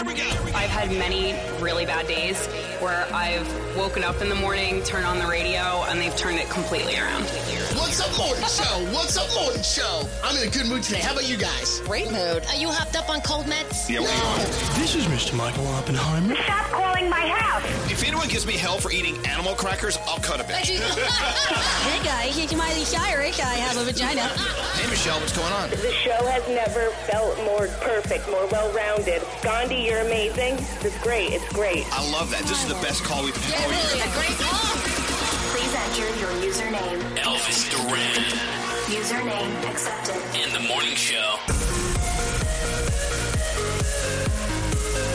I've had many really bad days where I've woken up in the morning, turned on the radio, and they've turned it completely around. What's up, morning show? What's up, morning show? I'm in a good mood today. How about you guys? Great mood. Are you hopped up on cold meds? Yeah, This is Mr. Michael Oppenheimer. Stop calling my house. If anyone gives me hell for eating animal crackers, I'll cut a bitch. hey guy, you might shy or guy have a vagina. hey, Michelle, what's going on? The show has never felt more perfect, more well rounded. Gandhi, you're amazing. This is great. It's great. I love that. This is the best call we've had. Yeah, really, a great call. Please enter your username. Elvis Duran Username accepted. in the morning show.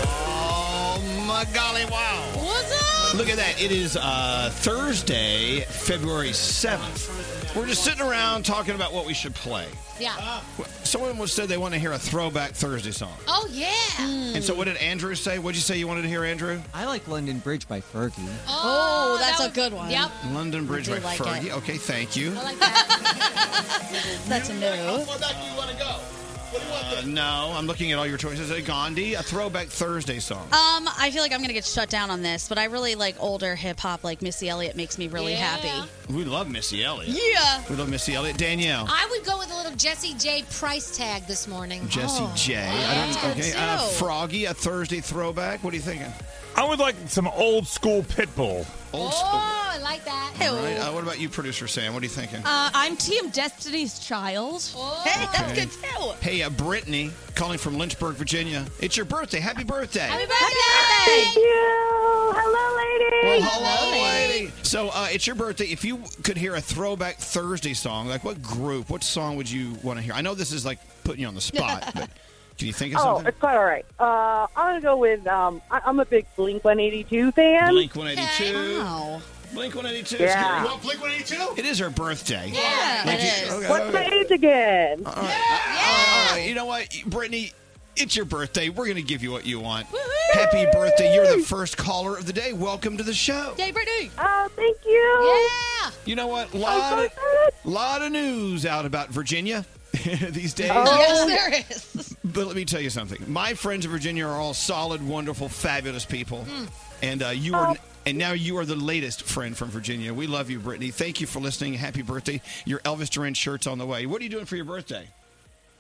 Oh my golly, wow. What's up? Look at that. It is uh, Thursday, February 7th. We're just sitting around talking about what we should play. Yeah. Someone was- said they want to hear a throwback Thursday song. Oh yeah. And so, what did Andrew say? What'd you say you wanted to hear, Andrew? I like London Bridge by Fergie. Oh, that's that a good one. Yep. London Bridge do by like Fergie. it. Okay, thank you. I like that. that's a no. How far back do you want to go? What do you want? Uh, no, I'm looking at all your choices. A Gandhi, a throwback Thursday song. Um, I feel like I'm gonna get shut down on this, but I really like older hip hop. Like Missy Elliott makes me really Yeah. happy. We love Missy Elliott. Yeah. We love Missy Elliott. Danielle. I would go with a little Jesse J price tag this morning. Jesse Oh. J. I don't, okay. Uh, Froggy, a Thursday throwback. What are you thinking? I would like some old school Pitbull. Old school. Oh, I like that. All right. Uh, what about you, producer Sam? What are you thinking? Uh, I'm Team Destiny's Child. Oh. Hey, that's good too. Hey, uh, Brittany, calling from Lynchburg, Virginia. It's your birthday. Happy birthday. Happy Thank birthday! you. Oh, Hello, Well, ladies. hello, lady. So uh, it's your birthday. If you could hear a throwback Thursday song, like what group, what song would you want to hear? I know this is like putting you on the spot, but can you think of Oh, something? it's quite all right. Uh, I'm gonna go with. Um, I- I'm a big Blink 182 fan. Blink 182. Wow. Blink 182. Yeah. You want Blink 182? It is her birthday. Yeah, Like, it you- is. okay, What's okay. Uh-uh. my age again? All right. All right, all right. You know what, Brittany? It's your birthday. We're going to give you what you want. Happy birthday. You're the first caller of the day. Welcome to the show. Yay, Brittany! Oh, thank you. Yeah. You know what? I'm so Lot excited. of, lot of news out about Virginia these days. Oh, Oh. Yes, there is. But let me tell you something. My friends in Virginia are all solid, wonderful, fabulous people. Hmm. And uh, you are. And now you are the latest friend from Virginia. We love you, Brittany. Thank you for listening. Happy birthday. Your Elvis Duran shirt's on the way. What are you doing for your birthday?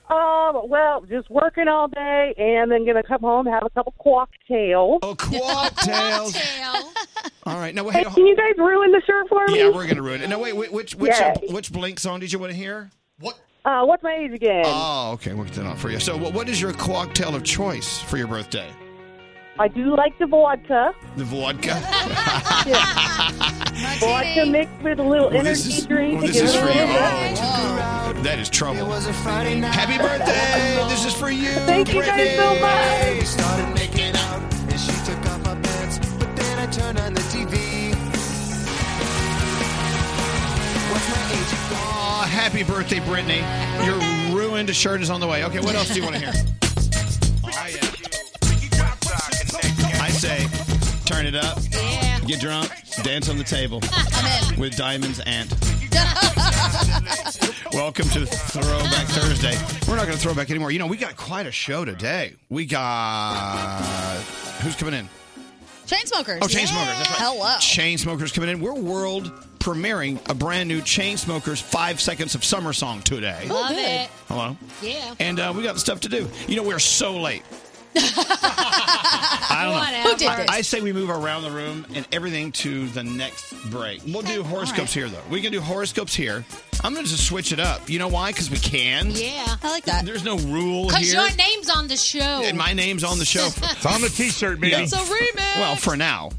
Um, well, just working all day, and then gonna come home have a couple cocktails. Oh, cocktails. Tail. All right. Now, Hey, wait. can you guys ruin the show for me? Yeah, we're going to ruin it. No, wait. wait, Which which, uh, Yay. which Blink song did you want to hear? What? Uh, what's my age again? Oh, okay. We'll get that on for you. So, what what is your cocktail of choice for your birthday? I do like the vodka. The vodka? Vodka mixed with a little Well, this energy is- drink well, to this give is it a for you. little bit. Oh, that is trouble. Happy birthday! This is for you. Thank you Brittany. guys so much. Started making out, and she took off my pants. But then I turned on the TV. What's my age? Aw, happy birthday, Brittany. Your ruined shirt is on the way. Okay, what else do you want to hear? I, uh, I say, turn it up, Yeah. get drunk, dance on the table I'm in. with Diamond's aunt. Welcome to Throwback Thursday. We're not going to throw back anymore. You know, we got quite a show today. We got who's coming in? Chainsmokers. Oh, Chainsmokers. That's right. Hello. Chainsmokers coming in. We're world premiering a brand new Chainsmokers Five Seconds of Summer song today. Love good. it. Hello. Yeah. And uh, we got stuff to do. You know, we're so late. I don't know. Who did I- this? I say we move around the room and everything to the next break. We'll do horoscopes here, though. We can do horoscopes here. I'm going to just switch it up. You know why? Because we can. Yeah. I like that. There's no rule Because here. your name's on the show. and my name's on the show. for- It's on the T-shirt, baby. Yeah. It's a remix. well, for now.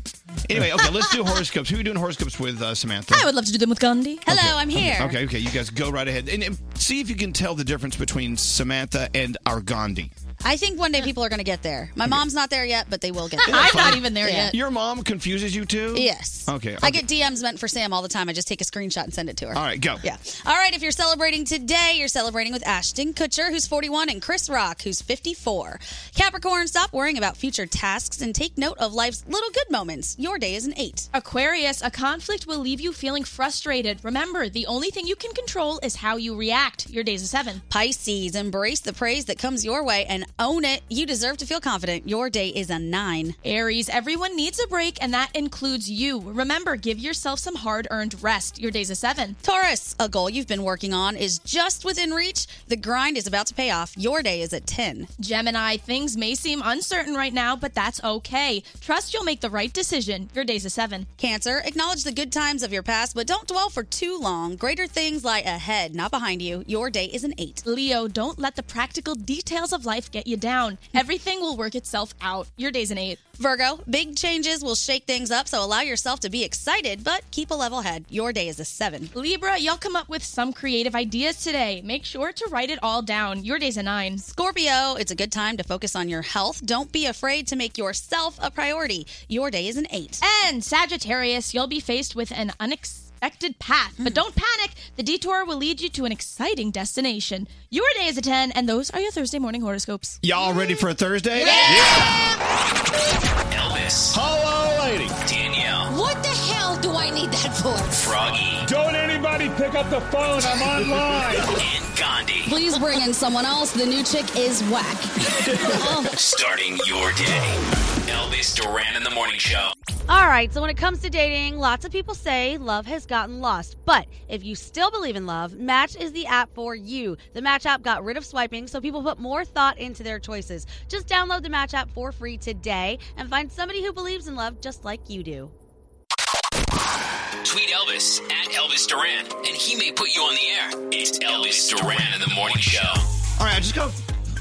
Anyway, okay, let's do horoscopes. Who are you doing horoscopes with, uh, Samantha? I would love to do them with Gandhi. Hello, I'm here. Okay, okay, you guys go right ahead and, and see if you can tell the difference between Samantha and our Gandhi. I think one day people are going to get there. My mom's not there yet, but they will get there. I'm not even there yet. Your mom confuses you too? Yes. Okay, I okay. get DMs meant for Sam all the time. I just take a screenshot and send it to her. All right, go. Yeah. All right, if you're celebrating today, you're celebrating with Ashton Kutcher, who's 41, and Chris Rock, who's 54. Capricorn, stop worrying about future tasks and take note of life's little good moments. Your day is an eight. Aquarius, a conflict will leave you feeling frustrated. Remember, the only thing you can control is how you react. Your day's a seven. Pisces, embrace the praise that comes your way and Own it. You deserve to feel confident. Your day is a nine. Aries, everyone needs a break, and that includes you. Remember, give yourself some hard earned rest. Your day's a seven. Taurus, a goal you've been working on is just within reach. The grind is about to pay off. Your day is a 10. Gemini, things may seem uncertain right now, but that's okay. Trust you'll make the right decision. Your day's a seven. Cancer, acknowledge the good times of your past, but don't dwell for too long. Greater things lie ahead, not behind you. Your day is an 8. Leo, don't let the practical details of life get you down. Everything will work itself out. Your day's an eight. Virgo, big changes will shake things up, so allow yourself to be excited, but keep a level head. Your day is a 7. Libra, y'all come up with some creative ideas today. Make sure to write it all down. Your day's a nine. Scorpio, it's a good time to focus on your health. Don't be afraid to make yourself a priority. Your day is an 8. And Sagittarius, you'll be faced with an unexpected path, Hmm. but don't panic. The detour will lead you to an exciting destination. Your day is a 10, and those are your Thursday morning horoscopes. Y'all ready for a Thursday? Elvis. Hello, lady. Danielle. What the hell do I need that for? Froggy. Don't anybody pick up the phone. I'm online. And Gandhi. Please bring in someone else. The new chick is whack. Starting your day. Elvis Duran in the Morning Show. All right, so when it comes to dating, lots of people say love has gotten lost. But if you still believe in love, Match is the app for you. The Match app got rid of swiping, so people put more thought into their choices. Just download the Match app for free today and find somebody who believes in love just like you do. Tweet Elvis at Elvis Duran, and he may put you on the air. It's Elvis Duran in the Morning Show. All right, I just got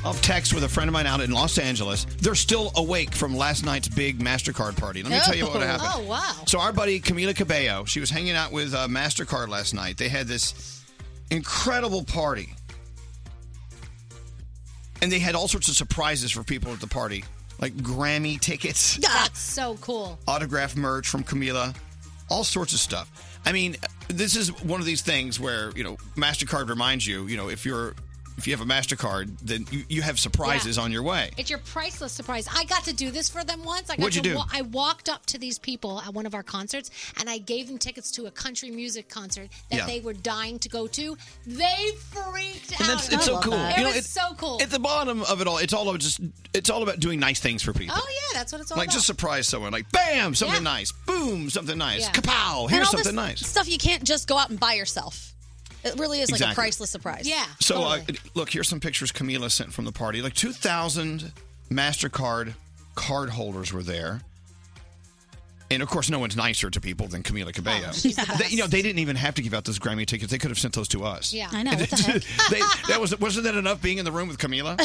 off text with a friend of mine out in Los Angeles. They're still awake from last night's big MasterCard party. Let me tell you what happened. Oh, wow. So our buddy Camila Cabello, she was hanging out with uh, Mastercard last night. They had this incredible party, and they had all sorts of surprises for people at the party, like Grammy tickets, That's so cool. autograph merch from Camila, all sorts of stuff. I mean, this is one of these things where you know Mastercard reminds you, you know, if you're if you have a Mastercard, then you, you have surprises Yeah. on your way. It's your priceless surprise. I got to do this for them once. I got What'd to you do? wa- I walked up to these people at one of our concerts and I gave them tickets to a country music concert that Yeah. they were dying to go to. They freaked And out. that's it's so cool. It You know, was it- so cool. At the bottom of it all, it's all about just it's all about doing nice things for people. oh yeah, that's what it's all like about. just surprise someone. Like bam, something nice. Boom, something nice. Yeah. Kapow, and here's all something this nice. Stuff you can't just go out and buy yourself. It really is like a Exactly. priceless surprise. Yeah. So uh, look, here's some pictures Camila sent from the party. Like 2,000 Mastercard card holders were there. And of course, no one's nicer to people than Camila Cabello. Oh, she's the They- you know, they didn't even have to give out those Grammy tickets. They could have sent those to us. Yeah. I know, what the heck? they, that was wasn't that enough being in the room with Camila?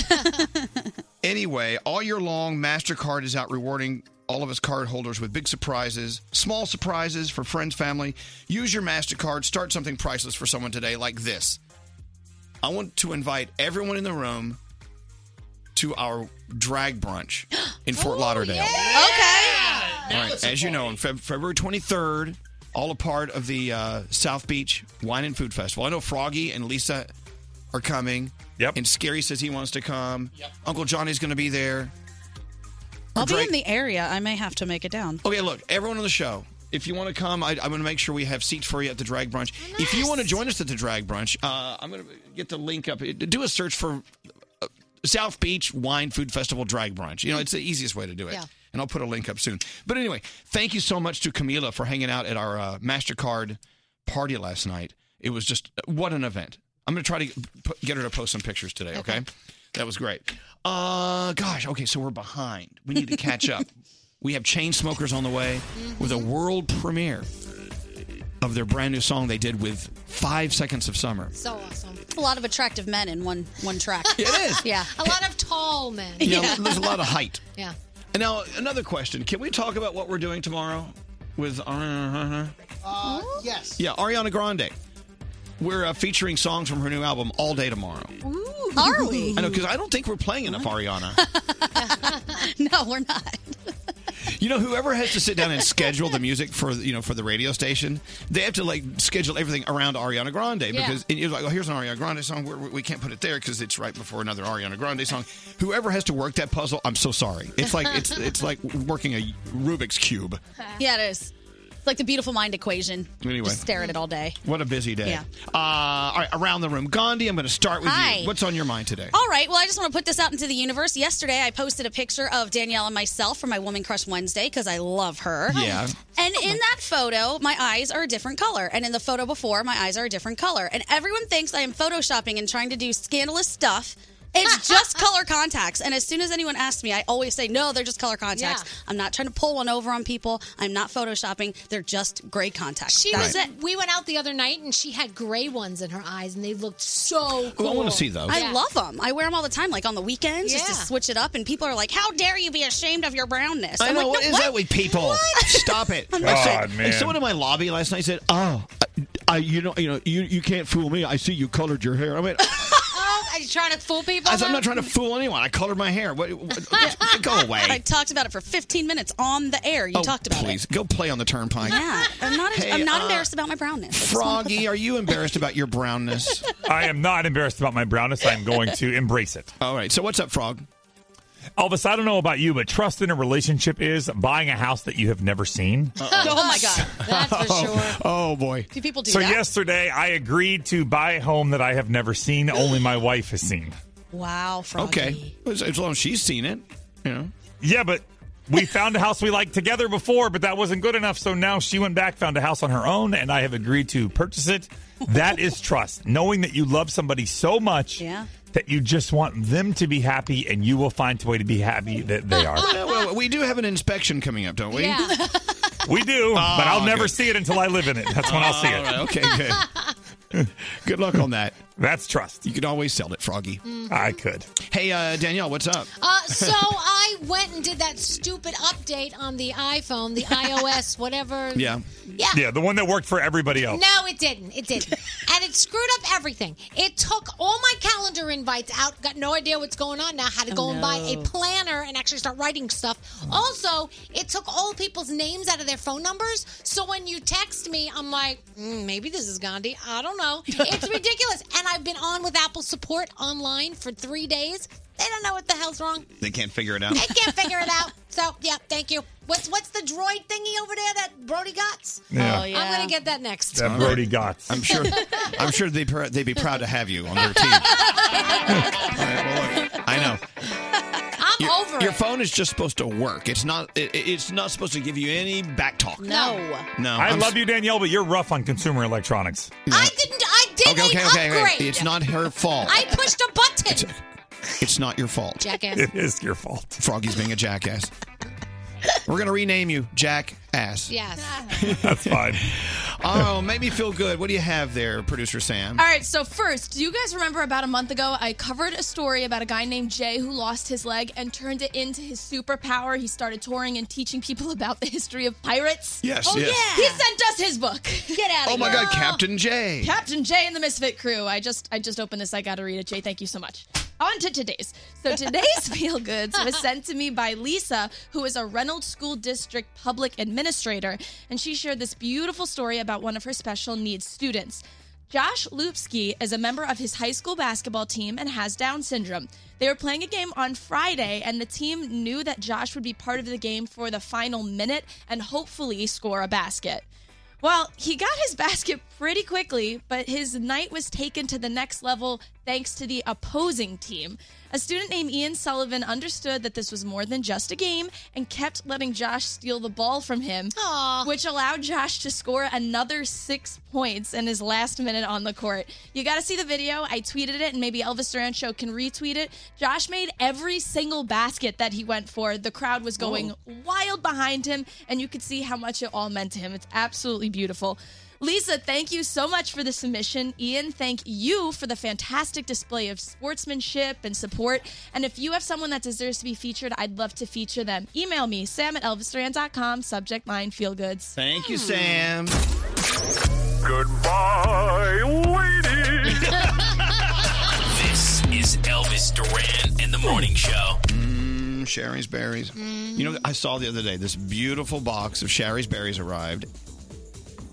anyway, all year long, Mastercard is out rewarding all of its card holders with big surprises, small surprises for friends, family. Use your Mastercard. Start something priceless for someone today, like this. I want to invite everyone in the room to our drag brunch in Fort Lauderdale. All right, as you know, on Feb- February 23rd, all a part of the uh, South Beach Wine and Food Festival. I know Froggy and Lisa are coming. Yep. And Scary says he wants to come. Uncle Johnny's going to be there. I'll be Drake- in the area. I may have to make it down. Okay, look, everyone on the show, if you want to come, I, I'm going to make sure we have seats for you at the drag brunch. If you want to join us at the drag brunch, uh, I'm going to get the link up. Do a search for uh, South Beach Wine Food Festival Drag Brunch. You know, it's the easiest way to do it. Yeah. And I'll put a link up soon. But anyway, thank you so much to Camila for hanging out at our uh, MasterCard party last night. It was just, what an event. I'm going to try to put- get her to post some pictures today, okay? That was great. Uh, gosh, okay, so we're behind. We need to catch up. We have chain smokers on the way with a world premiere of their brand new song they did with Five Seconds of Summer. so awesome. It's a lot of attractive men in one one track. It is. Yeah. A lot of tall men. You know, there's a lot of height. Yeah. And now, another question. Can we talk about what we're doing tomorrow with uh-huh, Ariana? Uh, yes. Yeah, Ariana Grande. We're uh, featuring songs from her new album all day tomorrow. Are we? I know, because I don't think we're playing enough Ariana. no, we're not. You know, whoever has to sit down and schedule the music for you know for the radio station, they have to like schedule everything around Ariana Grande Yeah. because and you're like, oh, here's an Ariana Grande song. We're, we can't put it there because it's right before another Ariana Grande song. Whoever has to work that puzzle, I'm so sorry. It's like it's it's like working a Rubik's cube. Yeah, it is. like the beautiful mind equation. Anyway. Just stare at it all day. What a busy day. Yeah. Uh, all right, around the room. Gandhi, I'm going to start with Hi. you. What's on your mind today? All right. Well, I just want to put this out into the universe. Yesterday, I posted a picture of Danielle and myself for my Woman Crush Wednesday because I love her. Yeah. And in that photo, my eyes are a different color. And in the photo before, my eyes are a different color. And everyone thinks I am photoshopping and trying to do scandalous stuff. It's just color contacts. And as soon as anyone asks me, I always say, no, they're just color contacts. Yeah. I'm not trying to pull one over on people. I'm not photoshopping. They're just gray contacts. She That's was. it. We went out the other night and she had gray ones in her eyes, and they looked so cool. I wanna see those. I Yeah. love them. I wear them all the time, like on the weekends, just to Yeah. switch it up. And people are like, "How dare you be ashamed of your brownness?" I I'm know. like, what "No, is that with people? Stop it. I'm I like- said- God, and man. someone in my lobby last night said, "Oh, I, you know, you know, you, you can't fool me. I see you colored your hair." I mean, Oh, are you trying to fool people? I said, I'm not trying to fool anyone. I colored my hair. What, what- what- go away. I talked about it for 15 minutes on the air. You Oh, talked about please go play on the turnpike. it. Yeah, I'm not. Hey, I'm not uh, embarrassed about my brownness. Froggy, are you embarrassed about your brownness? I am not embarrassed about my brownness. I'm going to embrace it. All right. So what's up, Frog? Elvis, I don't know about you, but trust in a relationship is buying a house that you have never seen. Oh my god, that's for sure. Oh boy. Do people do so that? yesterday, I agreed to buy a home that I have never seen. Only my wife has seen. Wow, Froggy. Okay. As, as long as she's seen it, you know. Yeah, but we found a house we liked together before, but that wasn't good enough. So now she went back, found a house on her own, and I have agreed to purchase it. That is trust, knowing that you love somebody so much Yeah. that you just want them to be happy, and you will find a way to be happy that they are. Yeah, well, we do have an inspection coming up, don't we? Ah, We do, but I'll never good. see it until I live in it. That's when I'll see All it. right, okay, good. good luck on that. That's trust. You could always sell it, Froggy. Mhm. I could. Hey, uh, Danielle, what's up? Uh, so I went and did that stupid update on the iPhone, the iOS, whatever. Yeah. Yeah. Yeah, the one that worked for everybody else. No, it didn't. It didn't. and it screwed up everything. It took all my calendar invites out. Got no idea what's going on now. Had to go and buy a no. planner and actually start writing stuff. Also, it took all people's names out of their phone numbers. So when you text me, I'm like, "Mm, maybe this is Gandhi. I don't know. It's ridiculous. And I've been on with Apple support online for three days. They don't know what the hell's wrong. They can't figure it out. They can't figure it out. So yeah, thank you. What's what's the droid thingy over there that Brody got? Yeah. Oh, yeah. I'm gonna get that next. That Brody got. I'm sure. I'm sure they pr- they'd be proud to have you on their team. All right, well, look, I know. I'm your, over Your it. phone is just supposed to work. It's not. It, it's not supposed to give you any back talk. No. No, I I'm love s- you, Danielle, but you're rough on consumer electronics. I didn't. I did Okay, okay, an okay, okay. upgrade. It's not her fault. I pushed a button. It's not your fault. Jackass. It is your fault. Froggy's being a jackass. We're gonna rename you Jackass. Yes. That's fine. oh, made me feel good. What do you have there, producer Sam? All right, so first, do you guys remember about a month ago I covered a story about a guy named Jay who lost his leg and turned it into his superpower? He started touring and teaching people about the history of pirates. Yes, Oh, yes. yeah. He sent us his book. Get out of Oh my God, Captain J. Captain Jay and the Misfit Crew. I just I just opened this. I got to read it. Jay, thank you so much. On to today's. So today's feel goods was sent to me by Lisa, who is a Reynolds School District public administrator, and she shared this beautiful story about one of her special needs students. Josh Lupski is a member of his high school basketball team and has Down syndrome. They were playing a game on Friday, and the team knew that Josh would be part of the game for the final minute and hopefully score a basket. Well, he got his basket pretty quickly, but his night was taken to the next level thanks to the opposing team. A student named Ian Sullivan understood that this was more than just a game and kept letting Josh steal the ball from him, which allowed Josh to score another six points in his last minute on the court. You got to see the video. I tweeted it, and maybe Elvis Duran Show can retweet it. Josh made every single basket that he went for. The crowd was going Whoa. wild behind him, and you could see how much it all meant to him. It's absolutely beautiful. Lisa, thank you so much for the submission. Ian, thank you for the fantastic display of sportsmanship and support. And if you have someone that deserves to be featured, I'd love to feature them. Email me, sam at elvisduran.com, subject line feel goods. Thank you, Sam. Goodbye, waiting. this is Elvis Duran and the Morning Show. Mm, Sherry's berries. You know, I saw the other day this beautiful box of Sherry's berries arrived,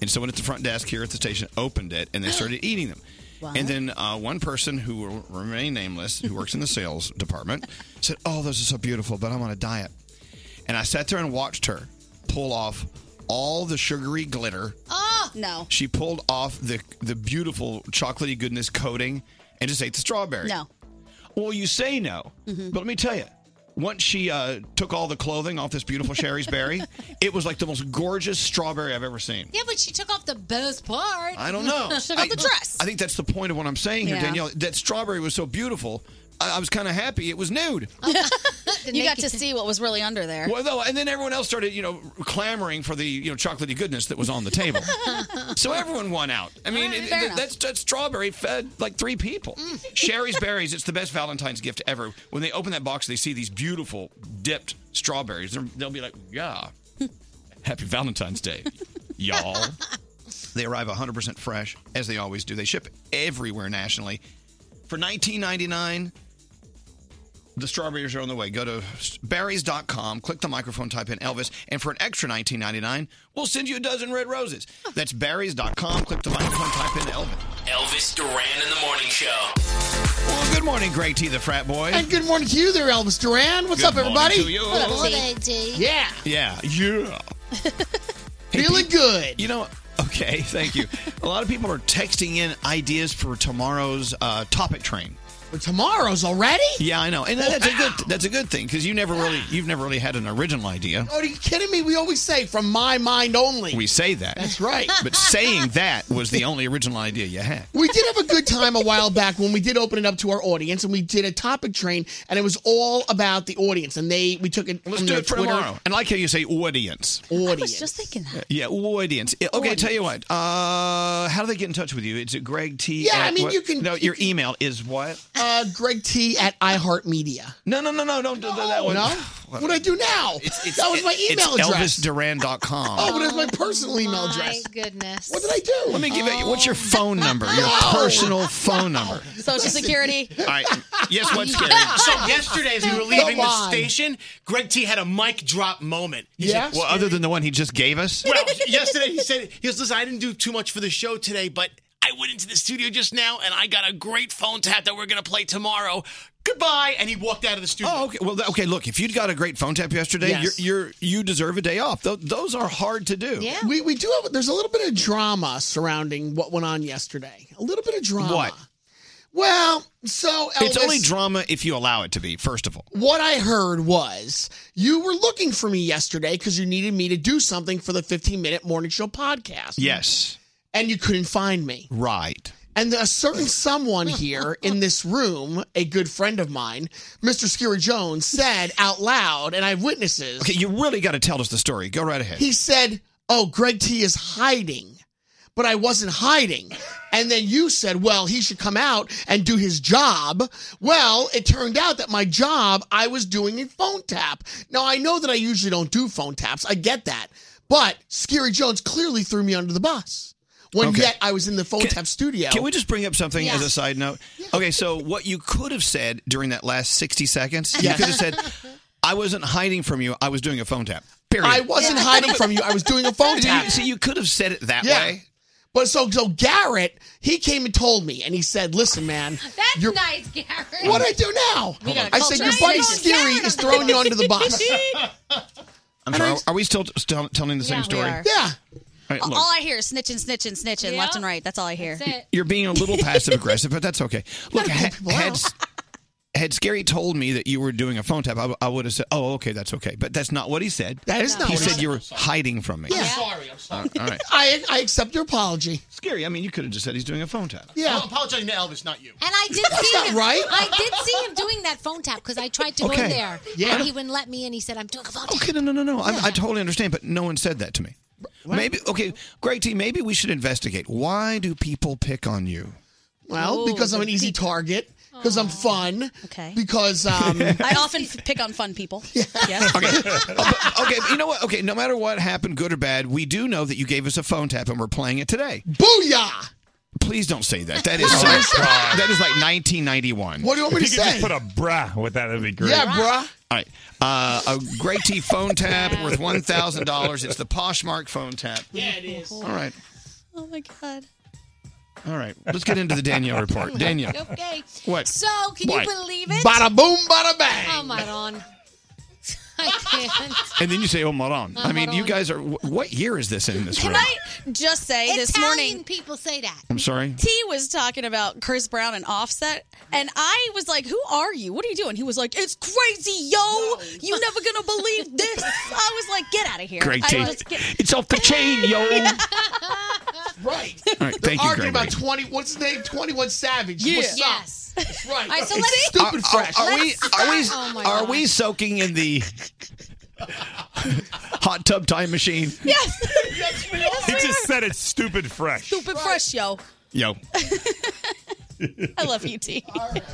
and someone at the front desk here at the station opened it and they started eating them. What? And then uh, one person who will remain nameless, who works in the sales department, said, "Oh, those are so beautiful, but I'm on a diet." And I sat there and watched her pull off all the sugary glitter. Oh no. She pulled off the the beautiful chocolatey goodness coating and just ate the strawberry. No. Well, you say no, Mm-hmm. Mm-hmm. but let me tell you. Once she uh, took all the clothing off this beautiful Sherry's berry, it was like the most gorgeous strawberry I've ever seen. Yeah, but she took off the best part. I don't know. She took off I- the dress. I think that's the point of what I'm saying here, Yeah. Danielle. That strawberry was so beautiful. I, I was kind of happy it was nude. Oh. you got to see what was really under there. Well, though, and then everyone else started, you know, clamoring for the you know chocolatey goodness that was on the table. so everyone won out. I mean, All right, it- fair th- enough. Mm. that's, that's strawberry fed like three people. Sherry's berries. It's the best Valentine's gift ever. When they open that box, they see these beautiful dipped strawberries. They're- They'll be like, "Yeah, happy Valentine's Day, y'all." they arrive 100% fresh, as they always do. They ship everywhere nationally. For 19.99. The strawberries are on the way. Go to berries.com, click the microphone, type in Elvis, and for an extra $19.99, we'll send you a dozen red roses. That's berries.com, click the microphone, type in Elvis. Elvis Duran in the morning show. Well, good morning, Greg T, the frat boy. And good morning to you there, Elvis Duran. What's Good up, everybody? morning to you. What up, Yeah. Yeah, yeah. Feeling good. You know, okay, thank you. a lot of people are texting in ideas for tomorrow's uh, topic train. For tomorrow's already? Yeah, I know, and that's a good that's a good thing because you never really you've never really had an original idea. Oh, are you kidding me? We always say from my mind only. We say that. That's right. But saying that was the only original idea you had. We did have a good time a while back when we did open it up to our audience, and we did a topic train, and it was all about the audience. And they we took it. Let's from do their it for Twitter. tomorrow. And I like how you say audience. Audience. just thinking that. Yeah, audience. Okay, tell you what. Uh, how do they get in touch with you? It's at Greg T. Yeah, at I mean, what- you can- No, you your email is what? Uh, Greg T at iHeartMedia. No, no, no, no, don't do that one. No, what do I do now? that was Oh, my email it's address. ElvisDuran.com. Oh, but that's my personal email My address. goodness. What did I do? Let me give it. What's your phone number? Your No. personal phone number. Social Security. All right. Yes, what's scary? so yesterday, as we were leaving the Why? station, Greg T had a mic drop moment. He said, Well, other than the one he just gave us. well, yesterday he said, he goes, listen, I didn't do too much for the show today, but I went into the studio just now and I got a great phone tap that we're going to play tomorrow. Goodbye. And he walked out of the studio. Oh, okay. Well, th- okay. Look, if you'd got a great phone tap yesterday, Yes. you're, you're you deserve a day off. Th- those are hard to do. We, we do have, there's a little bit of drama surrounding what went on yesterday. A little bit of drama. What? Well, so Elvis, It's only drama if you allow it to be. First of all, what I heard was you were looking for me yesterday because you needed me to do something for the 15 minute morning show podcast. yes, And you couldn't find me. right. And a certain someone here in this room, a good friend of mine, Mr. Skira Jones, said out loud, and I have witnesses. Okay, you really got to tell us the story. Go right ahead. He said, Oh, Greg T is hiding. But I wasn't hiding. And then you said, Well, he should come out and do his job. Well, it turned out that my job, I was doing a phone tap. Now, I know that I usually don't do phone taps. I get that. But Scary Jones clearly threw me under the bus when Okay. yet I was in the phone tap studio. Can we just bring up something as Yeah. a side note? Okay, so what you could have said during that last 60 seconds, Yes. you could have said, I wasn't hiding from you, I was doing a phone tap. Period. I wasn't hiding from you. I was doing a phone You- tap. See, you could have said it that way. But so so Garrett, he came and told me, and he said, "Listen, man, That's you're- nice, Garrett. What do I do now? We got a I said your culture buddy crisis. Scary Garrett is on the throwing you phone. under the bus. I'm sorry, are we still, still telling the Yeah, same we story? are. Yeah. All right, All look. all I hear is snitching, snitching, snitching, left and right. That's all I hear. You're being a little passive aggressive, but that's okay. Look, ha- had, had Scary told me that you were doing a phone tap, I, I would have said, "Oh, okay, that's okay." But that's not what he said. That is not He what he said said. you were hiding from me. Yeah. sorry. I'm All right, all right. I I accept your apology. Scary. I mean, you could have just said he's doing a phone tap. Yeah. I'm apologizing to Elvis, not you. And I did That's see not him. right. I did see him doing that phone tap because I tried to go Okay. in there. Yeah. And he wouldn't let me in. He said, I'm doing a phone tap. Okay, no, no, no, no. I, I totally understand, but no one said that to me. Maybe okay, Greg T. Maybe we should investigate. Why do people pick on you? Well, Oh, because I'm the an easy target, because I'm fun, Okay. because um, I often f- pick on fun people. Yeah. Okay, but you know what? Okay, no matter what happened, good or bad, we do know that you gave us a phone tap, and we're playing it today. Booyah! Please don't say that. That is Oh, so, I'm sorry. that is like 1991. What do you want me If to you could say? just put a brah with that, that'd be great. Yeah, bruh. All right, uh, a Greg T. phone tap worth one thousand dollars. It's the Poshmark phone tap. Yeah, it is. All right, Oh my god. all right. Let's get into the Danielle report. Danielle, Okay. What? So, can What? you believe it? Bada boom, bada Oh, my God. And then you say, oh, moron. Oh, I mean, you moron. guys are. wh- What year is this in this Can room? I just say this morning? people say that. I'm sorry. T was talking about Chris Brown and Offset, and I was like, "Who are you? What are you doing?" He was like, "It's crazy, yo! You never gonna believe this." I was like, "Get out of here!" Great I T. was get- It's off the chain, yo. right. All right, They're thank you, arguing Gregory. about 20, what's his name? 21 Savage. Yeah. What's yes. That's right. All right, so It's let's- stupid Are- fresh. Are, are we Let's- are we Oh, my are God. we soaking in the hot tub time machine? Yes. He just said it's stupid fresh. Stupid fresh, yo. Yo. I love you, T. All right.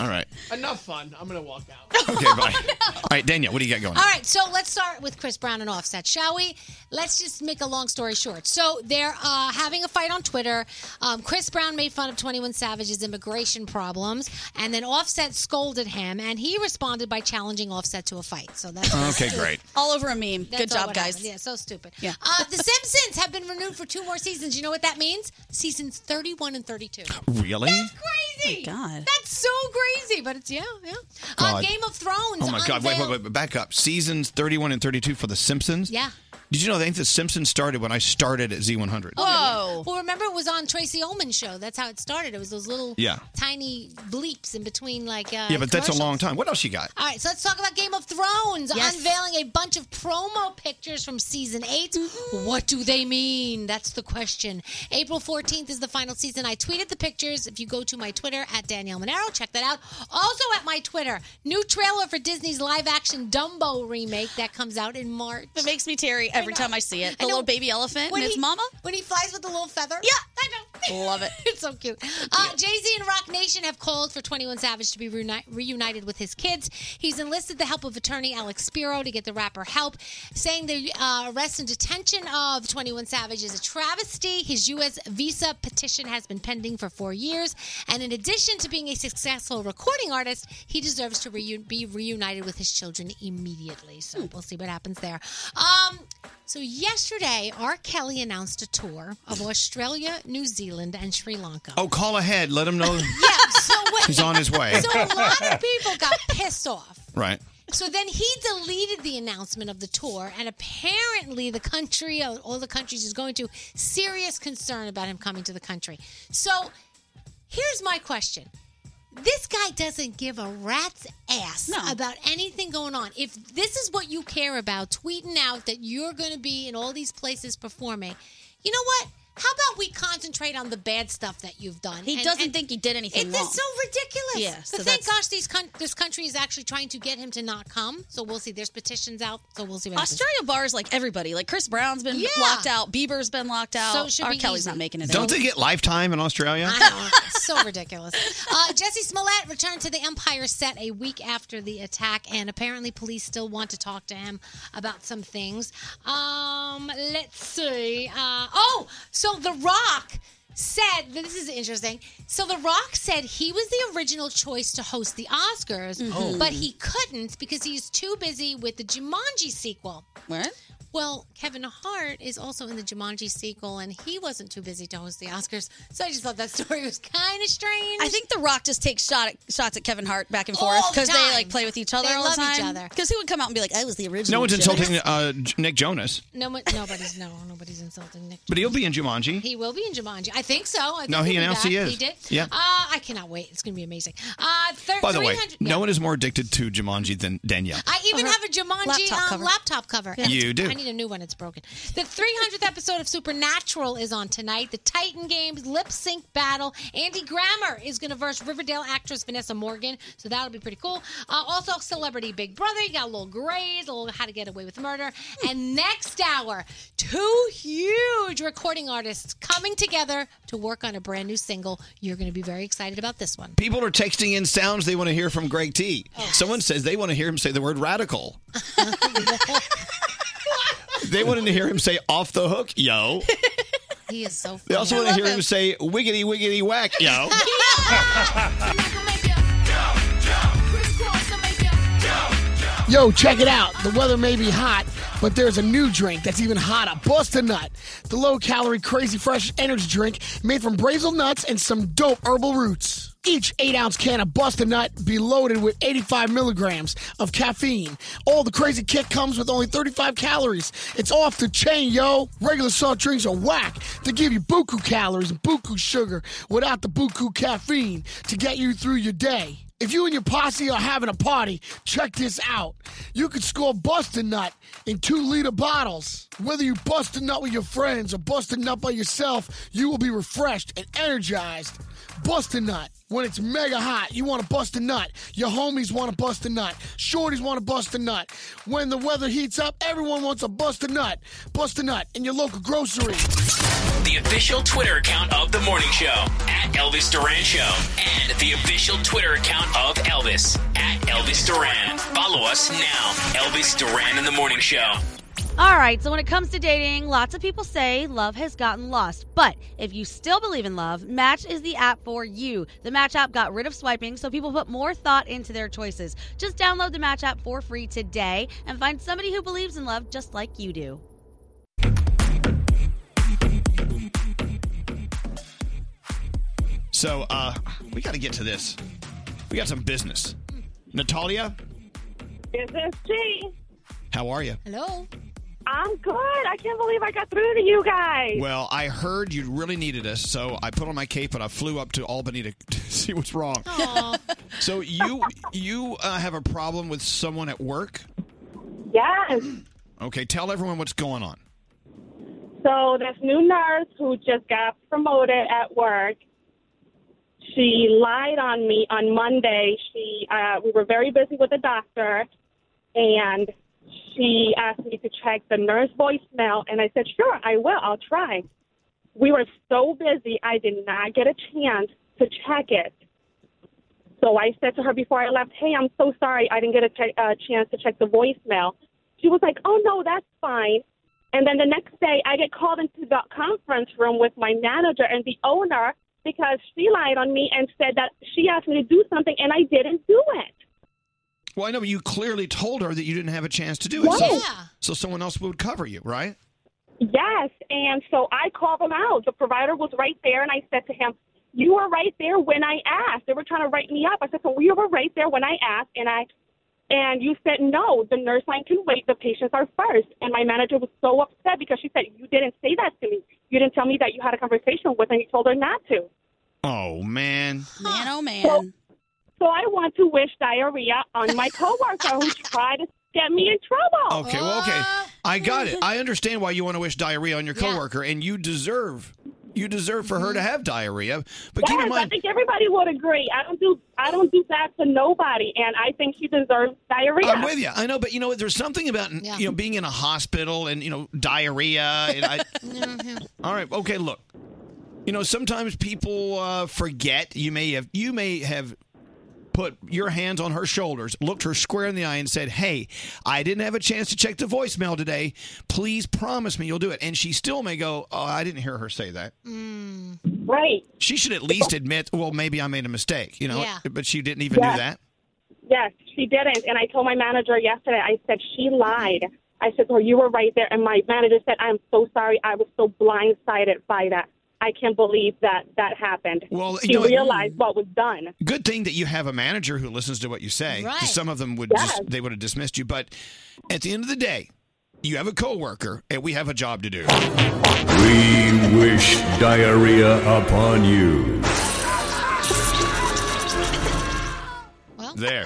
All right. Enough fun. I'm going to walk out. Okay, bye. All right, Danielle, what do you got going? All right, so let's start with Chris Brown and Offset, shall we? Let's just make a long story short. So they're uh, having a fight on Twitter. Um, Chris Brown made fun of 21 Savage's immigration problems, and then Offset scolded him, and he responded by challenging Offset to a fight. So that's Okay, great. All over a meme. Uh-huh. That's Good all job, what guys. happened. Yeah, so stupid. Yeah. Uh, the Simpsons have been renewed for two more seasons. You know what that means? Seasons 31 and 32. Really? Crazy! God. That's so crazy, but it's, yeah, yeah. Uh, God. Game of Thrones. Oh my God! Wait, wait, unveiled- wait! Back up. Seasons thirty-one and thirty-two for The Simpsons. Yeah. Did you know I think The Simpsons started when I started at Z100? Whoa. Oh, Well, remember it was on Tracy Ullman's show. That's how it started. It was those little Yeah. tiny bleeps in between, like uh, yeah, but that's a commercials. long time. What else you got? All right, so let's talk about Game of Thrones Yes. unveiling a bunch of promo pictures from season 8 What do they mean? That's the question. April 14th is the final season. I tweeted the pictures. If you go to my Twitter at Danielle Monero, check that out. Also at my Twitter, new trailer for Disney's live action Dumbo remake that comes out in March. It makes me teary every time I see it. The little baby elephant When and its he- mama. When he flies with the little feather. Yeah, I know. Love it. it's so cute. Uh, Jay Z and Rock Nation have called for 21 Savage to be reuni- reunited with his kids. He's enlisted the help of attorney Alex Spiro to get the rapper help, saying the uh, arrest and detention of 21 Savage is a travesty. His U.S. visa petition has been pending for four years. And in addition to being a successful recording artist, he deserves to reu- be reunited with his children immediately. So we'll see what happens there. Um, so yesterday, R. Kelly announced a tour of Australia, New Zealand, and Sri Lanka. Oh, call ahead. Let him know So when- he's on his way. So a lot of people got pissed off. right. So then he deleted the announcement of the tour, and apparently the country, all the countries, is going to serious concern about him coming to the country. So here's my question. This guy doesn't give a rat's ass about anything going on. If this is what you care about, tweeting out that you're going to be in all these places performing, you know what? How about we concentrate on the bad stuff that you've done? He doesn't think he did anything It's wrong. just so ridiculous. Yeah, so but thank that's- gosh, these con- this country is actually trying to get him to not come. So we'll see. There's petitions out. So we'll see. What happens. Australia bars like everybody. Like Chris Brown's been Yeah. locked out. Bieber's been locked out. So it should R. be Kelly's easy. not making it. Don't out. they get lifetime in Australia? I know. so ridiculous. Uh, Jesse Smollett returned to the Empire set a week after the attack, and apparently police still want to talk to him about some things. Um, let's see. Uh, oh, so The Rock said this is interesting. So The Rock said he was the original choice to host the Oscars, Mhm. Oh. but he couldn't because he's too busy with the Jumanji sequel. What? Well, Kevin Hart is also in the Jumanji sequel, and he wasn't too busy to host the Oscars. So I just thought that story was kind of strange. I think The Rock just takes shot at, shots at Kevin Hart back and forth All the because they time. like play with each other They all love the each time. other. Because he would come out and be like, "I was the original." No one's Jonas." insulting uh, J- Nick Jonas, no, one- nobody's no, nobody's insulting Nick. but he'll be in Jumanji. He will be in Jumanji. I think so. I think No, he he'll be announced he back. is. He did. Yeah. Uh, I cannot wait. It's going to be amazing. Uh, thir- By the way, 300 yeah. Uh, no one is more addicted to Jumanji than Danielle. I even have a Jumanji laptop um, cover. laptop cover. Yeah. And You it's- do. I need a new one. It's broken. The 300th episode of Supernatural is on tonight. The Titan Games lip sync battle. Andy Grammer is going to verse Riverdale actress Vanessa Morgan. So that'll be pretty cool. Uh, also, Celebrity Big Brother. You got a little Grays, a little How to Get Away with Murder. Hmm. And next hour, two huge recording artists coming together to work on a brand new single. You're going to be very excited about this one. People are texting in sounds they want to hear from Greg T. Oh. Someone says they want to hear him say the word radical. they wanted to hear him say off the hook, yo. He is so. Funny. They also want to hear him say wiggity wiggity whack, yo. Yo, check it out. The weather may be hot, but there's a new drink that's even hotter. Bust a Nut. The low calorie, crazy fresh energy drink made from brazel nuts and some dope herbal roots. Each 8 ounce can of Bust a Nut be loaded with 85 milligrams of caffeine. All the crazy kick comes with only 35 calories. It's off the chain, yo. Regular soft drinks are whack. They give you buku calories and buku sugar without the buku caffeine to get you through your day. If you and your posse are having a party, check this out. You can score Bust a Nut in two liter bottles. Whether you bust a nut with your friends or bust a nut by yourself, you will be refreshed and energized. Bust a nut. When it's mega hot, you want to bust a nut. Your homies want to bust a nut. Shorties want to bust a nut. When the weather heats up, everyone wants to bust a nut. Bust a nut in your local grocery. The official Twitter account of the morning show at Elvis Duran Show, and the official Twitter account of Elvis at Elvis Duran. Follow us now, Elvis Duran in the morning show. All right, so when it comes to dating, lots of people say love has gotten lost. But if you still believe in love, Match is the app for you. The Match app got rid of swiping, so people put more thought into their choices. Just download the Match app for free today and find somebody who believes in love just like you do. So uh, we got to get to this. We got some business. Natalia, Business G. how are you? Hello. I'm good. I can't believe I got through to you guys. Well, I heard you really needed us, so I put on my cape and I flew up to Albany to, to see what's wrong. So you you uh, have a problem with someone at work? Yes. Okay, tell everyone what's going on. So this new nurse who just got promoted at work, she lied on me on Monday. She uh, we were very busy with the doctor, and she asked me to check the nurse voicemail, and I said, "Sure, I will. I'll try." We were so busy, I did not get a chance to check it. So I said to her before I left, "Hey, I'm so sorry. I didn't get a che- uh, chance to check the voicemail." She was like, "Oh no, that's fine." And then the next day, I get called into the conference room with my manager and the owner because she lied on me and said that she asked me to do something and I didn't do it. Well, I know, but you clearly told her that you didn't have a chance to do it. So, so someone else would cover you, right? Yes. And so I called them out. The provider was right there and I said to him, You were right there when I asked. They were trying to write me up. I said, So you were right there when I asked and I and you said no, the nurse line can wait, the patients are first. And my manager was so upset because she said, You didn't say that to me. You didn't tell me that you had a conversation with and you told her not to. Oh man. Man, oh man. So I want to wish diarrhea on my coworker who tried to get me in trouble. Okay, well, okay. I got it. I understand why you want to wish diarrhea on your coworker, and you deserve you deserve for her to have diarrhea. But keep in Mm-hmm. Yes, I mind, think everybody would agree. I don't do I don't do that to nobody, and I think she deserves diarrhea. I'm with you. I know, but you know, what? there's something about you know being in a hospital and you know diarrhea. And I, all right, okay, look. You know, sometimes people uh, forget. You may have you may have put your hands on her shoulders, looked her square in the eye, and said, "Hey, I didn't have a chance to check the voicemail today. Please promise me you'll do it." And she still may go, "Oh, I didn't hear her say that." Right. She should at least admit, "Well, maybe I made a mistake." You know, Yeah. but she didn't even Yeah. do that. Yes, she didn't. And I told my manager yesterday, I said, she lied. I said, well, you were right there. And my manager said, I'm so sorry. I was so blindsided by that. I can't believe that that happened. Well, she you know- realized what was done. Good thing that you have a manager who listens to what you say. 'cause Right. Some of them would Yes. just, they would have dismissed you. But at the end of the day, you have a coworker, and we have a job to do. We wish diarrhea upon you. There.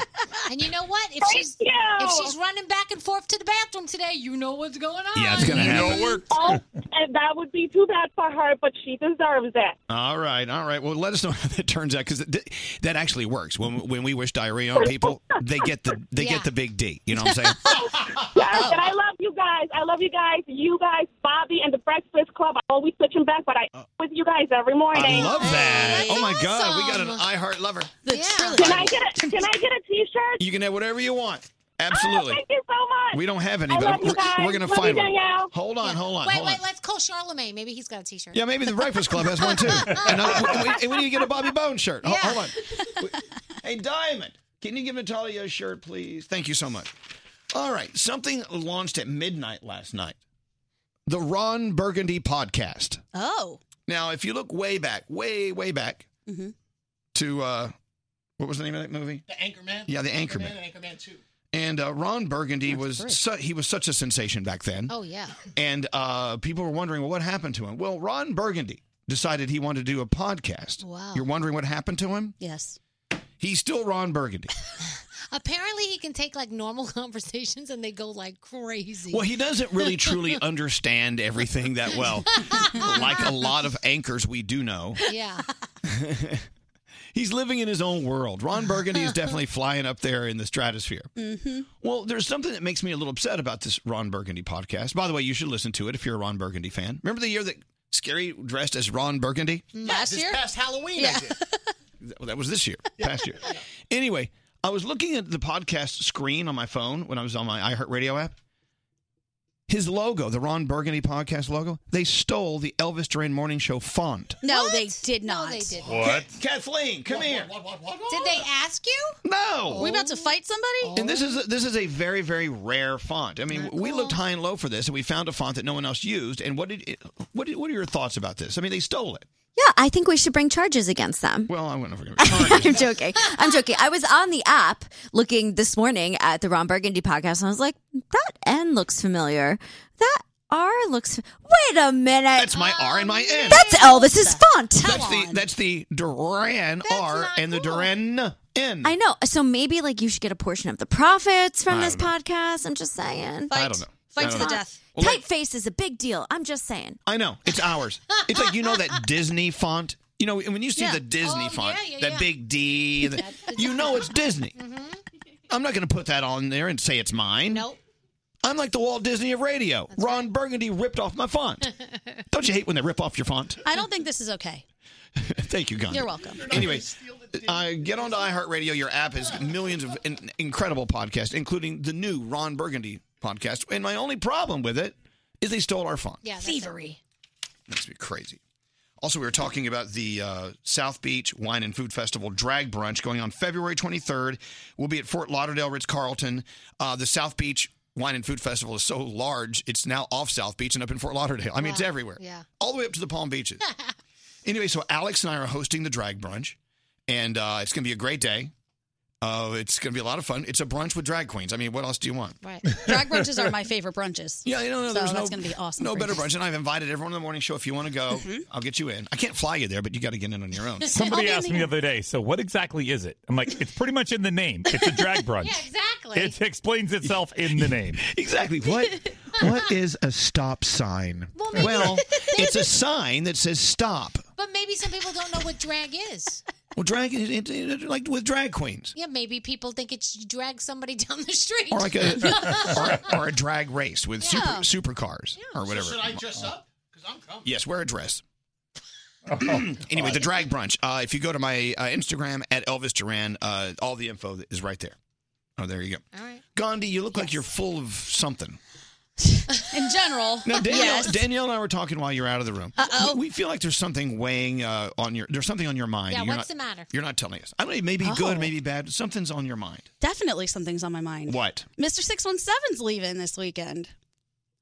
And you know what? If she's if she's running back and forth to the bathroom today, you know what's going on. Yeah, it's gonna happen. You know it worked. Oh, and that would be too bad for her, but she deserves it. All right, all right. Well, let us know how that turns out because th- that actually works. When when we wish diarrhea on people, they get the they Yeah. get the big D. You know what I'm saying? Yes, and I love you guys. I love you guys. You guys, Bobby and the Breakfast Club. I'm always switching back, but I with you guys every morning. Uh, I love that. oh my God, we got an iHeart lover. Can I get a Can I get a T-shirt? You can have whatever you want. Absolutely. Oh, thank you so much. We don't have any, I but love you we're- guys. we're gonna Love find you, one. Danielle. Hold on, hold on, Wait, hold wait. on. Let's call Charlemagne. Maybe he's got a T-shirt. Yeah, maybe the Breakfast Club has one too. And I, we, we need to get a Bobby Bone shirt. Ho- Hold on. We- Hey, Diamond, can you give Natalia a shirt, please? Thank you so much. All right, something launched at midnight last night the Ron Burgundy podcast. Oh. Mm-hmm. Now, if you look way back, way, way back, Mhm. to uh, what was the name of that movie? The Anchorman. Yeah, The Anchorman. Anchorman. and Anchorman Two. And uh, Ron Burgundy was su- he was such a sensation back then. Oh yeah. And uh, people were wondering, well, what happened to him? Well, Ron Burgundy decided he wanted to do a podcast. Wow. You're wondering what happened to him? Yes. He's still Ron Burgundy. Apparently, he can take like normal conversations and they go like crazy. Well, he doesn't really truly understand everything that well. like a lot of anchors we do know. yeah. He's living in his own world. Ron Burgundy is definitely flying up there in the stratosphere. Mm-hmm. Well, there's something that makes me a little upset about this Ron Burgundy podcast. By the way, you should listen to it if you're a Ron Burgundy fan. Remember the year that Scary dressed as Ron Burgundy? Last year, past Halloween, I did. That- That was this year, past year. Anyway, I was looking at the podcast screen on my phone when I was on my iHeartRadio app. His logo, the Ron Burgundy podcast logo, they stole the Elvis Duran Morning Show font. No, they did not. they did. Kathleen, come here. Did they ask you? No. We about to fight somebody? And this is a, this is a very very rare font. I mean, we looked high and low for this, and we found a font that no one else used. And what did it, what did, what are your thoughts about this? I mean, they stole it. Yeah, I think we should bring charges against them. Well, I went over. I'm joking. I'm joking. I was on the app looking this morning at the Ron Burgundy podcast, and I was like, "That N looks familiar. That R looks. Wait a minute. That's my R and my N. That's Elvis's font. That's the that's the Duran R and the Duran N. I know. So maybe like you should get a portion of the profits from I this don't podcast. I'm just saying. I don't know. I don't know. Well, Tight face is a big deal. I'm just saying. I know it's ours. It's like you know that Disney font. You know when you see Yeah. the Disney Oh, font, yeah, yeah, that yeah. big D, the- you know it's Disney. I'm not going to put that on there and say it's mine. Nope. I'm like the Walt Disney of radio. Ron Burgundy ripped off my font. Don't you hate when they rip off your font? I don't think this is okay. Thank you, Gandhi. You're welcome. Anyway, uh, get onto iHeartRadio. Your app has millions of in- incredible podcasts, including the new Ron Burgundy podcast. And my only problem with it is they stole our font. Yeah. Thievery. Makes me crazy. Also, we were talking about the uh, South Beach Wine and Food Festival drag brunch going on February 23rd. We'll be at Fort Lauderdale, Ritz Carlton. Uh, the South Beach Wine and Food Festival is so large, it's now off South Beach and up in Fort Lauderdale. I mean, it's everywhere, Yeah. all the way up to the Palm Beaches. anyway, so Alex and I are hosting the drag brunch, and uh, it's going to be a great day. Uh, it's going to be a lot of fun. It's a brunch with drag queens. I mean, what else do you want? Right. Drag brunches are my favorite brunches. Yeah, you know, so there's that's no, going to be awesome. No for better you. brunch, and I've invited everyone to the morning show. If you want to go, I'll get you in. I can't fly you there, but you got to get in on your own. Somebody asked me the other day, so what exactly is it? I'm like, it's pretty much in the name. It's a drag brunch. exactly. It explains itself in the name. exactly. What what is a stop sign? Well, maybe- it's a sign that says stop. But maybe some people don't know what drag is. Well, drag it, it, it- like with drag queens, Yeah, maybe people think it's you drag somebody down the street. or like a or, or a drag race with Yeah. super supercars or whatever. So should I Oh. dress up? Because I'm coming. Yes, wear a dress. anyway, the drag brunch. Uh, if you go to my uh, Instagram at Elvis Duran, uh, all the info is right there. Oh, there you go. All right. Gandhi, you look like you're full of something. In general. Now, Danielle, yes. Danielle and I were talking while you were out of the room. Uh-oh. We, we feel like there's something weighing uh, on your. There's something on your mind. Yeah, You're what's not- the matter? Oh. You're not telling us. I don't. It may be good, maybe bad. Something's on your mind. Definitely something's on my mind. What? Mr. 617's leaving this weekend.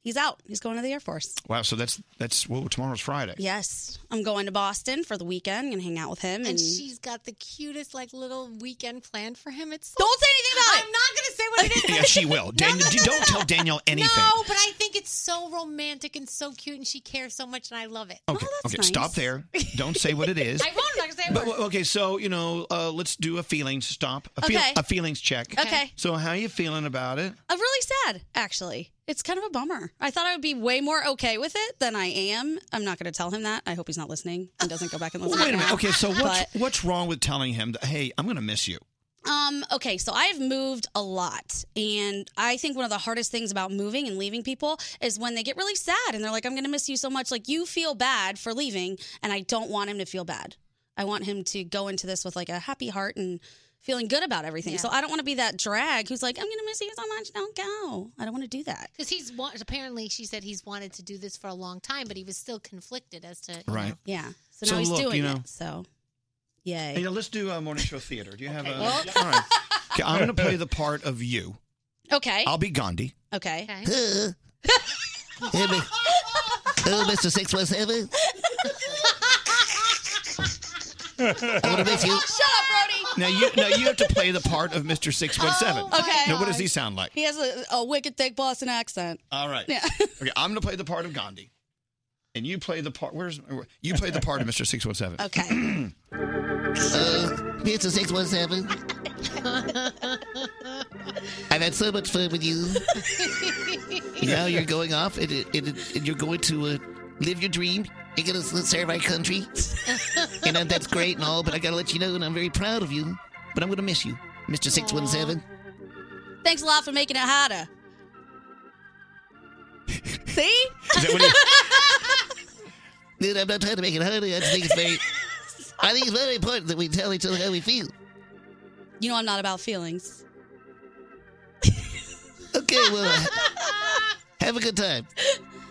He's out. He's going to the Air Force. Wow. So that's that's. Well, tomorrow's Friday. Yes. I'm going to Boston for the weekend. I'm going to hang out with him. And, and she's got the cutest like little weekend planned for him. It's so Don't say anything about I'm I'm not gonna say what it is. yeah, she will. Daniel, don't tell Danielle anything. Oh, No, but I think it's so romantic and so cute, and she cares so much, and I love it. Okay. okay. Stop there. Don't say what it is. I won't. I'm not gonna say a But, word. well, okay, so you know, uh, let's do a feelings stop, a, feel- Okay. a feelings check. Okay. So how you feeling about it? I'm really sad, actually. It's kind of a bummer. I thought I would be way more okay with it than I am. I'm not going to tell him that. I hope he's not listening and doesn't go back and Well, listen. wait a to minute. that. Okay, so what's But- what's wrong with telling him that hey, I'm going to miss you? Um, okay, so I've moved a lot. And I think one of the hardest things about moving and leaving people is when they get really sad and they're like, I'm going to miss you so much. Like, you feel bad for leaving. And I don't want him to feel bad. I want him to go into this with like a happy heart and feeling good about everything. So I don't want to be that drag who's like, I'm going to miss you so much. Don't go. I don't want to do that. Because he's wa- apparently she said he's wanted to do this for a long time, but he was still conflicted as to you Right. know. Yeah. So, now he's look, doing you know, it. So, yay. You know, let's do a morning show theater. Do you have a? Well- All right. Okay, I'm going to play the part of you. Okay. I'll be Gandhi. okay. Hello. Hello. Uh, Hello, Mr. 617. What if you? Shut up, Brody. Now you now you have to play the part of Mr. Six One Seven. Oh, my Now what does gosh. he sound like? He has a, a wicked thick Boston accent. All right. Yeah. Okay, I'm gonna play the part of Gandhi, and you play the part. Where's you play the part of Mr. Six One Seven? Okay. Uh, Mr. 617, I've had so much fun with you. Now you're going off and, and, and you're going to uh, live your dream. You're going to serve our country. And uh, that's great and all, but I got to let you know, and I'm very proud of you, but I'm going to miss you, Mr. 617. Thanks a lot for making it harder. See? Dude, I'm not trying to make it harder. I just think it's very, I think it's very important that we tell each other how we feel. You know I'm not about feelings. Okay, uh, well, have a good time.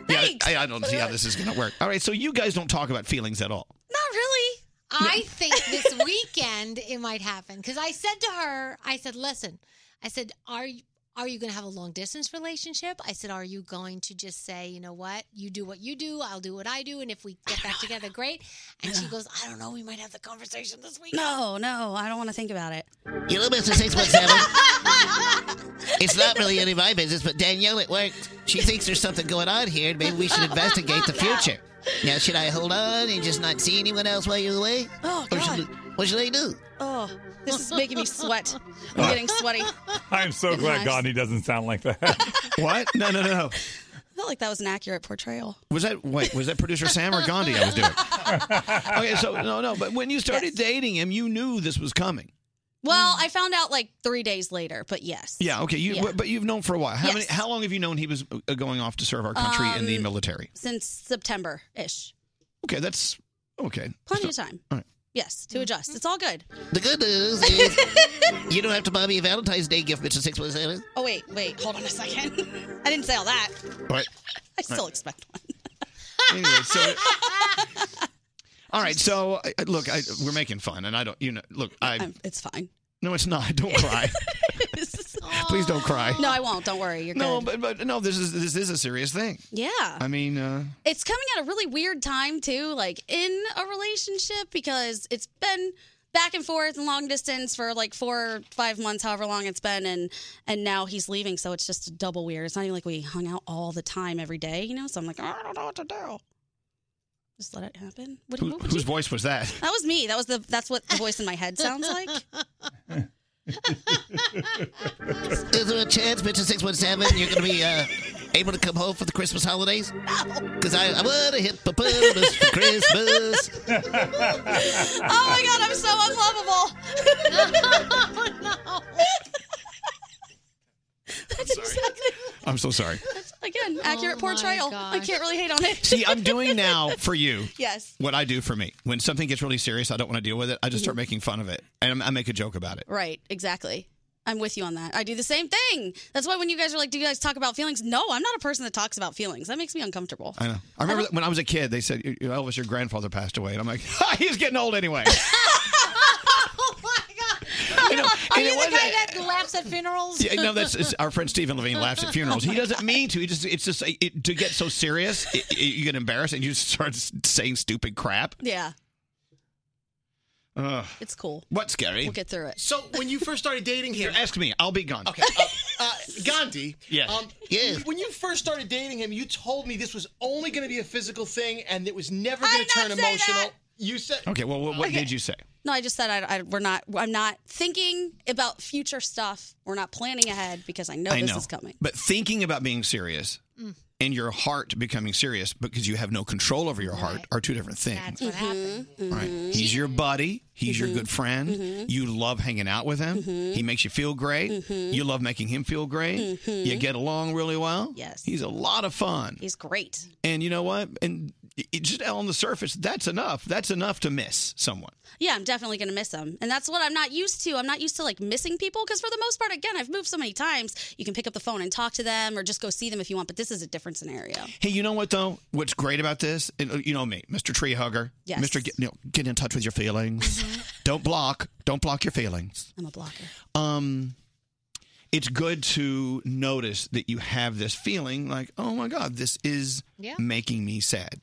Yeah, I, I don't see how this is gonna work. All right, so you guys don't talk about feelings at all. Not really. I think this weekend it might happen because I said to her, I said, "Listen, I said, are you?" Are you going to have a long distance relationship? I said, Are you going to just say, you know what, you do what you do, I'll do what I do, and if we get back together, great. And she goes, I don't know, we might have the conversation this week. No, no, I don't want to think about it. You know, Mr. 617. it's not really any of my business, but Danielle at work, she thinks there's something going on here, and maybe we should investigate the future. Now, should I hold on and just not see anyone else while you're away? Oh, Or should, what should I do? Oh, this is making me sweat. I'm getting sweaty. I I'm so glad Nice. Gandhi doesn't sound like that. what? No, no, no. felt like that was an accurate portrayal. Was that wait? Was that producer Sam or Gandhi? I was doing. okay, so no, no. But when you started dating him, you knew this was coming. Well, I found out like three days later, but yes. Yeah. Okay. You Yeah. but you've known for a while. How many? Yes. How long have you known he was uh, going off to serve our country in the Um, military? Since September ish. Okay, that's okay. Plenty of time. All right. Yes, to adjust. It's all good. The good news is you don't have to buy me a Valentine's Day gift, Mr. 617. Oh, wait, wait, hold on a second. I didn't say all that. Right. I still Right. expect one. Anyway, so. All right, so I- I- look, I, we're making fun, and I don't, you know, look, I. I'm- it's fine. No, it's not. Don't cry. Please don't cry. No, I won't. Don't worry. You're No, good. but, but no, this is this is a serious thing. yeah. I mean, uh, it's coming at a really weird time too like in a relationship because it's been back and forth and long distance for like four or five months however long it's been and and now he's leaving so it's just double weird it's not even like we hung out all the time every day you know so i'm like i don't know what to do just let it happen what, who, what would whose you voice was that? that was me that was the that's what the voice in my head sounds like Oh Is there a chance, Mr. 617, you're going to be uh, able to come home for the Christmas holidays? Because I, I want a hippopotamus for Christmas. oh my god i'm so Oh, unlovable that's exactly I'm so sorry. again accurate portrayal i can't really hate on it See, I'm doing now for you. Yes. What I do for me when something gets really serious, I don't want to deal with it. I just start making fun of it, and I make a joke about it. Right, exactly. I'm with you on that. I do the same thing. That's why when you guys are like, "Do you guys talk about feelings?" No, I'm not a person that talks about feelings. That makes me uncomfortable. I know. I remember that when I was a kid, they said, "You- you- Elvis, your grandfather passed away. And I'm like, ha, he's getting old anyway. You know, Are and you it the guy wasn't- that laughs at funerals? Yeah, no, that's it's- our friend Stephen Levine laughs at funerals. He doesn't mean to. He just it's just it, to get so serious, it, it- you get embarrassed and you just start s- saying stupid crap. Yeah, Ugh. it's cool. What's scary? We'll get through it. So when you first started dating Here, him, ask me. I'll be gone. Okay. uh, Gandhi. Yes. Um, Yes. When you first started dating him, you told me this was only going to be a physical thing and it was never going to turn emotional. You said. Oh, Okay. Well, what, what Okay. did you say? No, I just said I, I, we're not. I'm not thinking about future stuff. We're not planning ahead because I know I this know. is coming. But thinking about being serious Mm. and your heart becoming serious because you have no control over your heart are two different things. That's Mm-hmm, what happened. Right. He's your buddy. He's your Mhm. good friend. Mm-hmm. Mhm. You love hanging out with him. Mhm. He makes you feel great. Mhm. You love making him feel great. Mhm. You get along really well. Yes. He's a lot of fun. He's great. And you know what? And it- it just on the surface, that's enough. That's enough to miss someone. Yeah, I'm definitely going to miss him. And that's what I'm not used to. I'm not used to like missing people because for the most part, again, I've moved so many times. You can pick up the phone and talk to them or just go see them if you want. But this is a different scenario. Hey, you know what though? What's great about this? And uh, you know me, Mr. Tree Hugger. Yes. Mm-hmm. Mr. Get, you know, get in touch with your feelings. Don't block. Don't block your feelings. I'm a blocker. um it's good to notice that you have this feeling like oh my god this is Yeah. making me sad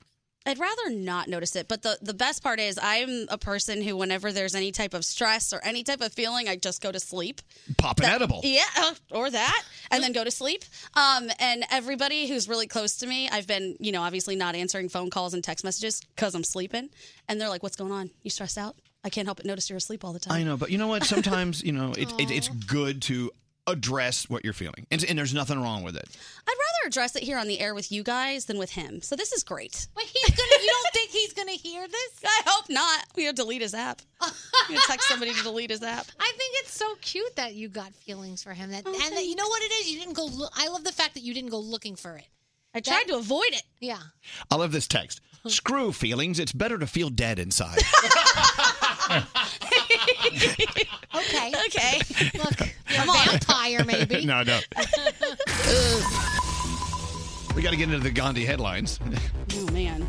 I'd rather not notice it. But the, the best part is I'm a person who whenever there's any type of stress or any type of feeling, I just go to sleep. Pop an That- edible. Yeah, uh, or that, and then go to sleep. Um, and everybody who's really close to me, I've been, you know, obviously not answering phone calls and text messages because I'm sleeping. And they're like, "What's going on? You stressed out? I can't help but notice you're asleep all the time." I know, but you know what? Sometimes you know it, it, it's good to address what you're feeling, and, and there's nothing wrong with it. I'd rather address it here on the air with you guys than with him. So this is great. But he's gonna. You don't think he's gonna hear this? I hope not. We gonna delete his app. I'm gonna text somebody to delete his app. Oh, I think it's so cute that you got feelings for him. That and that, you know what it is. You didn't go. Look, I love the fact that you didn't go looking for it. I tried to avoid it. Yeah. I love this text. Screw feelings. It's better to feel dead inside. Okay. okay. Look, you're a vampire, maybe. no, no. We got to get into the Gandhi headlines. Oh man.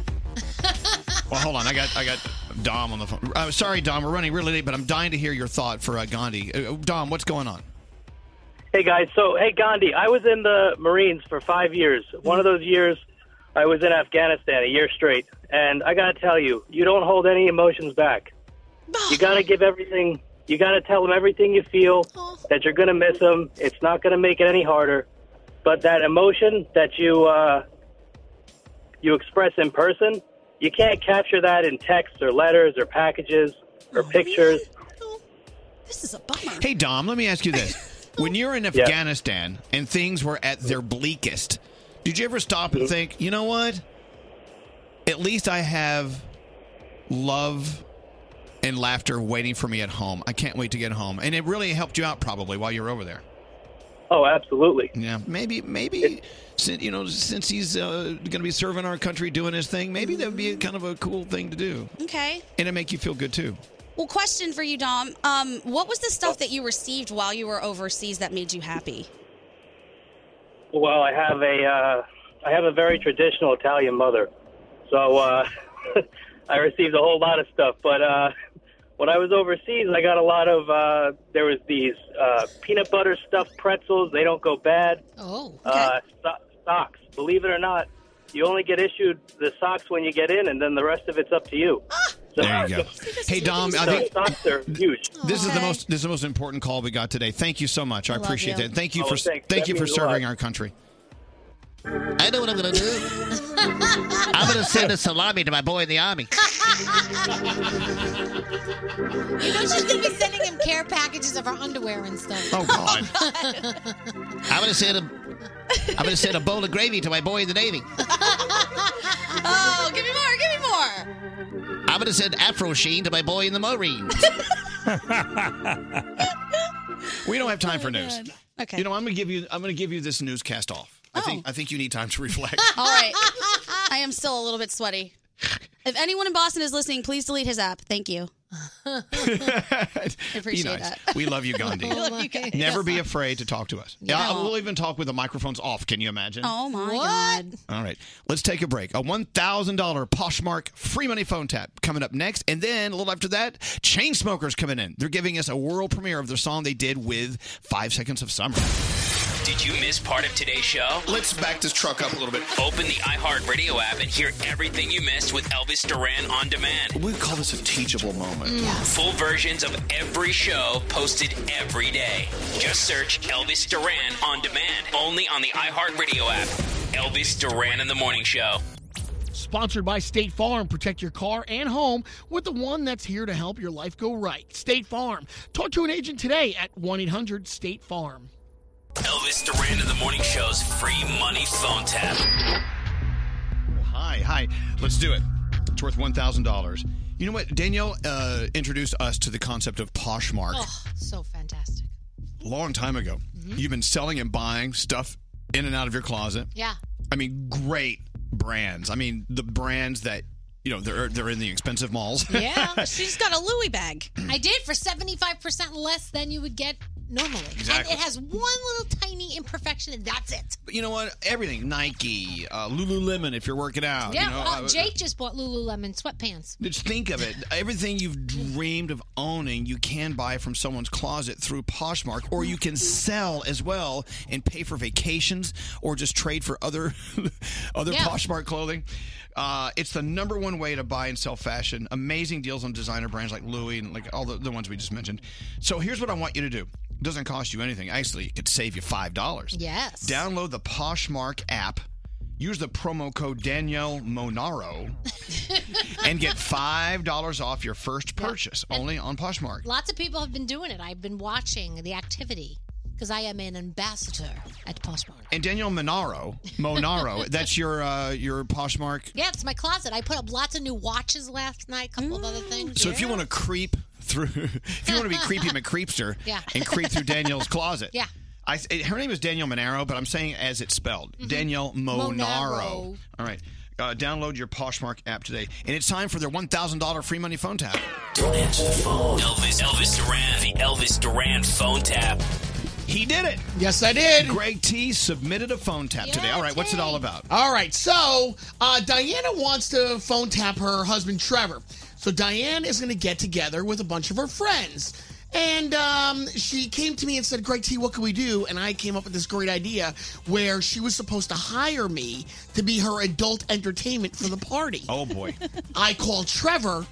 Well, hold on. I got I got Dom on the phone. Uh, sorry, Dom. We're running really late, but I'm dying to hear your thought for uh, Gandhi. Uh, Dom, what's going on? Hey guys, so hey Gandhi, I was in the Marines for five years. One of those years, I was in Afghanistan a year straight, and I gotta tell you, you don't hold any emotions back. You gotta give everything. You gotta tell them everything you feel that you're gonna miss them. It's not gonna make it any harder, but that emotion that you uh, you express in person, you can't capture that in texts or letters or packages or pictures. This is a bummer. Hey, Dom. Let me ask you this: When you're in Afghanistan and things were at their bleakest, did you ever stop Mm-hmm. and think, you know what? At least I have love and laughter waiting for me at home. I can't wait to get home, and it really helped you out probably while you were over there. Oh, absolutely. Yeah, maybe, maybe, since, you know, since he's uh, going to be serving our country, doing his thing, maybe that would be kind of a cool thing to do, Okay. and it make you feel good too. Well, question for you, Dom. Um, what was the stuff that you received while you were overseas that made you happy? Well, I have a uh, I have a very traditional Italian mother, so uh, I received a whole lot of stuff. But uh, when I was overseas, I got a lot of uh, there was these uh, peanut butter stuffed pretzels. They don't go bad. Oh. Uh, so- socks. Believe it or not, you only get issued the socks when you get in, and then the rest of it's up to you. So, There you go. Hey, Dom, I so think- socks are huge. This is the most this is the most important call we got today. Thank you so much. I, Love appreciate you. that. Thank you Oh, for thank thanks. That you for means a lot. serving our country. I know what I'm gonna do. I'm gonna send a salami to my boy in the army. You know she's gonna be sending him care packages of her underwear and stuff. Oh, God. Oh. I'm gonna send a I'm gonna send a bowl of gravy to my boy in the navy. oh, give me more, give me more. I'm gonna send Afro Sheen to my boy in the Marines. We don't have time for news. Oh, Okay. Oh. You know, I'm gonna give you I'm gonna give you this newscast off. I think I think you need time to reflect. All right. I am still a little bit sweaty. If anyone in Boston is listening, please delete his app. Thank you. I be appreciate nice. that. Oh, We love you, Gandhi. I love you guys. Never be afraid to talk to us. Yeah. Yeah, we'll even talk with the microphones off. Can you imagine? Oh my god. All right, let's take a break. A one thousand dollar Poshmark free money phone tap coming up next, and then a little after that, Chainsmokers coming in. They're giving us a world premiere of their song they did with Five Seconds of Summer. Did you miss part of today's show? Let's back this truck up a little bit. Open the iHeartRadio app and hear everything you missed with Elvis Duran on demand. We call this a teachable moment. Full versions of every show posted every day. Just search Elvis Duran on demand only on the iHeartRadio app. Elvis Duran in the Morning Show. Sponsored by State Farm. Protect your car and home with the one that's here to help your life go right. State Farm. Talk to an agent today at 1 800 State Farm. Elvis Duran in the Morning Show's free money phone tap. Hi, hi. Let's do it. It's worth one thousand dollars. You know what? Danielle uh, introduced us to the concept of Poshmark Oh, Mm-hmm. so fantastic. a long time ago. You've been selling and buying stuff in and out of your closet. Yeah. I mean, great brands. I mean, the brands that you know they're they're in the expensive malls. Yeah. She's got a Louis bag. I did for seventy five percent less than you would get normally. Exactly. And it has one little tiny imperfection, and that's it. But you know what? Everything Nike, uh, Lululemon. If you're working out, yeah, you know, uh, uh, Jake just bought Lululemon sweatpants. Just think of it. Everything you've dreamed of owning, you can buy from someone's closet through Poshmark, or you can sell as well and pay for vacations, or just trade for other other Yeah. Poshmark clothing. Uh, it's the number one way to buy and sell fashion. Amazing deals on designer brands like Louis and like all the, the ones we just mentioned. So here's what I want you to do. It doesn't cost you anything. Actually, it could save you five dollars. Yes. Download the Poshmark app. Use the promo code Danielle Monaro and get five dollars off your first purchase only on Poshmark. Lots of people have been doing it. I've been watching the activity because I am an ambassador at Postmark. And Danielle Monaro, Monaro, that's your uh, your Poshmark. Yeah, it's my closet. I put up lots of new watches last night, a couple of other things. So if you want to creep through, if you want to be creepy McCreepster Yeah. and creep through Danielle's closet, Yeah. I, eh, her name is Danielle Monaro, but I'm saying as it's spelled, Mm-hmm. Danielle Monaro. Monaro. All right. Uh, download your Poshmark app today. And it's time for their $1,000 free money phone tap. Don't answer the phone. Elvis, Elvis Duran, the Elvis Duran phone tap. He did it. Yes, I did. Greg T submitted a phone tap today. All right, what's it all about? All right, so uh, Diana wants to phone tap her husband Trevor. So Diane is going to get together with a bunch of her friends. And um, she came to me and said, Greg T, what can we do? And I came up with this great idea where she was supposed to hire me to be her adult entertainment for the party. Oh, boy. I called Trevor,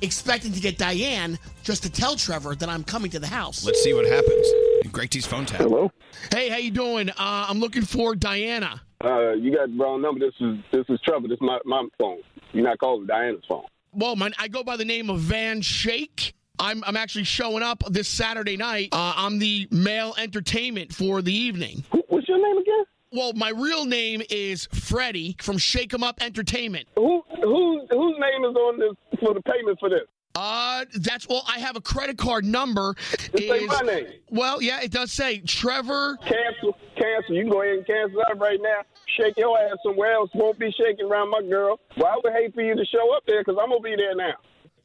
expecting to get Diane just to tell Trevor that I'm coming to the house. Let's see what happens. Greg T's phone tap. Hello. Hey, how you doing? Uh, I'm looking for Diana. Uh, you got the wrong number. This is this is Trevor. This is my, my phone. You're not calling Diana's phone. Well, man, I go by the name of Van Shake. I'm I'm actually showing up this Saturday night. Uh, I'm the male entertainment for the evening. What's your name again? Well, my real name is Freddie from Shake 'Em Up Entertainment. Who who whose name is on this for the payment for this? Uh, that's well. I have a credit card number. It say my name. Well, yeah, it does say Trevor. Cancel, cancel. You can go ahead and cancel that right now. Shake your ass somewhere else. Won't be shaking around my girl. Well, I would hate for you to show up there because I'm gonna be there now.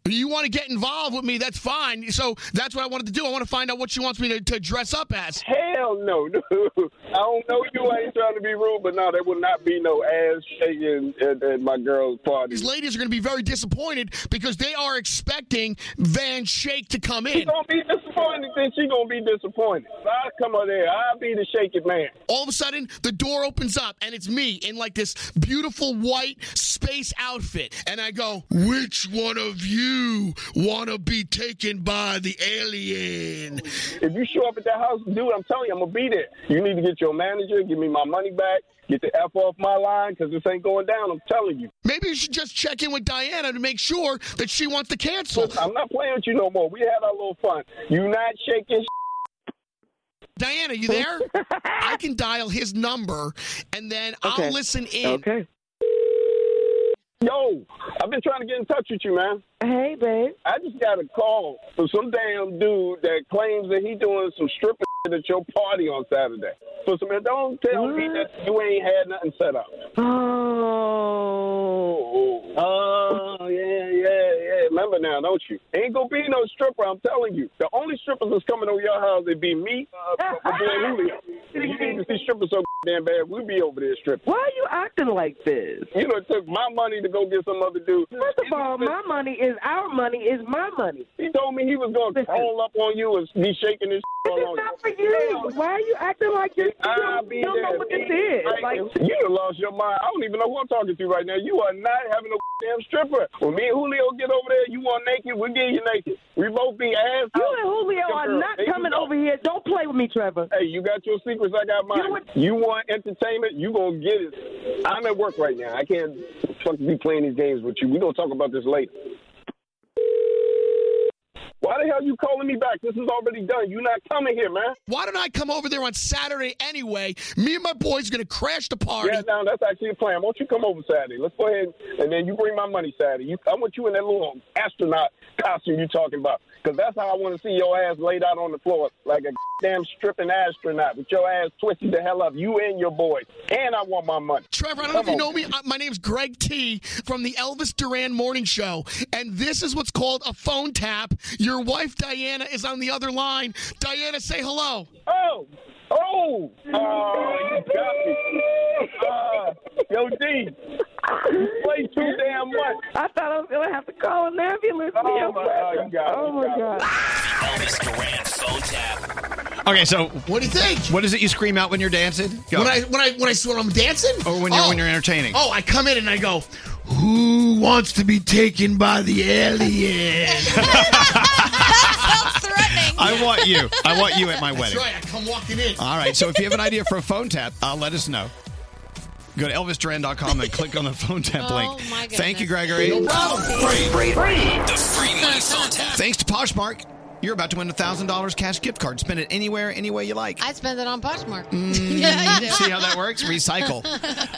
You want to get involved with me? That's fine. So that's what I wanted to do. I want to find out what she wants me to, to dress up as. Hell no, dude. I don't know you. I ain't trying to be rude, but no, there will not be no ass shaking at, at my girl's party. These ladies are going to be very disappointed because they are expecting Van Shake to come in. She's gonna be disappointed. Then she gonna be disappointed. I come over there. I'll be the shaking man. All of a sudden, the door opens up and it's me in like this beautiful white space outfit. And I go, Which one of you want to be taken by the alien? If you show up at that house, dude, I'm telling you, I'm gonna be there. You need to get your manager. Give me my money back. Get the f off my line because this ain't going down. I'm telling you. Maybe you should just check in with Diana to make sure that she wants to cancel. I'm not playing with you no more. We had our little fun. You not shaking. Diana, you there? I can dial his number and then Okay. I'll listen in. Okay. Yo, I've been trying to get in touch with you, man. Hey, babe. I just got a call from some damn dude that claims that he doing some stripping shit at your party on Saturday. So some don't tell me that you ain't had nothing set up. Oh. Oh, yeah, yeah, yeah. Remember now, don't you? Ain't gonna be no stripper, I'm telling you. The only strippers that's coming over your house, it be me, uh, my boy Julio. You need to see strippers so damn bad, we be over there stripping. Why are you acting like this? You know, it took my money to go get some other dude. First of all, my money is our money, is my money. He told me he was gonna roll up on you and be shaking his all on you. for you. Why are you acting like this? I'll be there. Like, you done lost your mind. I don't even know who I'm talking to right now. You are not having a damn stripper. When me and Julio get over there, you want naked, we'll get you naked. We both be ass. You and Julio are not coming over here. Don't play with me, Trevor. Hey, you got your secrets, I got mine. You, want entertainment, you gonna get it. I'm at work right now. I can't fucking be playing these games with you. we gonna talk about this later. Why the hell you calling me back? This is already done. you not coming here, man. Why don't I come over there on Saturday anyway? Me and my boys going to crash the party. Yeah, no, that's actually a plan. Why don't you come over Saturday? Let's go ahead and then you bring my money Saturday. You, I want you in that little astronaut costume you talking about. Because that's how I want to see your ass laid out on the floor like a damn stripping astronaut with your ass twisted the hell up. You and your boys. And I want my money. Trevor, I don't know if you know me. I- My name's Greg T from the Elvis Duran Morning Show, and this is what's called a phone tap. Your wife Diana is on the other line. Diana, say hello. Oh, oh, oh, you got me. Uh, yo, D, you play too damn much. I thought I was going to have to call an ambulance. Oh, my God. You got oh, my God. Elvis Duran phone tap. Okay, so what do you think? What is it you scream out when you're dancing? Go. When I when I when I when I'm dancing, or when you're when you're entertaining. Oh, I come in and I go, who wants to be taken by the alien? I want you. I want you at my That's wedding. right. I come walking in. All right. So if you have an idea for a phone tap, uh, let us know. Go to elvisduran.com and click on the phone tap Oh, link. my Thank you, goodness. Gregory. No Oh, problem. Free, free, free. The free money phone tap. Thanks to Poshmark, you're about to win a thousand dollars cash gift card. Spend it anywhere, any way you like. I spend it on Poshmark. Mm, See how that works? Recycle.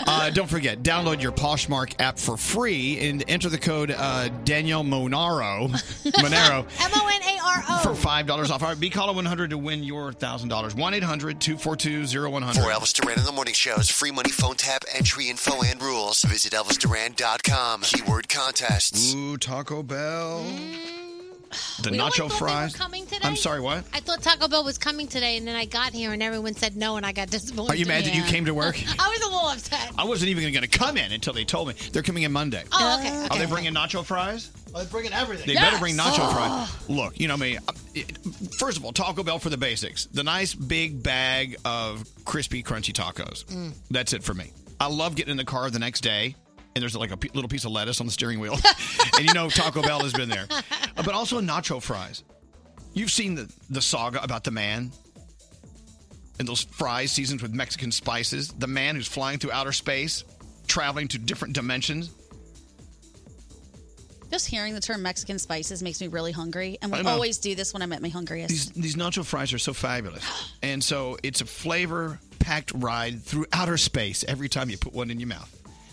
Uh, don't forget, download your Poshmark app for free and enter the code uh, Daniel Monaro. Monero. M O N A R O. for five dollars off. All right, be caller one hundred to win your thousand dollars. One 800 242 100 For Elvis Duran in the Morning Show's free money phone tap entry info and rules, visit ElvisDuran.com. Keyword contests. Ooh, Taco Bell. The Mm. We nacho always thought they were fries. coming today. I'm sorry, what? I thought Taco Bell was coming today, and then I got here, and everyone said no, and I got disappointed. Are you mad that you came to work? I was a little upset. I wasn't even going to come in until they told me they're coming in Monday. Oh, okay. Are they bringing nacho fries? Let's bring in everything. Ah. They better bring nacho fries. Look, you know me. I- it- First of all, Taco Bell for the basics. The nice big bag of crispy, crunchy tacos. Mm. That's it for me. I love getting in the car the next day and there's like a p- little piece of lettuce on the steering wheel. and you know Taco Bell has been there. Uh, But also nacho fries. You've seen the, the saga about the man and those fries seasoned with Mexican spices. The man who's flying through outer space, traveling to different dimensions. Just hearing the term Mexican spices makes me really hungry, and we I know. always do this when I'm at my hungriest. These, these nacho fries are so fabulous. And so it's a flavor packed ride through outer space every time you put one in your mouth.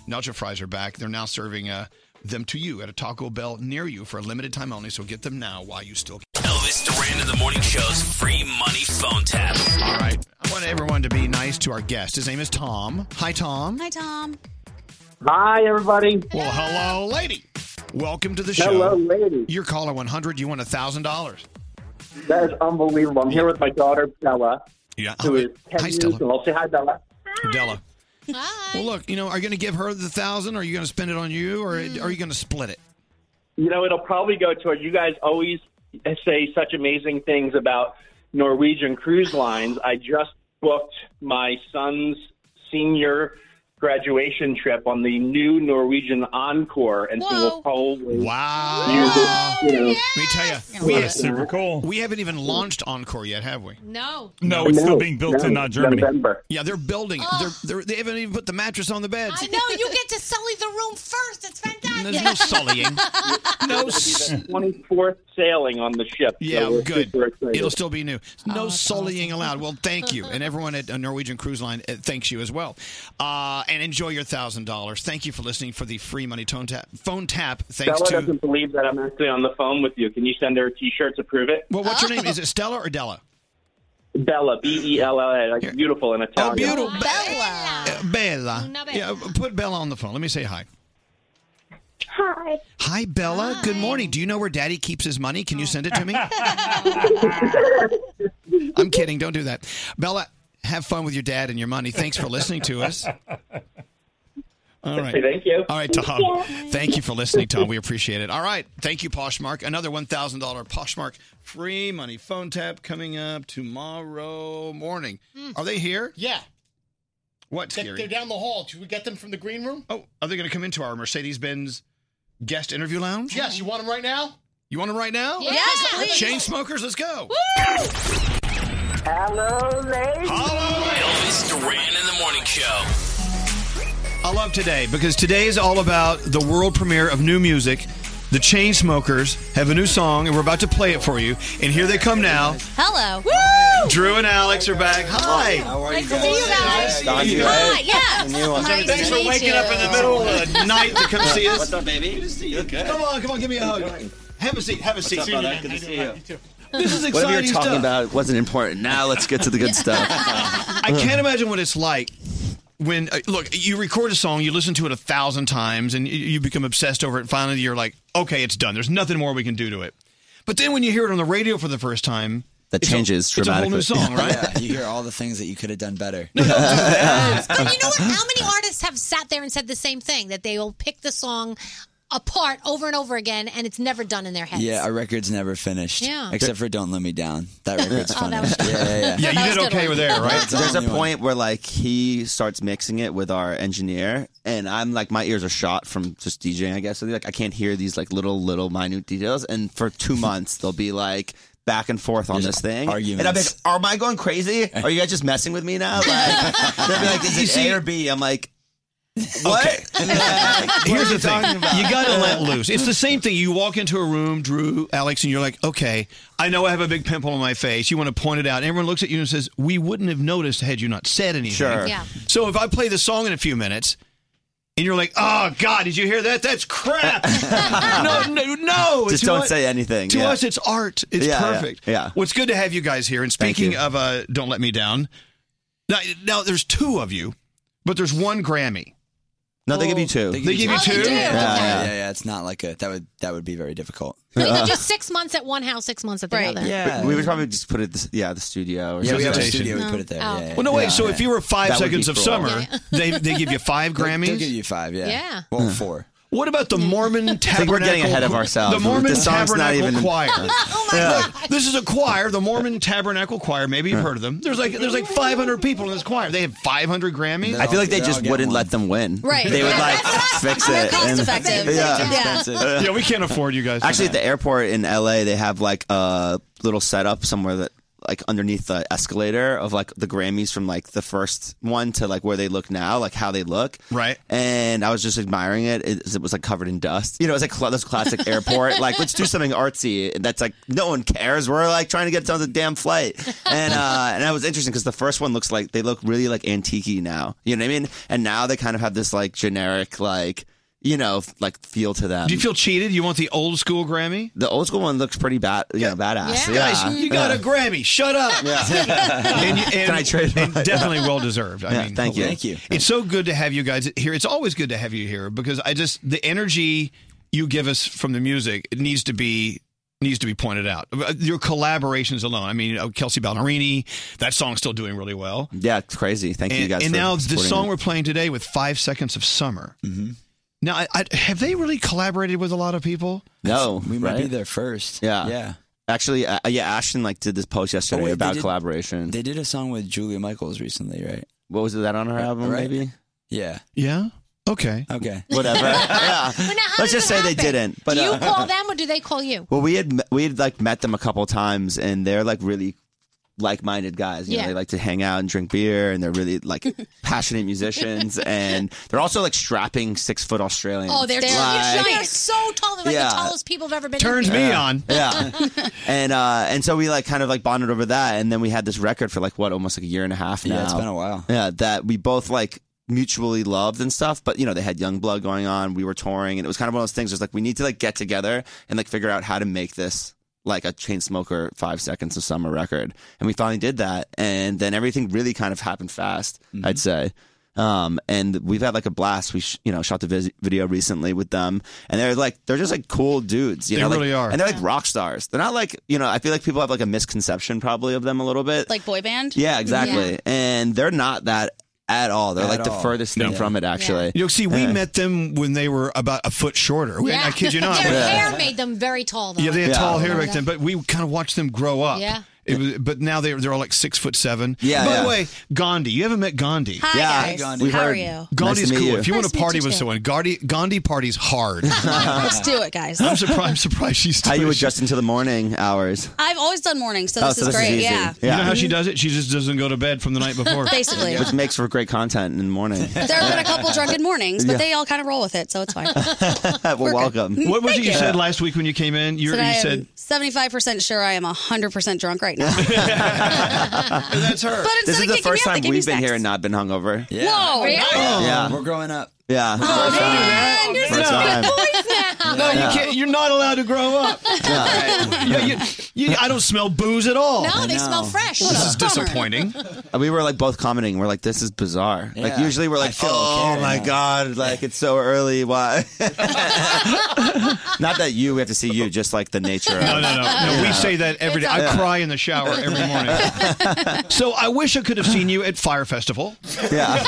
Nacho fries are back. They're now serving uh, them to you at a Taco Bell near you for a limited time only. So get them now while you still can. Elvis Duran in the Morning Show's free money phone tap. All right. I want everyone to be nice to our guest. His name is Tom. Hi, Tom. Hi, Tom. Hi, everybody. Well, hello, lady. Welcome to the show. Hello, lady. You're caller 100. You won $1,000. That is unbelievable. I'm here with my daughter Bella, Yeah. Oh, who is ten Hi, years Stella. old. Say hi, Bella. Della. Well, look, you know, are you going to give her the thousand? Are you going to spend it on you, or Mm. are you going to split it? You know, it'll probably go to her. You guys always say such amazing things about Norwegian cruise lines. I just booked my son's senior graduation trip on the new Norwegian Encore, and so we'll probably Oh, Uh, wow. Use it, you know. Let me tell you, Wow, super cool. We haven't even launched Encore yet, have we? No. No, it's still being built in uh, Germany. Yeah, they're building. it. They're, they're, they haven't even put the mattress on the bed. I know you get to sully the room first. It's fantastic. There's no sullying. No. s- Twenty fourth sailing on the ship. Yeah, so we're good. super excited. It'll still be new. Oh, No sullying allowed. Well, thank you, and everyone at uh, Norwegian Cruise Line uh, thanks you as well. Uh, and enjoy your thousand dollars. Thank you for listening for the free money tone tap. Phone tap. Thanks Bella to. doesn't believe that I'm actually on the phone with you. Can you send her a T-shirt to prove it? Well, what's your name? Is it Stella or Della? Bella, B E L L A, like beautiful in Italian. Oh, beautiful. Bella. Bella. Yeah, put Bella on the phone. Let me say hi. Hi. Hi, Bella. Good morning. Do you know where Daddy keeps his money? Can you send it to me? I'm kidding. Don't do that. Bella, have fun with your dad and your money. Thanks for listening to us. All right. Thank you. All right, Tom. Thank you for listening, Tom. We appreciate it. All right. Thank you, Poshmark. Another $1,000 Poshmark free money phone tap coming up tomorrow morning. Are they here? Hmm. Yeah. What, They're, Scary? they're down the hall. Should we get them from the green room? Oh, are they going to come into our Mercedes Benz guest interview lounge? Yes, you want them right now? You want them right now? Yes, please. Chain smokers, let's go. Hello, ladies. Elvis Duran in the Morning Show. I love today because today is all about the world premiere of new music. The Chainsmokers have a new song, and we're about to play it for you. And here they come now. Hello. Drew and Alex are back. Hi. How are you guys? See you guys. Nice to see you. Hi, yes. And you, uh, Nice Thanks to for meet waking you. up in the middle of the night to come see us. What's up, baby? Good to see you. Good. Come on, come on, give me a hug. Have a seat. Have a What's seat. up, brother? Good to see you. This is Whatever you're exciting stuff. talking about wasn't important. Now let's get to the good stuff. I can't imagine what it's like when uh, look you record a song, you listen to it a thousand times, and you, you become obsessed over it. Finally, you're like, okay, it's done. There's nothing more we can do to it. But then when you hear it on the radio for the first time, That it's a- changes It's a whole dramatically. new song, right? Yeah, you hear all the things that you could have done better. But you know what? How many artists have sat there and said the same thing that they will pick the song apart over and over again, and it's never done in their heads. Yeah, our record's never finished. Yeah. Except for Don't Let Me Down. That record's Oh, funny. that was good. yeah, Yeah, yeah, yeah. you That was did a good okay one. with there, right? That's the There's a only one. point where like he starts mixing it with our engineer, and I'm like my ears are shot from just DJing, I guess. So like I can't hear these like little little minute details, and for two months they'll be like back and forth on this thing. And I'll be like, arguments. "Am I going crazy? Are you guys just messing with me now?" Like they'll be like, "Is it A or B?" I'm like, "What?" And they're like, "What Here's are the you thing: talking about?" Uh, you gotta let loose. It's the same thing. You walk into a room, Drew, Alex, and you're like, "Okay, I know I have a big pimple on my face." You want to point it out. Everyone looks at you and says, "We wouldn't have noticed had you not said anything." Sure. Yeah. So if I play the song in a few minutes, and you're like, "Oh God, did you hear that? That's crap." no, no, no. Just To don't us- say anything, To yeah. us, it's art. It's Yeah, yeah, perfect. yeah. What's good to have you guys here. And Thank speaking you. of, uh, don't let me down. Now, now, there's two of you, but there's one Grammy. No, they give Oh. you two. They give you two? two. Yeah, Yeah, Okay. yeah, yeah, yeah. It's not like a that would that would be very difficult. But Uh. you could do six months at one house, six months at the other. Yeah. We, we would probably just put it, this, yeah, the studio. Or Yeah, we have a something. studio, we put it there, Oh. yeah, yeah. Well, no, wait. Yeah, so yeah. if you were five That would be seconds of cool. summer, Yeah, yeah. they they give you five They'll- Grammys. they'll give you five. Yeah. Yeah. Well, four. What about the Mormon Tabernacle? think we're getting ahead of Choir? ourselves. The Mormon This song's Tabernacle not even- Choir. Oh, my Look, this is a choir, the Mormon Tabernacle Choir. Maybe you've heard of them. There's like there's like 500 people in this choir. They have 500 Grammys. I feel like they just wouldn't let them win. Right. They would like fix They're it. cost-effective. Yeah. They're expensive. Yeah, we can't afford you guys for Actually, at the airport in LA, they have like a little setup somewhere that like underneath the escalator of like the Grammys from like the first one to like where they look now, like how they look. Right. And I was just admiring it. It, it was like covered in dust. You know, it's like cl- this classic airport. Like, let's do something artsy. And that's like no one cares. We're like trying to get on the damn flight. And uh, and that was interesting because the first one looks like they look really like antique now. You know what I mean? And now they kind of have this like generic like. You know, f- like feel to them. Do you feel cheated? You want the old school Grammy? The old school one looks pretty bad, you know, badass. Yeah. Guys, you got a Grammy. Shut up. Yeah. and, you- and- Can I trade and mine? definitely well deserved. I Yeah, mean, thank you. hello. Thank you. It's so good to have you guys here. It's always good to have you here because I just the energy you give us from the music it needs to be needs to be pointed out. Uh, Your collaborations alone. I mean, Kelsey Ballerini, that song's still doing really well. Yeah, it's crazy. Thank you And, guys. and for now the supporting song it. we're playing today with Five Seconds of Summer. Mm-hmm. Now, I, I, have they really collaborated with a lot of people? No, We might be there first. Yeah, Yeah. Actually, uh, yeah, Ashton like did this post yesterday Oh, wait, they about did- collaboration. They did a song with Julia Michaels recently, right? What was that on her album? Maybe. Yeah. Yeah. Okay. Okay. Whatever. yeah. Let's just say they didn't. But do you uh, call them or do they call you? Well, we had we had like met them a couple times, and they're like really like-minded guys. You Yeah. know, they like to hang out and drink beer, and they're really like passionate musicians, and they're also like strapping six-foot Australians. Oh, they're Like- they're so tall. They're like Yeah. the tallest people I've ever been. in. Yeah. Yeah. and uh and so we like kind of like bonded over that and then we had this record for like what almost like a year and a half now. Yeah, it's been a while. Yeah, that we both like mutually loved and stuff, but you know, they had young blood going on, we were touring and it was kind of one of those things where it's like we need to like get together and like figure out how to make this like a chain smoker five seconds of summer record. And we finally did that and then everything really kind of happened fast, Mm-hmm. I'd say. Um, and we've had like a blast. We, sh- you know, shot the vis- video recently with them, and they're like, they're just like cool dudes. You They know, like- really are. and they're like rock stars. They're not like you know. I feel like people have like a misconception probably of them a little bit. Like boy band? yeah, exactly. And they're not that at all. They're At like the all. furthest thing No. from it actually. You know, see, we Yeah. met them when they were about a foot shorter. We- I kid you not. Their Yeah. hair made them very tall. Though. Yeah, they had tall hair Yeah. back then, but we kind of watched them grow up. Yeah. It was, but now they're they're all like six foot seven. Yeah, By yeah. the way, Gandhi, you haven't met Gandhi. Hi, Yeah, guys. Hey, Gandhi. we've How heard. are you? Gandhi's Nice to meet cool. you. If you want Nice to to meet party you with too. someone, Gandhi Gandhi parties hard. Let's do it, guys. I'm surprised. I'm surprised she's. How you adjust into the morning hours? I've always done morning, so this oh, so is this great. is easy. Yeah. You know how she does it? She just doesn't go to bed from the night before. Basically. which makes for great content in the morning. There have been a couple drunken mornings, but Yeah. they all kind of roll with it, so it's fine. well, welcome. What was it Thank you you. said last week when you came in? You, Said you I said am 75% sure I am 100% drunk right now. that's her. But this instead is the of kicking first me time out, they give me we've been snacks. here and not been hungover. Yeah. Oh, Whoa, really? Oh, Yeah. We're growing up. Yeah. First time. man, First not- time. No, you can't. You're not allowed to grow up. Yeah. You Yeah, you, you, I don't smell booze at Oh, all. No, they smell fresh. This is disappointing. Uh, we were like both commenting. We're like, "This is bizarre." Like Yeah. usually we're like, "Oh my god!" Like it's so early. Why? Not that you. We have to see you. Just like the nature. Of No, no, no. no we say that every day. I Yeah. cry in the shower every morning. so I wish I could have seen you at Fire Festival. Yeah.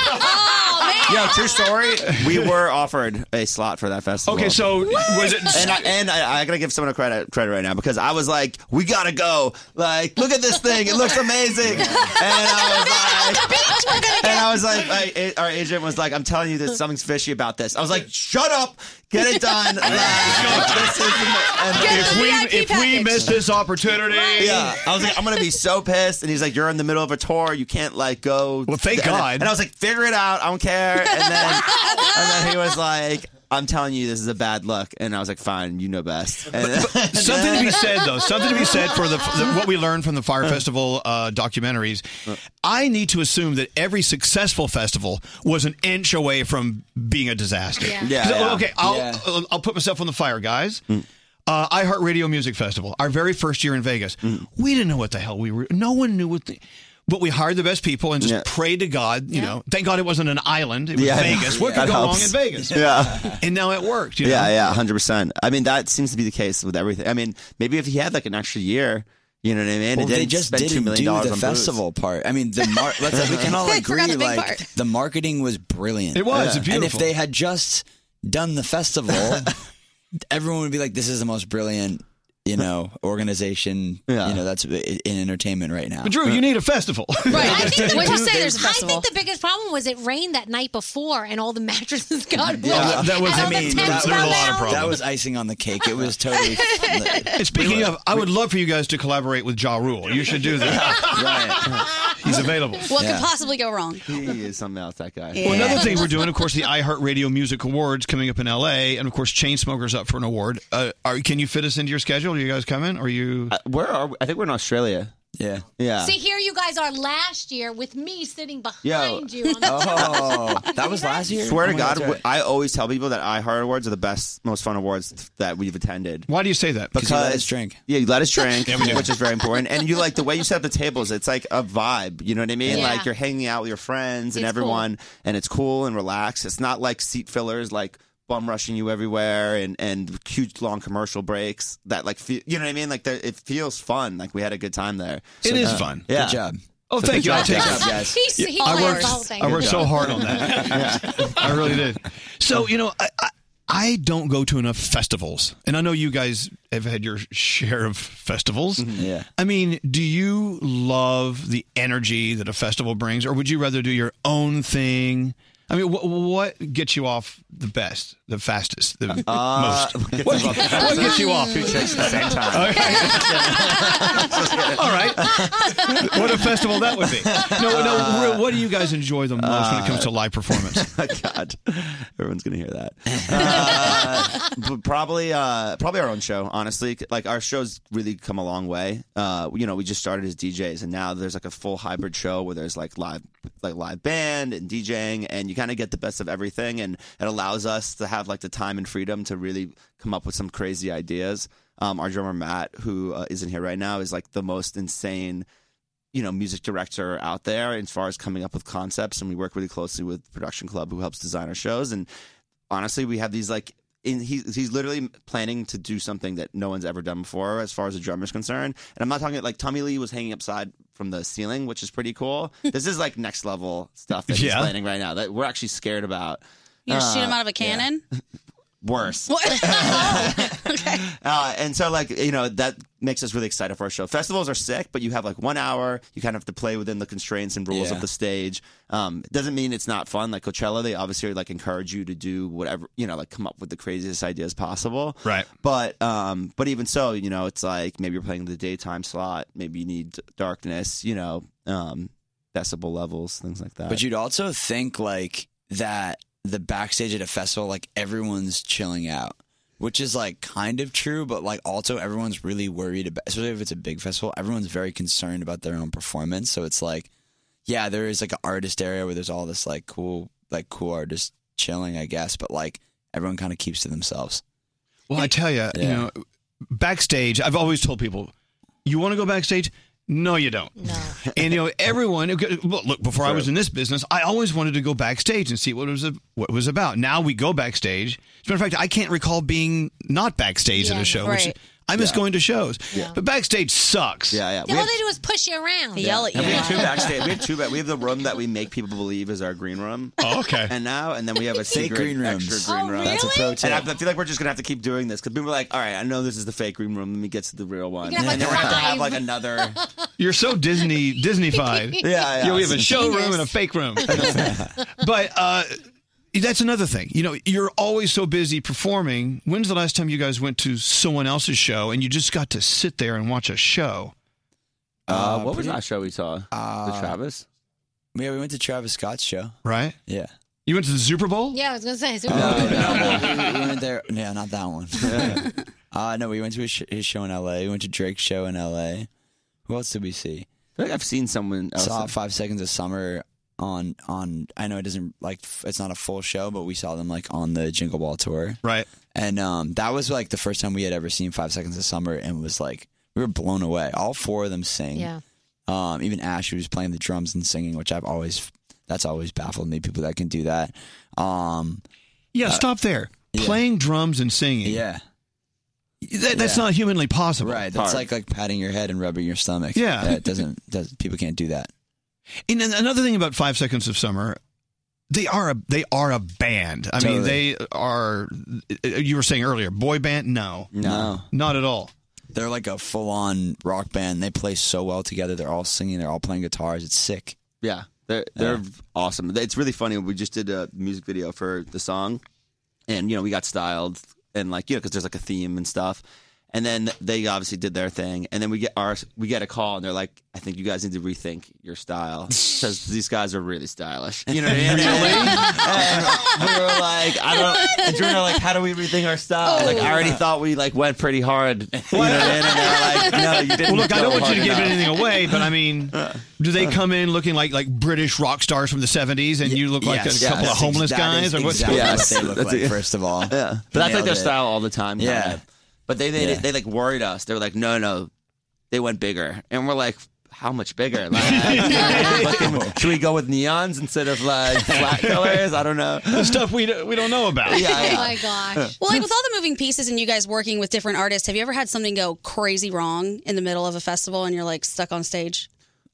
Yeah, true story. we were offered a slot for that festival. Okay, so was it? And I, and I, I gotta give someone a credit credit right now because I was like, we gotta go. Like, look at this thing; it looks amazing. And I was like, and I was like, I, it- our agent was like, I'm telling you that something's fishy about this. I was like, shut up, get it done. Like, this is and if we if we miss this opportunity, yeah, I was like, I'm gonna be so pissed. And he's like, you're in the middle of a tour, you can't like go. Well, thank God. And I was like, figure it out. I don't care. And then and then he was like. I'm telling you, this is a bad look. And I was like, fine, you know best. And something to be said though. Something to be said for the, the what we learned from the Fire Festival uh, documentaries. I need to assume that every successful festival was an inch away from being a disaster. Yeah. Yeah, 'Cause, yeah. Okay, I'll Yeah. uh, I'll put myself on the fire, guys. Mm. Uh, iHeart Radio Music Festival, our very first year in Vegas. Mm. We didn't know what the hell we were. No one knew what. The, but we hired the best people and just prayed to God. You know, thank God it wasn't an island. It was Yeah, I know. Vegas. What That could go helps. wrong in Vegas? Yeah. and now it worked. You know? yeah, yeah, hundred percent. I mean, that seems to be the case with everything. I mean, maybe if he had like an extra year, you know what I mean? Well, And didn't they just spend didn't two million do dollars the on festival part. I mean, the mar- let's we can all I forgot agree the big like part. the marketing was brilliant. It was, it's And if beautiful. they had just done the festival, everyone would be like, "This is the most brilliant." You know, organization. You know, that's in entertainment right now. But Drew, you need a festival. I think the What'd you big- say? There's a I festival. think the biggest problem was it rained that night before, and all the mattresses got Yeah, ruined. that was. And all I the mean, that, tents fell was- down. That was icing on the cake. It was totally. And speaking of, I would love for you guys to collaborate with Ja Rule. You should do that. right. He's available. What could possibly go wrong? He is something else, that guy. Well, another thing we're doing, of course, the iHeartRadio Music Awards coming up in LA, and of course, Chainsmokers up for an award. Uh, are, can you fit us into your schedule? Are you guys coming? Are you? Uh, where are we? I think we're in Australia. Yeah. Yeah. See, here you guys are last year with me sitting behind you. On the oh, that was last year. Swear to Oh, God, that's right. I always tell people that iHeart Awards are the best, most fun awards that we've attended. Why do you say that? Because you let us drink. Yeah, you let us drink, Yeah, we do. which is very important. And you like the way you set up the tables. It's like a vibe. You know what I mean? Yeah. Like you're hanging out with your friends and It's everyone, and it's cool and relaxed. It's not like seat fillers, like bum rushing you everywhere, and and huge long commercial breaks. That like fe- you know what I mean? Like there- it feels fun. Like we had a good time there. It It is is fun. Yeah. Good job. Oh, thank you. I'll Good take job, it. guys. He's- Yeah, he I liked worked- the whole thing. I worked so hard on that. I really did. So you know, I, I I don't go to enough festivals, and I know you guys have had your share of festivals. Yeah. I mean, do you love the energy that a festival brings, or would you rather do your own thing? I mean, what, what gets you off the best, the fastest, the Uh, most? what gets what, us off the what fastest? gets you off? Two chicks at the same time. All right. What a festival that would be. No, Uh, no. real- what do you guys enjoy the most when it comes to live performance? God, everyone's gonna hear that. Uh, but probably, uh, probably our own show. Honestly, like our show's really come a long way. Uh, you know, we just started as DJs, and now there's like a full hybrid show where there's like live, like live band and DJing, and you kind of get the best of everything, and it allows us to have like the time and freedom to really come up with some crazy ideas. Um, our drummer Matt, who uh, isn't here right now, is like the most insane you know music director out there as far as coming up with concepts and we work really closely with production club who helps design our shows and honestly we have these like in, he, he's literally planning to do something that no one's ever done before as far as a drummer's concerned and i'm not talking like tommy lee was hanging upside from the ceiling which is pretty cool this is like next level stuff that he's Yeah. planning right now that we're actually scared about You gonna shoot him Uh, out of a cannon? worse okay. uh, and so, like, you know, that makes us really excited for our show. Festivals are sick, but you have like one hour. You kind of have to play within the constraints and rules Yeah. of the stage. Um, it doesn't mean it's not fun. Like Coachella, they obviously like encourage you to do whatever, you know, like come up with the craziest ideas possible. Right. But, um, but even so, you know, it's like maybe you're playing the daytime slot. Maybe you need darkness, you know, um, decibel levels, things like that. But you'd also think like that the backstage at a festival, like everyone's chilling out, which is like kind of true, but like also everyone's really worried about, especially if it's a big festival, everyone's very concerned about their own performance. So it's like, yeah, there is like an artist area where there's all this like cool, like cool artists chilling, I guess, but like everyone kind of keeps to themselves. Well, I tell you, you Yeah. know, backstage, I've always told people, you want to go backstage? No, you don't. No. And you know, everyone. okay, Look, look, before I was in this business, I always wanted to go backstage and see what it was what it was about. Now we go backstage. As a matter of fact, I can't recall being not backstage in Yeah, a show. Which right. I miss Yeah. going to shows. But backstage sucks. Yeah, yeah. all they do is push you around. And we have two backstage. We have two. Back, we have the room that we make people believe is our green room. Oh, okay. And now, and then we have a Fake secret green rooms. extra green Oh, room. That's a pro really? tip. And I, I feel like we're just gonna have to keep doing this because people are like, "All right, I know this is the fake green room. Let me get to the real one." You can have, and like, then we're gonna have five. like another. You're so Disney Disneyfied. Yeah, yeah. You know, we have a It's showroom genius. and a fake room. but uh, that's another thing. You know, you're always so busy performing. When's the last time you guys went to someone else's show and you just got to sit there and watch a show? Uh, Uh, what was pretty- that show we saw? the Uh, Travis. Yeah, we went to Travis Scott's show. Right? Yeah. You went to the Super Bowl? Yeah, I was gonna say. So we, we went there. Yeah, not that one. uh, no, we went to his, sh- his show in L.A. We went to Drake's show in L.A. Who else did we see? I think I've seen someone else. Saw Five Seconds of Summer on on. I know it doesn't like f- it's not a full show, but we saw them like on the Jingle Ball tour, right? And um, that was like the first time we had ever seen Five Seconds of Summer, and was like we were blown away. All four of them sing. Yeah. Um, even Ash, who's playing the drums and singing, which I've always that's always baffled me. People that can do that. Um, Yeah, uh, stop there. Playing drums and singing. Yeah. That, that's not humanly possible. Right. That's Hard. like like patting your head and rubbing your stomach. Yeah. That doesn't does people can't do that. And then another thing about Five Seconds of Summer, they are a they are a band. I mean, Totally. they uh, are. You were saying earlier, boy band? No, No. not at all. They're like a full on rock band. They play so well together. They're all singing. They're all playing guitars. It's sick. Yeah, they're they're awesome. It's really funny. We just did a music video for the song, and you know we got styled and like you know because there's like a theme and stuff. And then they obviously did their thing, and then we get our we get a call, and they're like, "I think you guys need to rethink your style because these guys are really stylish." You know what I mean? And we were like, "I don't." And Jordan are like, "How do we rethink our style?" Like I Oh. already thought we like went pretty hard. You know what I mean? And they're like, "No, you didn't." Well, look, I go don't want hard you to give enough." anything away, but I mean, Uh, do they come in looking like like British rock stars from the '70s, and you look like Yes, a couple yes, of homeless that guys, is or what's exactly what they look like? First of all, Yeah, but that's like Nailed their it. style all the time. kinda. Yeah. but they they, Yeah. they like worried us. They were like, no, no, they went bigger, and we're like. How much bigger? Like, what can- should we go with neons instead of like flat colors? I don't know. The stuff we we don't know about. Yeah, Oh yeah. Well, like with all the moving pieces and you guys working with different artists, have you ever had something go crazy wrong in the middle of a festival and you're like stuck on stage?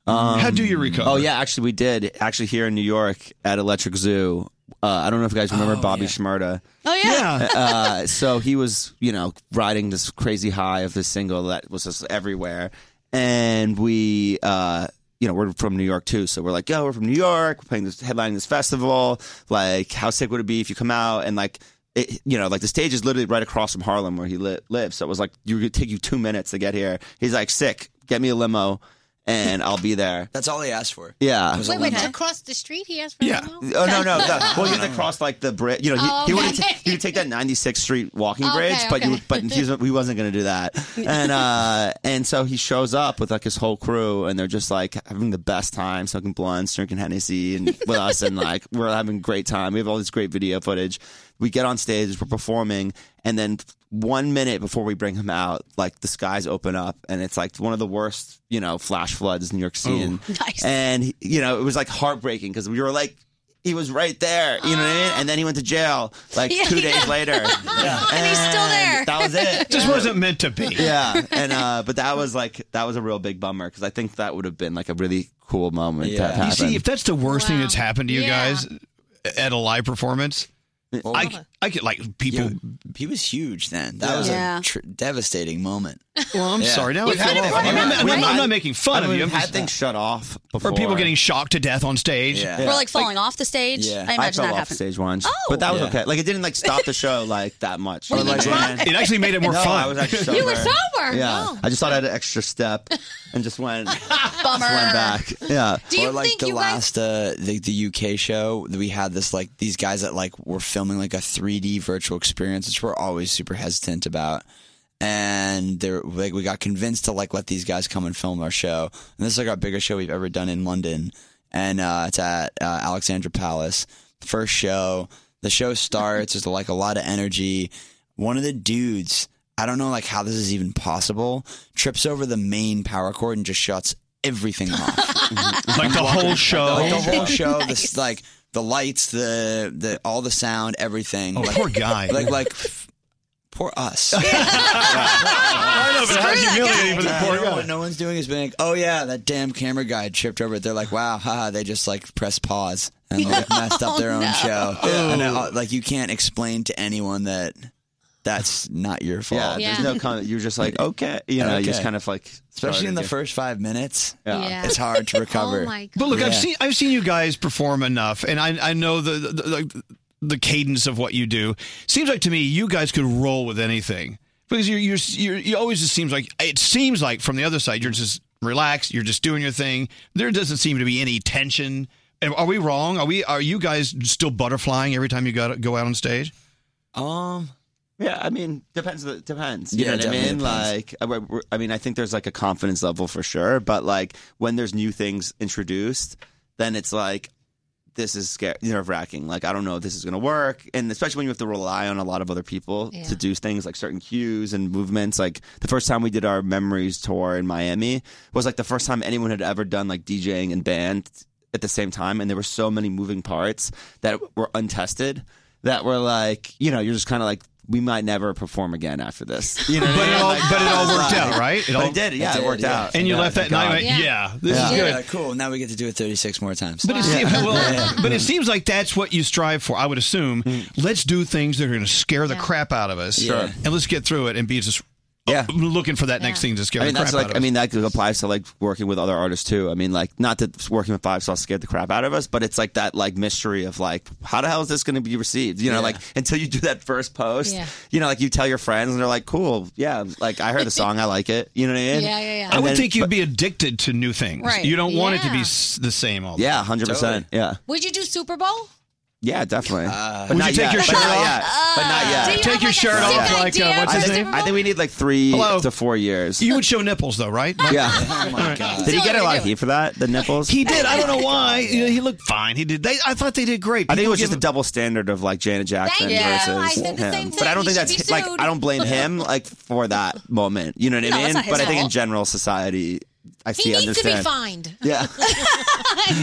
How do you recover? Oh yeah, actually we did. Actually here in New York at Electric Zoo. Uh, I don't know if you guys remember Bobby Shmurda. Oh yeah. uh, so he was, you know, riding this crazy high of this single that was just everywhere, and we, uh, you know, we're from New York too, so we're like, yo, we're from New York. We're playing this, headlining this festival. Like, how sick would it be if you come out and like. It, you know, like the stage is literally right across from Harlem where he li- lives. So it was like, you could take you two minutes to get here. He's like, sick, get me a limo and I'll be there. That's all they asked for. Yeah. wait, wait, across the street he asked for Yeah. a limo? Oh no, no. no. Well, you had to cross like the bridge. You know, he, Oh, he okay. wanted to, he would take that 96th Street walking Okay, bridge, but you, okay. but he was, he wasn't going to do that. And uh, and so he shows up with like his whole crew, and they're just like having the best time, smoking blunts, drinking Hennessy, and with us, and like we're having a great time. We have all this great video footage. We get on stage, we're performing, and then one minute before we bring him out, like the skies open up, and it's like one of the worst, you know, flash floods in New York City. And, and he- you know, it was like heartbreaking because we were like, he was right there, you know what I mean? And then he went to jail like Yeah, two yeah. days later, and he's still there. That was it. Just wasn't meant to be. yeah, and uh, but that was like that was a real big bummer because I think that would have been like a really cool moment to have You happened. see, if that's the worst thing that's happened to you guys at a live performance, I, I get like people. he was huge then. That was Yeah. a tr- devastating moment. Well, I'm sorry. Now I feel awful. I'm, not- I'm not, I'm not making fun of you. I'm had just- things shut off before. Or people getting shocked to death on stage. Yeah. Or like falling off the stage? I fell imagine that off happened. stage once, but that was Yeah. okay. Like it didn't like stop the show like that much. Were you drunk? It actually made it more No, fun. I was actually sober. You were sober? Yeah, Oh. I just thought I had an extra step and just went just Bummer. went back. Yeah. Do you or like think the you guys- last uh, the the UK show, we had this like these guys that like were filming like a 3D virtual experience, which we're always super hesitant about. And there, like, we got convinced to like let these guys come and film our show. And this is like our biggest show we've ever done in London, and uh, it's at uh, Alexandra Palace. First show, the show starts. There's like a lot of energy. One of the dudes I don't know like how this is even possible. Trips over the main power cord and just shuts everything off. Like the whole show? Like the whole show. This like the lights, the the all the sound, everything. Oh, like, poor guy. Like like poor us. I know, but how Screw that humiliating guy. for the Yeah, poor you know guy. What no one's doing is being like, oh yeah, that damn camera guy tripped over it. They're like, wow, haha, they just like pressed pause and like messed up their own Oh, No. show. Yeah. And uh, like you can't explain to anyone that that's not your fault. Yeah, there's no comment. You're just like, okay, you know, you just Okay. kind of like, Especially in the first five minutes, Yeah. it's hard to recover. But look, I've Yeah. seen I've seen you guys perform enough, and I I know the the, the the cadence of what you do. Seems like to me you guys could roll with anything because you're you're, you're you always just seems like it seems like from the other side you're just relaxed, you're just doing your thing. There doesn't seem to be any tension. And Are we wrong? Are we are you guys still butterflying every time you go go out on stage? Um. Yeah, I mean, depends. Depends. You Yeah, know what I definitely mean? depends. Like, I- we're- we're- I mean, I think there's like a confidence level for sure, but like when there's new things introduced, then it's like this is scary, nerve wracking. Like, I don't know if this is going to work, and especially when you have to rely on a lot of other people Yeah. to do things like certain cues and movements. Like the first time we did our memories tour in Miami was like the first time anyone had ever done like DJing and band at the same time, and there were so many moving parts that were untested that were like, you know, you're just kind of like. We might never perform again after this. You know what I But it mean? all- Like, but it all that's worked like- out, right? It but all- it did. Yeah, It it, did, worked yeah. out. And you left that thank night and God. went, Yeah. yeah, this is good. Like, cool. Now we get to do it 36 more times. But, it seems, well, but it seems like that's what you strive for. I would assume. Let's do things that are going to scare the crap out of us, Mm. Sure. and let's get through it and be just yeah. looking for that next thing to scare I mean, the crap that's out like. of I us. mean, that applies to like working with other artists too. I mean, like not that working with Five Sauce scared the crap out of us, but it's like that like mystery of like how the hell is this going to be received? You know, Yeah. like until you do that first post, Yeah. you know, like you tell your friends and they're like, cool, yeah, like I heard the song, I like it. You know what I mean? Yeah, yeah, yeah. And I would then- think you'd be addicted to new things. Right. You don't want it to be Yeah. s- the same all. the Yeah, time. hundred percent. Yeah, Would you do Super Bowl? yeah, definitely. Uh, Would you take your shirt off? But not yet. Uh, Do you Take have, your like, a shirt off, sick like, uh, idea what's for his the name? Super I think we need like three to four years. You would show nipples though, right? Yeah. Oh, my God. Did he get a lot of heat for that? The nipples? He did. I don't know why. You know, he looked fine. He did. They, I thought they did great. I think it People was give just a him- double standard of like Janet Jackson Thank you. versus I said the him. same But I don't thing. think He should that's be like sued. I don't blame him like for that moment. You know what I No, mean? it's not his but I think in fault. general society, I see. He needs to be understand. fined. Yeah,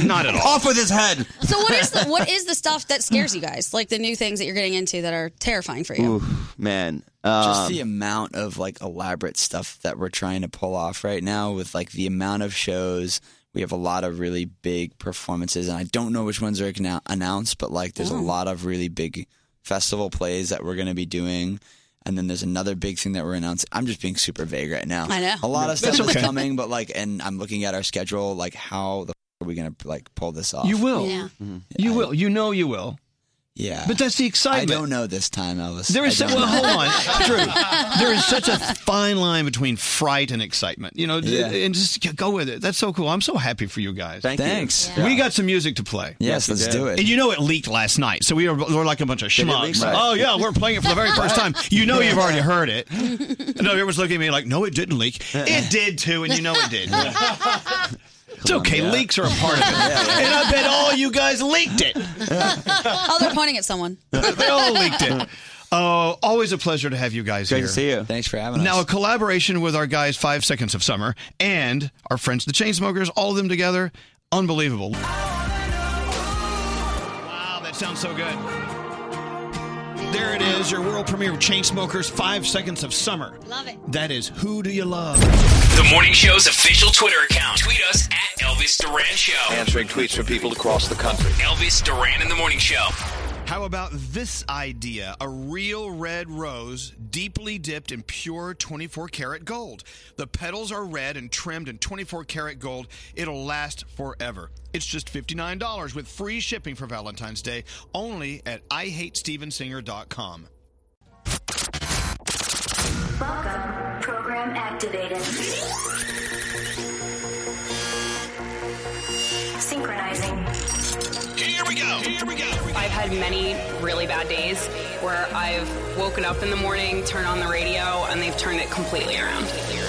not at all. Off with his head. So what is the what is the stuff that scares you guys? Like the new things that you're getting into that are terrifying for you? Ooh, man. Just Um, the amount of like elaborate stuff that we're trying to pull off right now with like the amount of shows. We have a lot of really big performances, and I don't know which ones are annou- announced, but like Mm. there's a lot of really big festival plays that we're going to be doing. And then there's another big thing that we're announcing. I'm just being super vague right now. I know. A lot of That's stuff okay. is coming, but like, and I'm looking at our schedule, like, how the f- are we going to like pull this off? You will. Yeah. You will. You know you will. Yeah. But that's the excitement. I don't know this time, Elvis. There is I such, don't well, hold know. on, Drew. There is such a fine line between fright and excitement. You know, d- Yeah. and just g- go with it. That's so cool. I'm so happy for you guys. Thank you. Thanks. We got some music to play. Yes, Yes, we let's did. do it. And you know it leaked last night, so we are we're like a bunch of Did it leak? schmucks. Right. Oh yeah, we're playing it for the very first time. You know you've already heard it. No, everyone's looking at me like, no, it didn't leak. It did too, and you know it did. It's okay. Leaks are a part of it, and I bet all you guys leaked it. oh, they're pointing at someone. they all leaked it. Oh, always a pleasure to have you guys Great here. to see you. Thanks for having Now, a collaboration with our guys, Five Seconds of Summer, and our friends, the Chainsmokers, all of them together. Unbelievable. Wow, that sounds so good. There it is, your world premiere of Chainsmokers, Five Seconds of Summer. Love it. That is Who Do You Love? The morning show's official Twitter account. Tweet us at Elvis Duran Show. Answering tweets from people across the country. Elvis Duran in the morning show. How about this idea? A real red rose deeply dipped in pure 24 karat gold. The petals are red and trimmed in 24 karat gold. It'll last forever. It's just $59 with free shipping for Valentine's Day only at IHateStevensinger.com. Program activated. Synchronizing. Here we go. Here we go. I've had many really bad days where I've woken up in the morning, turned on the radio, and they've turned it completely around.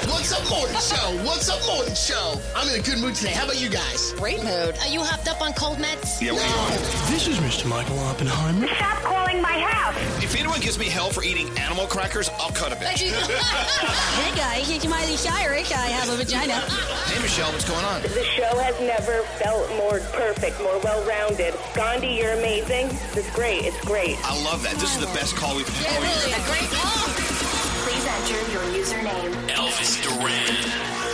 What's What's up, morning show? What's up, morning show? I'm in a good mood today. How about you guys? Great mood. Are Uh, you hopped up on cold meds? Yeah, what do you This is Mr. Michael Oppenheimer. Stop calling my house. If anyone gives me hell for eating animal crackers, I'll cut a Hey, bitch. guy, it's Miley Cyrus. I have a vagina. hey, Michelle, what's going on? The show has never felt more perfect, more well rounded. Gandhi, you're amazing. This is great. It's great. I love that. This is the best call we've had. a great Please enter your username. Elvis Duran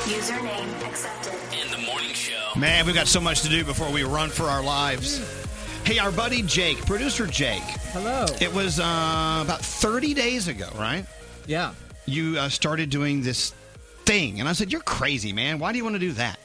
Username accepted. in the morning show. Man, we've got so much to do before we run for our lives. Hey, our buddy Jake, producer Jake. Hello. It was uh, about 30 days ago, right? Yeah. You uh, started doing this thing, and I said, You're crazy, man. Why do you want to do that?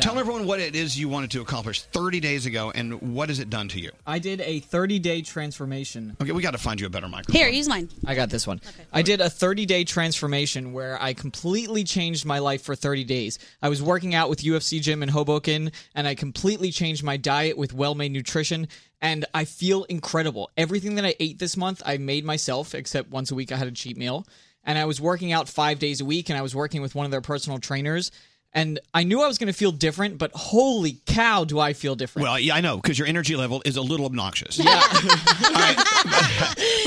Tell everyone what it is you wanted to accomplish 30 days ago, and what has it done to you? I did a 30 day transformation. Okay, we got to find you a better microphone. Here, use mine. I got this one. I did a 30 day transformation where I completely changed my life for 30 days. I was working out with UFC Gym in Hoboken, and I completely changed my diet with well made nutrition. And I feel incredible. Everything that I ate this month, I made myself, except once a week I had a cheat meal. And I was working out five days a week, and I was working with one of their personal trainers. And I knew I was going to feel different, but holy cow, do I feel different. Well, yeah, I know, because your energy level is a little obnoxious. But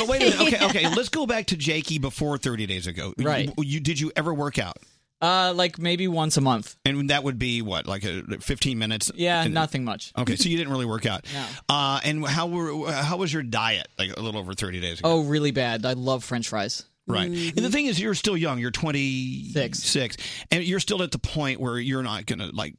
wait a minute. Okay, okay. Let's go back to Jakey before 30 days ago. Right. You, you- did you ever work out? Uh, like maybe once a month. And that would be what, like a, 15 minutes? Yeah, And- nothing much. Okay, so you didn't really work out. No. Uh, and how were how was your diet? Like a little over 30 days ago. Oh, really bad. I love French fries. Mm-hmm. Right. And the thing is, you're still young. You're 26. And you're still at the point where you're not going to like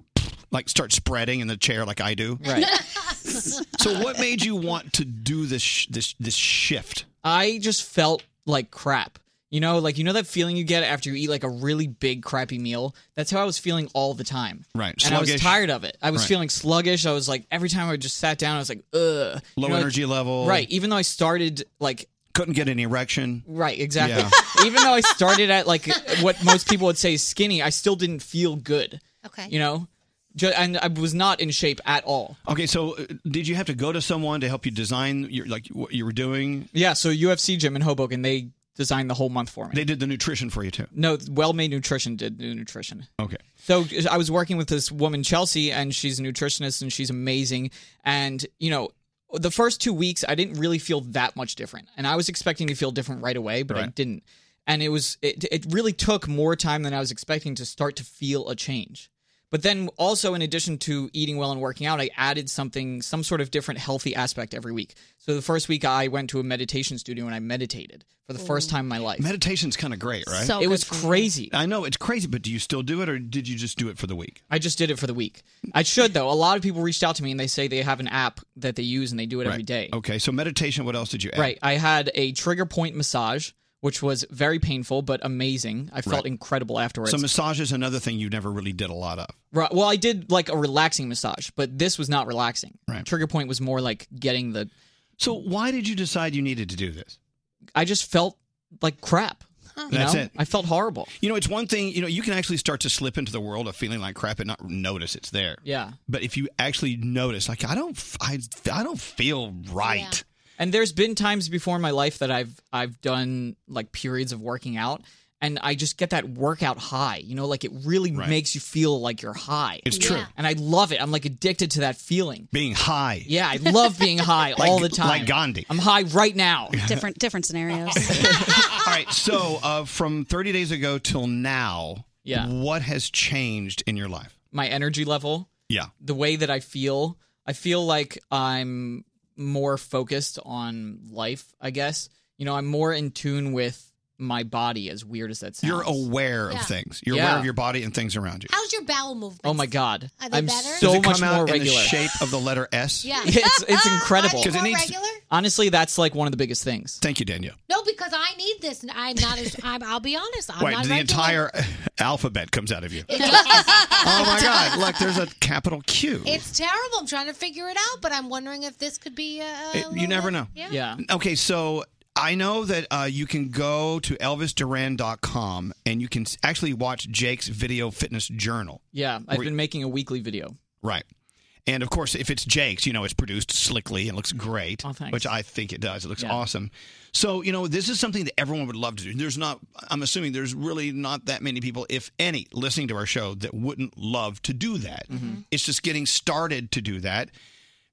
like start spreading in the chair like I do. Right. so what made you want to do this sh- this this shift? I just felt like crap. You know, like you know that feeling you get after you eat like a really big crappy meal. That's how I was feeling all the time. Right. And I was Sluggish. tired of it. I was Right. feeling sluggish. I was like every time I just sat down, I was like, ugh. You Low know, like- energy level. Right. Even though I started like Couldn't get an erection. Right, exactly. Yeah. Even though I started at like what most people would say is skinny, I still didn't feel good. Okay. You know? Ju- and I was not in shape at all. Okay, so uh, did you have to go to someone to help you design your like what you were doing? Yeah, so UFC gym in Hoboken, they designed the whole month for me. They did the nutrition for you too. No, Well Made Nutrition did the nutrition. Okay. So I was working with this woman, Chelsea, and she's a nutritionist and she's amazing. And, you know, the first two weeks, I didn't really feel that much different. And I was expecting to feel different right away, but I Right. didn't. And it was, it, it really took more time than I was expecting to start to feel a change. But then also, in addition to eating well and working out, I added something, some sort of different healthy aspect every week. So the first week, I went to a meditation studio and I meditated for the first Ooh. time in my life. Meditation's kind of great, right? So It good was for you. crazy. I know it's crazy, but do you still do it, or did you just do it for the week? I just did it for the week. I should though. A lot of people reached out to me and they say they have an app that they use and they do it every Right. day. Okay, so meditation. What else did you add? Right. I had a trigger point massage, which was very painful but amazing. I felt Right. incredible afterwards. So massage is another thing you never really did a lot of. Right. Well, I did like a relaxing massage, but this was not relaxing. Right. Trigger point was more like getting the. So why did you decide you needed to do this? I just felt like crap. you That's know? it. I felt horrible. You know, it's one thing. You know, you can actually start to slip into the world of feeling like crap and not notice it's there. Yeah. But if you actually notice, like I don't, f- I, I don't feel right. And there's been times before in my life that I've I've done like periods of working out and I just get that workout high. You know, like it really makes you feel like you're high. It's true. Yeah. And I love it. I'm like addicted to that feeling. Being high. Yeah, I love being high Like- all the time. like Gandhi. I'm high right now. Different different scenarios. All right. So uh, from 30 days ago till now, Yeah. what has changed in your life? My energy level, Yeah. the way that I feel, I feel like I'm more focused on life, I guess. You know, I'm more in tune with my body as weird as that sounds. You're aware of Yeah. things. You're Yeah. aware of your body and things around you. How's your bowel movement? Oh my god! Are they I'm better? so Does it come much out more in regular. the shape of the letter S. Yeah. it's it's incredible. Are they more regular? Honestly, that's like one of the biggest things. Thank you, Daniel. No, because I need this. I'm not. As, I'm, I'll be honest. I'm Wait, not the regular. entire alphabet comes out of you. It does. Oh my God! Look, there's a capital Q. It's terrible. I'm trying to figure it out, but I'm wondering if this could be. Uh, It- you never know. Yeah. Okay, so I know that uh, you can go to elvisduran.com and you can s- actually watch Jake's video fitness journal. Yeah, I've been making a weekly video. Right. And of course, if it's Jake's, you know, it's produced slickly and looks great, Oh, thanks. which I think it does. It looks Yeah. awesome. So, you know, this is something that everyone would love to do. There's not, I'm assuming there's really not that many people, if any, listening to our show that wouldn't love to do that. Mhm. It's just getting started to do that.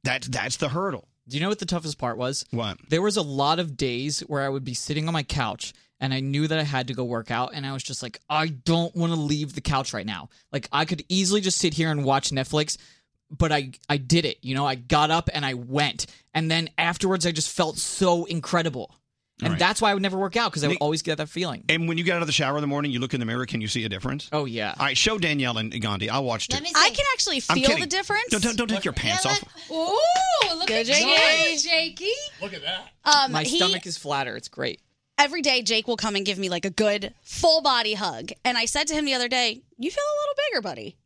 That, that's the hurdle. Do you know what the toughest part was? What? There was a lot of days where I would be sitting on my couch and I knew that I had to go work out and I was just like, I don't want to leave the couch right now. Like I could easily just sit here and watch Netflix, but I I did it. You know, I got up and I went. And then afterwards I just felt so incredible. And Right. that's why I would never work out because I would Nick- always get that feeling. And when you get out of the shower in the morning, you look in the mirror, can you see a difference? Oh, yeah. All right, show Danielle and Gandhi. I watched it. I can actually I'm feel kidding. the difference. Don't, don't, don't take your pants off. Ooh, look Good, at Jakey. Jakey. Jakey. Look at that. Um, my he, stomach is flatter. It's great. every day Jake will come and give me like a good full body hug. And I said to him the other day, "You feel a little bigger, buddy."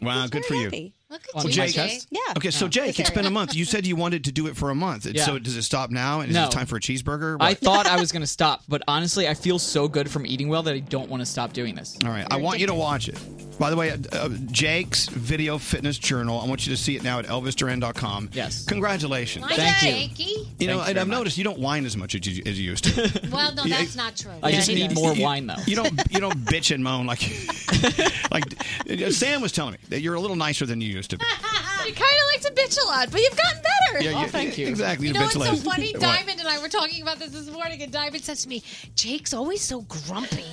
Wow, good for you. Happy. Look Well, Jake, Yeah. Okay, so Yeah. Jake, it's been a month. You said you wanted to do it for a month. And Yeah. So does it stop now? And No. is it time for a cheeseburger? I What? thought I was going to stop, but honestly, I feel so good from eating well that I don't want to stop doing this. All right, I want you to watch it. By the way, uh, uh, Jake's Video Fitness Journal. I want you to see it now at elvisduran.com. Yes. Congratulations. Like Jakey. You know, and I've noticed you don't whine as much as you, as you used to. Well, no, Yeah, that's not true. You- though. You don't you don't bitch and moan like like uh, Sam was telling me that you're a little nicer than you used to be. You kind of like to bitch a lot, but you've gotten better. Yeah, yeah, Exactly. You the know what's bitch so lady. funny? What? Diamond and I were talking about this this morning, and Diamond says to me, "Jake's always so grumpy,"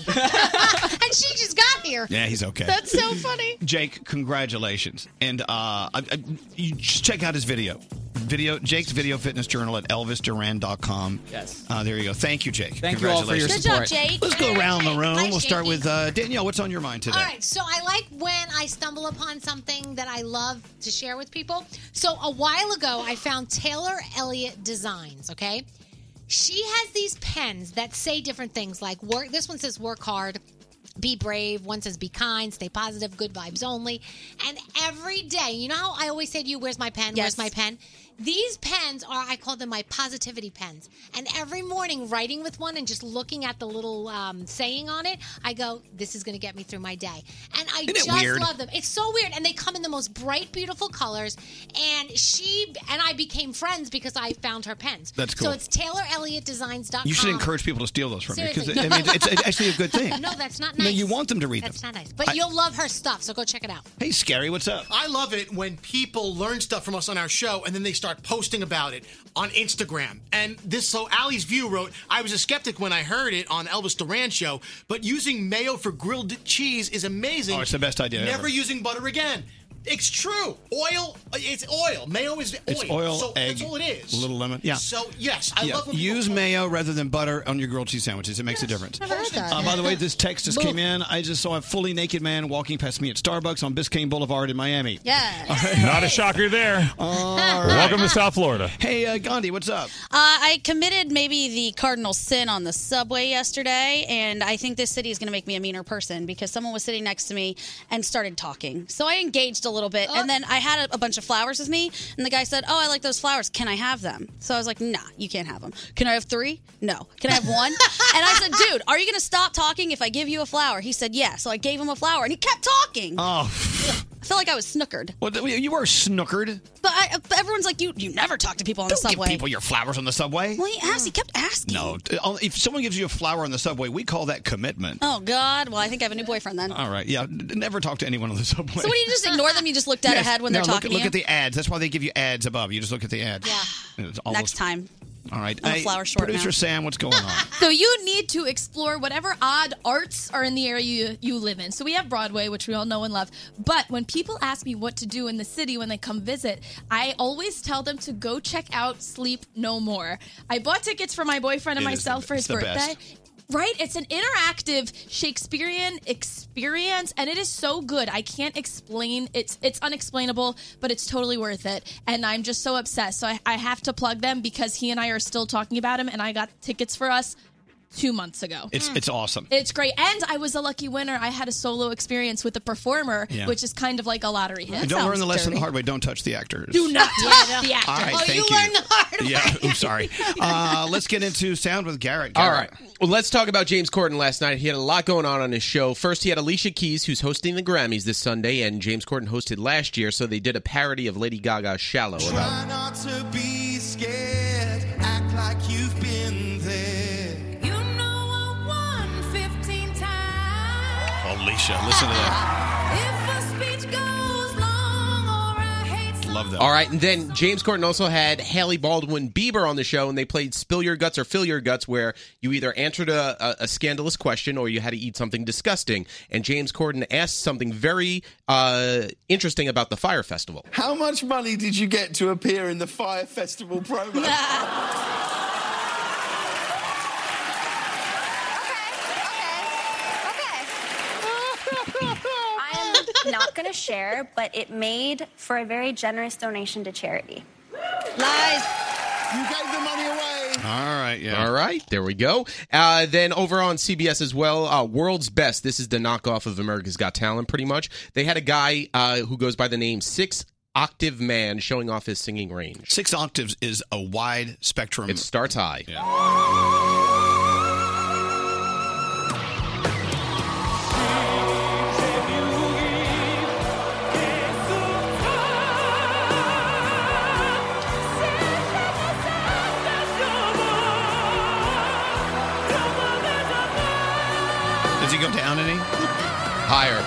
and she just got here. Yeah, he's okay. That's so funny. Jake, congratulations. And uh, I, I, you just check out his video. Video Jake's Video Fitness Journal at elvisduran.com. Yes. Uh, there you go. Thank you, Jake. Thank you all for your congratulations. Good job, support. Jake. Let's go around the room. Thanks, we'll start Jakey. with uh, Danielle. What's on your mind today? All right, so I like when I stumble upon something that I love to share with people. So a while ago, I found Taylor Elliott Designs, okay? She has these pens that say different things like work. This one says work hard, be brave. One says be kind, stay positive, good vibes only. And every day, you know how I always say to you, Where's my pen? Yes. Where's my pen? These pens are, I call them my positivity pens. And every morning, writing with one and just looking at the little um, saying on it, I go, This is going to get me through my day. And I Isn't it just weird? love them. It's so weird. And they come in the most bright, beautiful colors. And she and I became friends because I found her pens. That's So cool. it's TaylorElliottDesigns.com. You should encourage people to steal those from me Um, Seriously. because I mean, it's, it's actually a good thing. No, that's not nice. No, you want them to read That's them. not nice. But I- you'll love her stuff, so go check it out. Hey, Scary, what's up? I love it when people learn stuff from us on our show and then they start posting about it on Instagram. And this, so Ali's View wrote, I was a skeptic when I heard it on Elvis Duran show, but using mayo for grilled cheese is amazing. Oh, it's the best idea Never ever. using butter again. It's true. Oil, it's oil. Mayo is oil. It's oil, so egg, that's all it is. a little lemon. Yeah. So yes, I Yeah, love when people Use mayo rather than butter on your grilled cheese sandwiches. It makes a difference. never heard that. Uh, by the way, this text just Boom. came in. I just saw a fully naked man walking past me at Starbucks on Biscayne Boulevard in Miami. Yeah. Not a shocker there. Welcome to South Florida. Hey, uh, Gandhi, what's up? Uh, I committed maybe the cardinal sin on the subway yesterday, and I think this city is going to make me a meaner person because someone was sitting next to me and started talking. So I engaged a little bit, Uh. and then I had a, a bunch of flowers with me, and the guy said, "Oh, I like those flowers. Can I have them?" So I was like, "Nah, you can't have them. Can I have three? No. Can I have one?" and I said, "Dude, are you going to stop talking if I give you a flower?" He said, "Yeah." So I gave him a flower, and he kept talking. Oh, I felt like I was snookered. well, th- you were snookered. But, I, but everyone's like, "You you never talk to people on the Give subway." people your flowers on the subway. well, he asked. He kept asking. No. T- uh, If someone gives you a flower on the subway, we call that commitment. Oh God! Well, I think I have a new boyfriend then. All right. Yeah. n- Never talk to anyone on the subway. So what do you just ignore them? You just look dead Yes. ahead when No, they're look, talking Look to you. at the ads. That's why they give you ads above. You just look at the ads. Yeah. Next time. All right. I'm a Hey, flower short now. Producer Sam, what's going on? So you need to explore whatever odd arts are in the area you, you live in. So we have Broadway, which we all know and love. But when people ask me what to do in the city when they come visit, I always tell them to go check out Sleep No More. I bought tickets for my boyfriend and It is the myself be- for it's his the birthday. best. Right? It's an interactive Shakespearean experience and it is so good. I can't explain. It's it's unexplainable, but it's totally worth it. And I'm just so obsessed. So I, I have to plug them because he and I are still talking about him and I got tickets for us two months ago. Hmm. It's it's awesome. It's great. And I was a lucky winner. I had a solo experience with a performer, Yeah. which is kind of like a lottery hit. And don't learn the lesson the hard way. Don't touch the actors. Do not touch the actor. All right, thank you. yeah, I'm sorry. Uh, let's get into sound with Garrett. All right. Well, let's talk about James Corden last night. He had a lot going on on his show. First, he had Alicia Keys, who's hosting the Grammys this Sunday, and James Corden hosted last year, so they did a parody of Lady Gaga's "Shallow." About not to be scared. Act like you've been there. You know I won 15 times. Alicia, listen to that. If a speech goes long or I hate Love that. all right, and then James Corden also had Haley Baldwin Bieber on the show, and they played "Spill Your Guts" or "Fill Your Guts," where you either answered a, a, a scandalous question or you had to eat something disgusting. And James Corden asked something very uh, interesting about the Fire Festival. How much money did you get to appear in the Fire Festival promo? I am not going to share, but it made for a very generous donation to charity. Lies. You gave the money away. All right, yeah. All right, there we go. Uh, then over on CBS as well, uh, World's Best. This is the knockoff of America's Got Talent, pretty much. They had a guy uh, who goes by the name Six Octave Man showing off his singing range. Six octaves is a wide spectrum. It starts high. Does he go down any? Higher.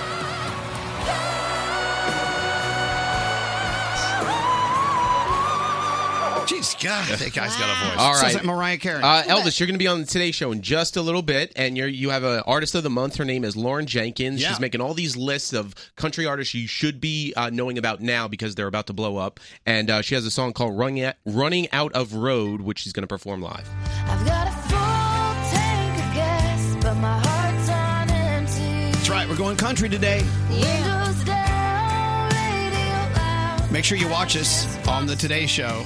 Jeez, God, that guy's got a voice. All Sounds right. like Mariah Carey. Uh, Elvis, you're going to be on the Today Show in just a little bit, and you're you have a artist of the month. Her name is Lauren Jenkins. Yeah. She's making all these lists of country artists you should be uh, knowing about now because they're about to blow up. And uh, she has a song called "Running Out, Running Out of Road," which she's going to perform live. I've got a full tank of gas, but my heart's on empty. That's right. We're going country today. Windows down, radio out. Make sure you watch us on the Today Show,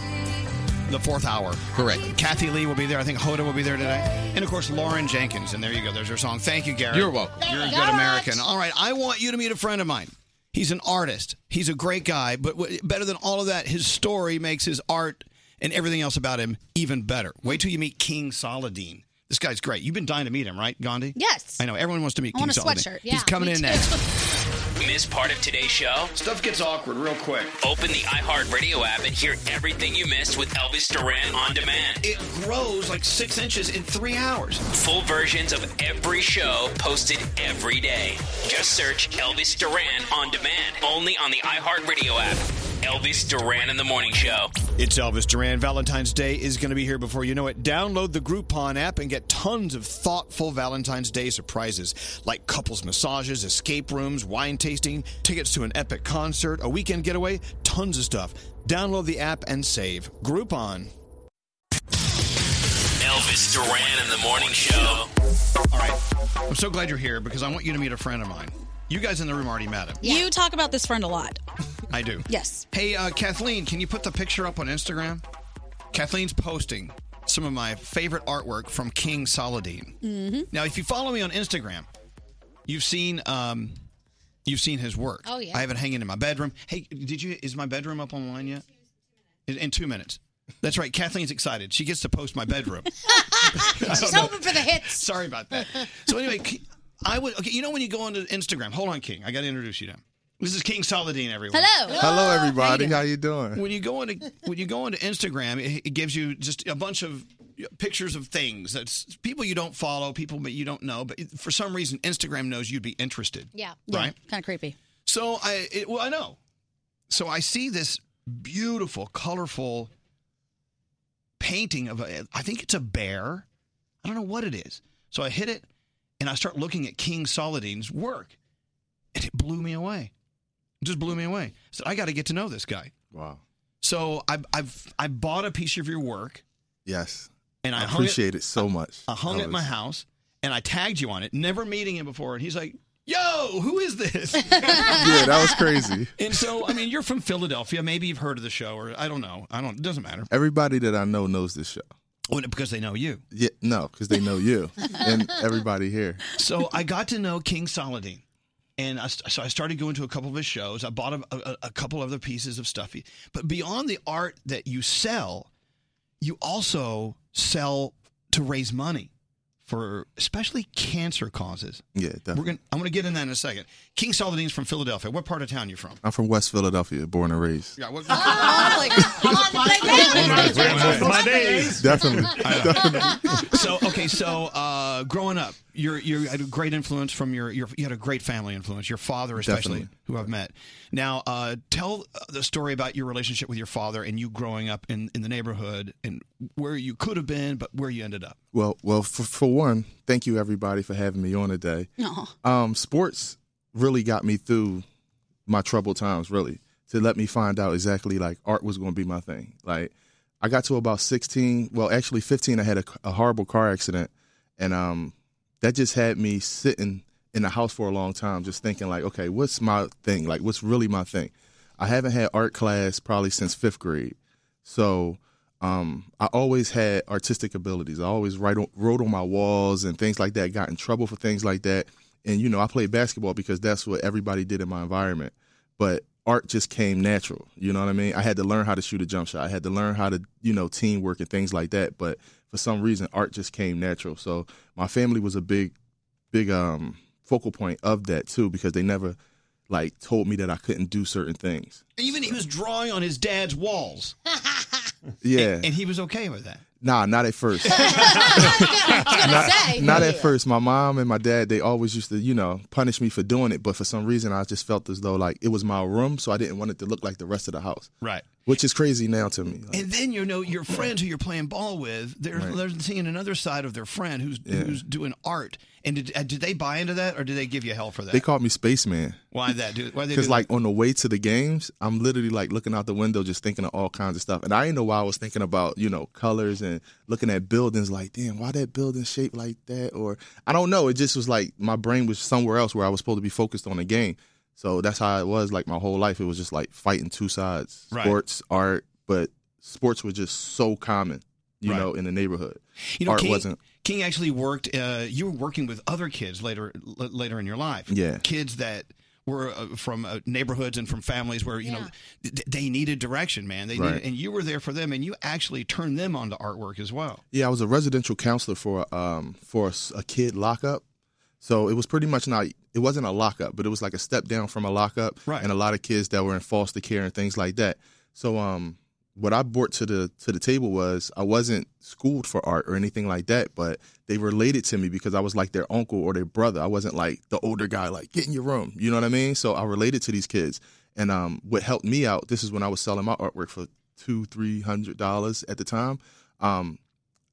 the fourth hour. Correct. Kathy Lee will be there. I think Hoda will be there today. And of course, Lauren Jenkins. And there you go. There's her song. Thank you, Garrett. You're welcome. You're a Thank good you. American. All right. I want you to meet a friend of mine. He's an artist. He's a great guy. But w- better than all of that, his story makes his art and everything else about him even better. Wait till you meet King Saladin. This guy's great. You've been dying to meet him, right, Gandhi? Yes. I know. Everyone wants to meet I King want a Saladin. sweatshirt. He's Yeah, coming me in too. next. Miss part of today's show? Stuff gets awkward real quick. Open the iHeartRadio app and hear everything you missed with Elvis Duran on demand. It grows like six inches in three hours. Full versions of every show posted every day. Just search Elvis Duran on demand only on the iHeartRadio app. Elvis Duran in the Morning Show. It's Elvis Duran. Valentine's Day is going to be here before you know it. Download the Groupon app and get tons of thoughtful Valentine's Day surprises like couples massages, escape rooms, wine tasting, tickets to an epic concert, a weekend getaway, tons of stuff. Download the app and save. Groupon. Elvis Duran in the Morning Show. All right. I'm so glad you're here because I want you to meet a friend of mine. You guys in the room already met him. You talk about this friend a lot. I do. Yes. Hey, uh, Kathleen, can you put the picture up on Instagram? Kathleen's posting some of my favorite artwork from King Saladin. Mm-hmm. Now, if you follow me on Instagram, you've seen um, you've seen his work. Oh, yeah. I have it hanging in my bedroom. Hey, did you? Is my bedroom up online yet? In, in two minutes. That's right. Kathleen's excited. She gets to post my bedroom. She's hoping for the hits. Sorry about that. So anyway, K- I would. Okay, you know when you go onto Instagram. Hold on, King. I got to introduce you now. This is King Saladin, everyone. Hello, everybody. How you doing? When you go into when you go into Instagram, it, it gives you just a bunch of pictures of things that's people you don't follow, people that you don't know, but for some reason Instagram knows you'd be interested. Yeah. Right. Kind of creepy. So I it, well I know. So I see this beautiful, colorful painting of a, I think it's a bear. I don't know what it is. So I hit it and I start looking at King Saladin's work. And it blew me away. It just blew me away. So I got to get to know this guy. Wow. So I I've I bought a piece of your work Yes. and I, I hung it- appreciate it, so much. I hung it at Elvis. my house and I tagged you on it, never meeting him before. And he's like, Yo, who is this? Yeah, that was crazy. And so, I mean, you're from Philadelphia. Maybe you've heard of the show, or I don't know. I don't. It doesn't matter. Everybody that I know knows this show. Oh, because they know you. Yeah, no, because they know you and everybody here. So I got to know King Saladin, and I, st- so I started going to a couple of his shows. I bought a, a, a couple other pieces of stuff. But beyond the art that you sell, you also sell to raise money for especially cancer causes. Yeah, definitely. We're gonna, I'm going to get in that in a second. King Saladin's from Philadelphia. What part of town you from? I'm from West Philadelphia, born and raised. Yeah, what, Definitely. so okay, so uh, growing up, you're you had a great influence from your, your you had a great family influence. Your father, especially, Definitely. who I've met. Now, uh, tell the story about your relationship with your father and you growing up in, in the neighborhood and where you could have been, but where you ended up. Well, well, for, for one, thank you everybody for having me on today. No. Um, sports really got me through my troubled times, really, to let me find out exactly like art was going to be my thing. Like, I got to about 16, well, actually 15, I had a, a horrible car accident. And um, that just had me sitting in the house for a long time, just thinking, like, okay, what's my thing? Like, what's really my thing? I haven't had art class probably since fifth grade. So um, I always had artistic abilities. I always write on, wrote on my walls and things like that. Got in trouble for things like that. And you know, I played basketball because that's what everybody did in my environment. But art just came natural. You know what I mean? I had to learn how to shoot a jump shot. I had to learn how to you know teamwork and things like that. But for some reason, art just came natural. So my family was a big, big um, focal point of that too because they never like told me that I couldn't do certain things. Even he was drawing on his dad's walls, Yeah. and he was okay with that. Nah, not at first. Not- not, say. not Yeah. at first. My mom and my dad, they always used to, you know, punish me for doing it. But for some reason, I just felt as though like it was my room, so I didn't want it to look like the rest of the house. Right. Which is crazy now to me. And then you know your friends who you're playing ball with, they're Right. they're seeing another side of their friend who's Yeah. who's doing art. And did, uh, did they buy into that, or did they give you hell for that? They called me spaceman. why that? Do why they? Because do like on the way to the games, I'm literally like looking out the window, just thinking of all kinds of stuff. And I didn't know why I was thinking about you know colors and looking at buildings. Like, damn, why that building shaped like that? Or I don't know. It just was like my brain was somewhere else where I was supposed to be focused on the game. So that's how it was. Like my whole life, it was just like fighting two sides: Right. sports, art. But sports were just so common, you Right. know, in the neighborhood. You know, art King, wasn't. King actually worked. Uh, you were working with other kids later l- later in your life. Yeah. kids that were uh, from uh, neighborhoods and from families where you know th- they needed direction, man. They Right. needed, and you were there for them, and you actually turned them onto artwork as well. Yeah, I was a residential counselor for um for a, s- a kid lockup. So it was pretty much not it wasn't a lockup, but it was like a step down from a lockup Right. and a lot of kids that were in foster care and things like that. So um what I brought to the to the table was I wasn't schooled for art or anything like that, but they related to me because I was like their uncle or their brother. I wasn't like the older guy like get in your room, you know what I mean? So I related to these kids. And um what helped me out, this is when I was selling my artwork for two, three hundred dollars at the time. Um,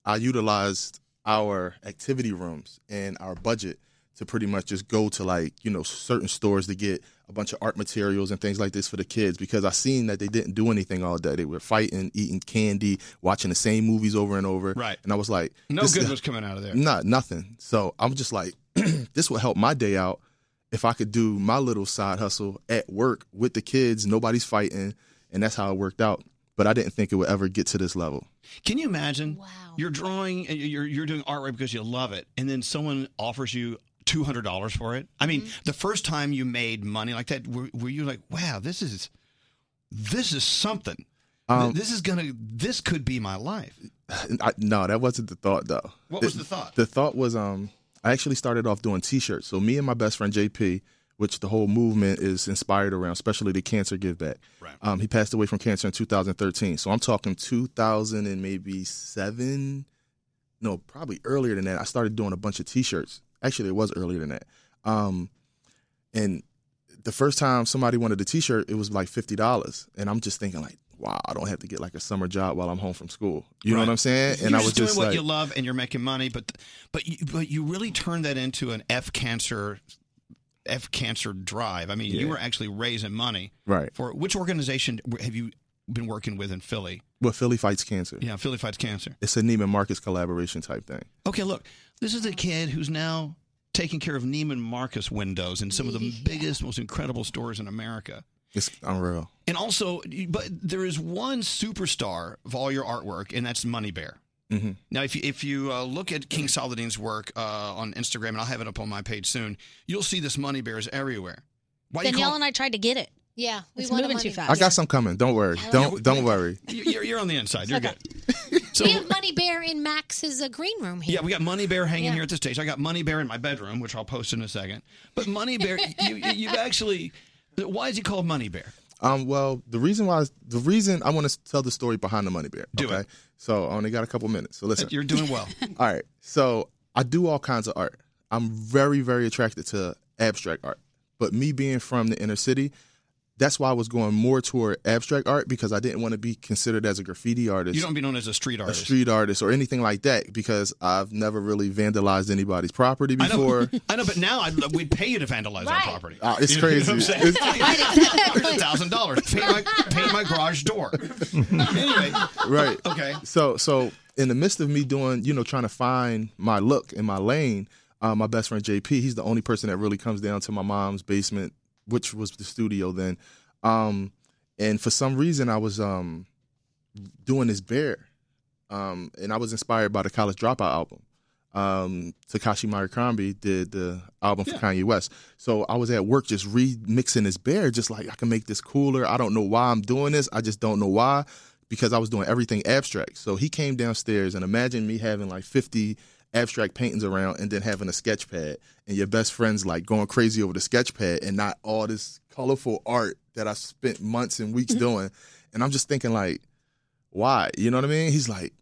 I utilized our activity rooms and our budget to pretty much just go to like you know certain stores to get a bunch of art materials and things like this for the kids because I seen that they didn't do anything all day. They were fighting, eating candy, watching the same movies over and over. Right. And I was like, No this- good was coming out of there. Not nothing. So I'm just like, this will help my day out if I could do my little side hustle at work with the kids. Nobody's fighting, and that's how it worked out. But I didn't think it would ever get to this level. Can you imagine? Wow. You're drawing, and you're you're doing artwork because you love it, and then someone offers you two hundred dollars for it. I mean, the first time you made money like that, were, were you like, "Wow, this is this is something. Th- Um, this is gonna this could be my life." I, no, that wasn't the thought though. What was the thought? The thought was um, I actually started off doing T-shirts. So me and my best friend JP, which the whole movement is inspired around, especially the cancer give back. Right. Um, he passed away from cancer in 2013. So I'm talking 2000 and maybe seven, no, probably earlier than that. I started doing a bunch of T-shirts. Actually, it was earlier than that. Um, and the first time somebody wanted a T-shirt, it was like fifty dollars, and I'm just thinking like, wow, I don't have to get like a summer job while I'm home from school. You know Right. what I'm saying? You're and I just was doing just what like, you love, and you're making money, but but you, but you really turned that into an F cancer F cancer drive. I mean, you Yeah. were actually raising money right. for which organization have you been working with in Philly? Well, Philly fights cancer. Yeah, Philly fights cancer. It's a Neiman Marcus collaboration type thing. Okay, look, this is a kid who's now taking care of Neiman Marcus windows in some of the biggest, most incredible stores in America. It's unreal. And also, but there is one superstar of all your artwork, and that's Money Bear. Mm-hmm. Now, if you if you uh, look at King Saladin's work uh, on Instagram, and I'll have it up on my page soon, you'll see this money bears everywhere. Why do you Danielle call? and I tried to get it. Yeah, we it's moving too fast. I got some coming. Don't worry. Don't don't worry. you- You're, you're on the inside. You're good. we have Money Bear in Max's uh, green room here. Yeah, we got Money Bear hanging Yeah. here at the stage. I got Money Bear in my bedroom, which I'll post in a second. But Money Bear, you, you, you've actually. Why is he called Money Bear? Um, well, the reason why the reason I want to tell the story behind the money bear. Do okay? it. So I only got a couple minutes. So listen, You're doing well. all right. So I do all kinds of art. I'm very, very attracted to abstract art. But me being from the inner city, that's why I was going more toward abstract art because I didn't want to be considered as a graffiti artist. You don't be known as a street a artist. street artist or anything like that because I've never really vandalized anybody's property I know, before. I know, but now I'd, we'd pay you to vandalize our property. Uh, it's You know crazy. what I'm saying? Here's a thousand dollars. Paint my paint my garage door. anyway, right. Okay. So so in the midst of me doing, you know, trying to find my look in my lane, uh, my best friend JP, he's the only person that really comes down to my mom's basement, which was the studio then. Um, and for some reason, I was um, doing this bear, um, and I was inspired by the College Dropout album. Um, Takashi Murakami did the album for Kanye West, so I was at work just remixing this bear, just like I can make this cooler. I don't know why I'm doing this. I just don't know why, because I was doing everything abstract. So he came downstairs and imagine me having like 50 abstract paintings around and then having a sketch pad and your best friends like going crazy over the sketch pad and not all this colorful art that I spent months and weeks doing. And I'm just thinking like, why? You know what I mean? He's like,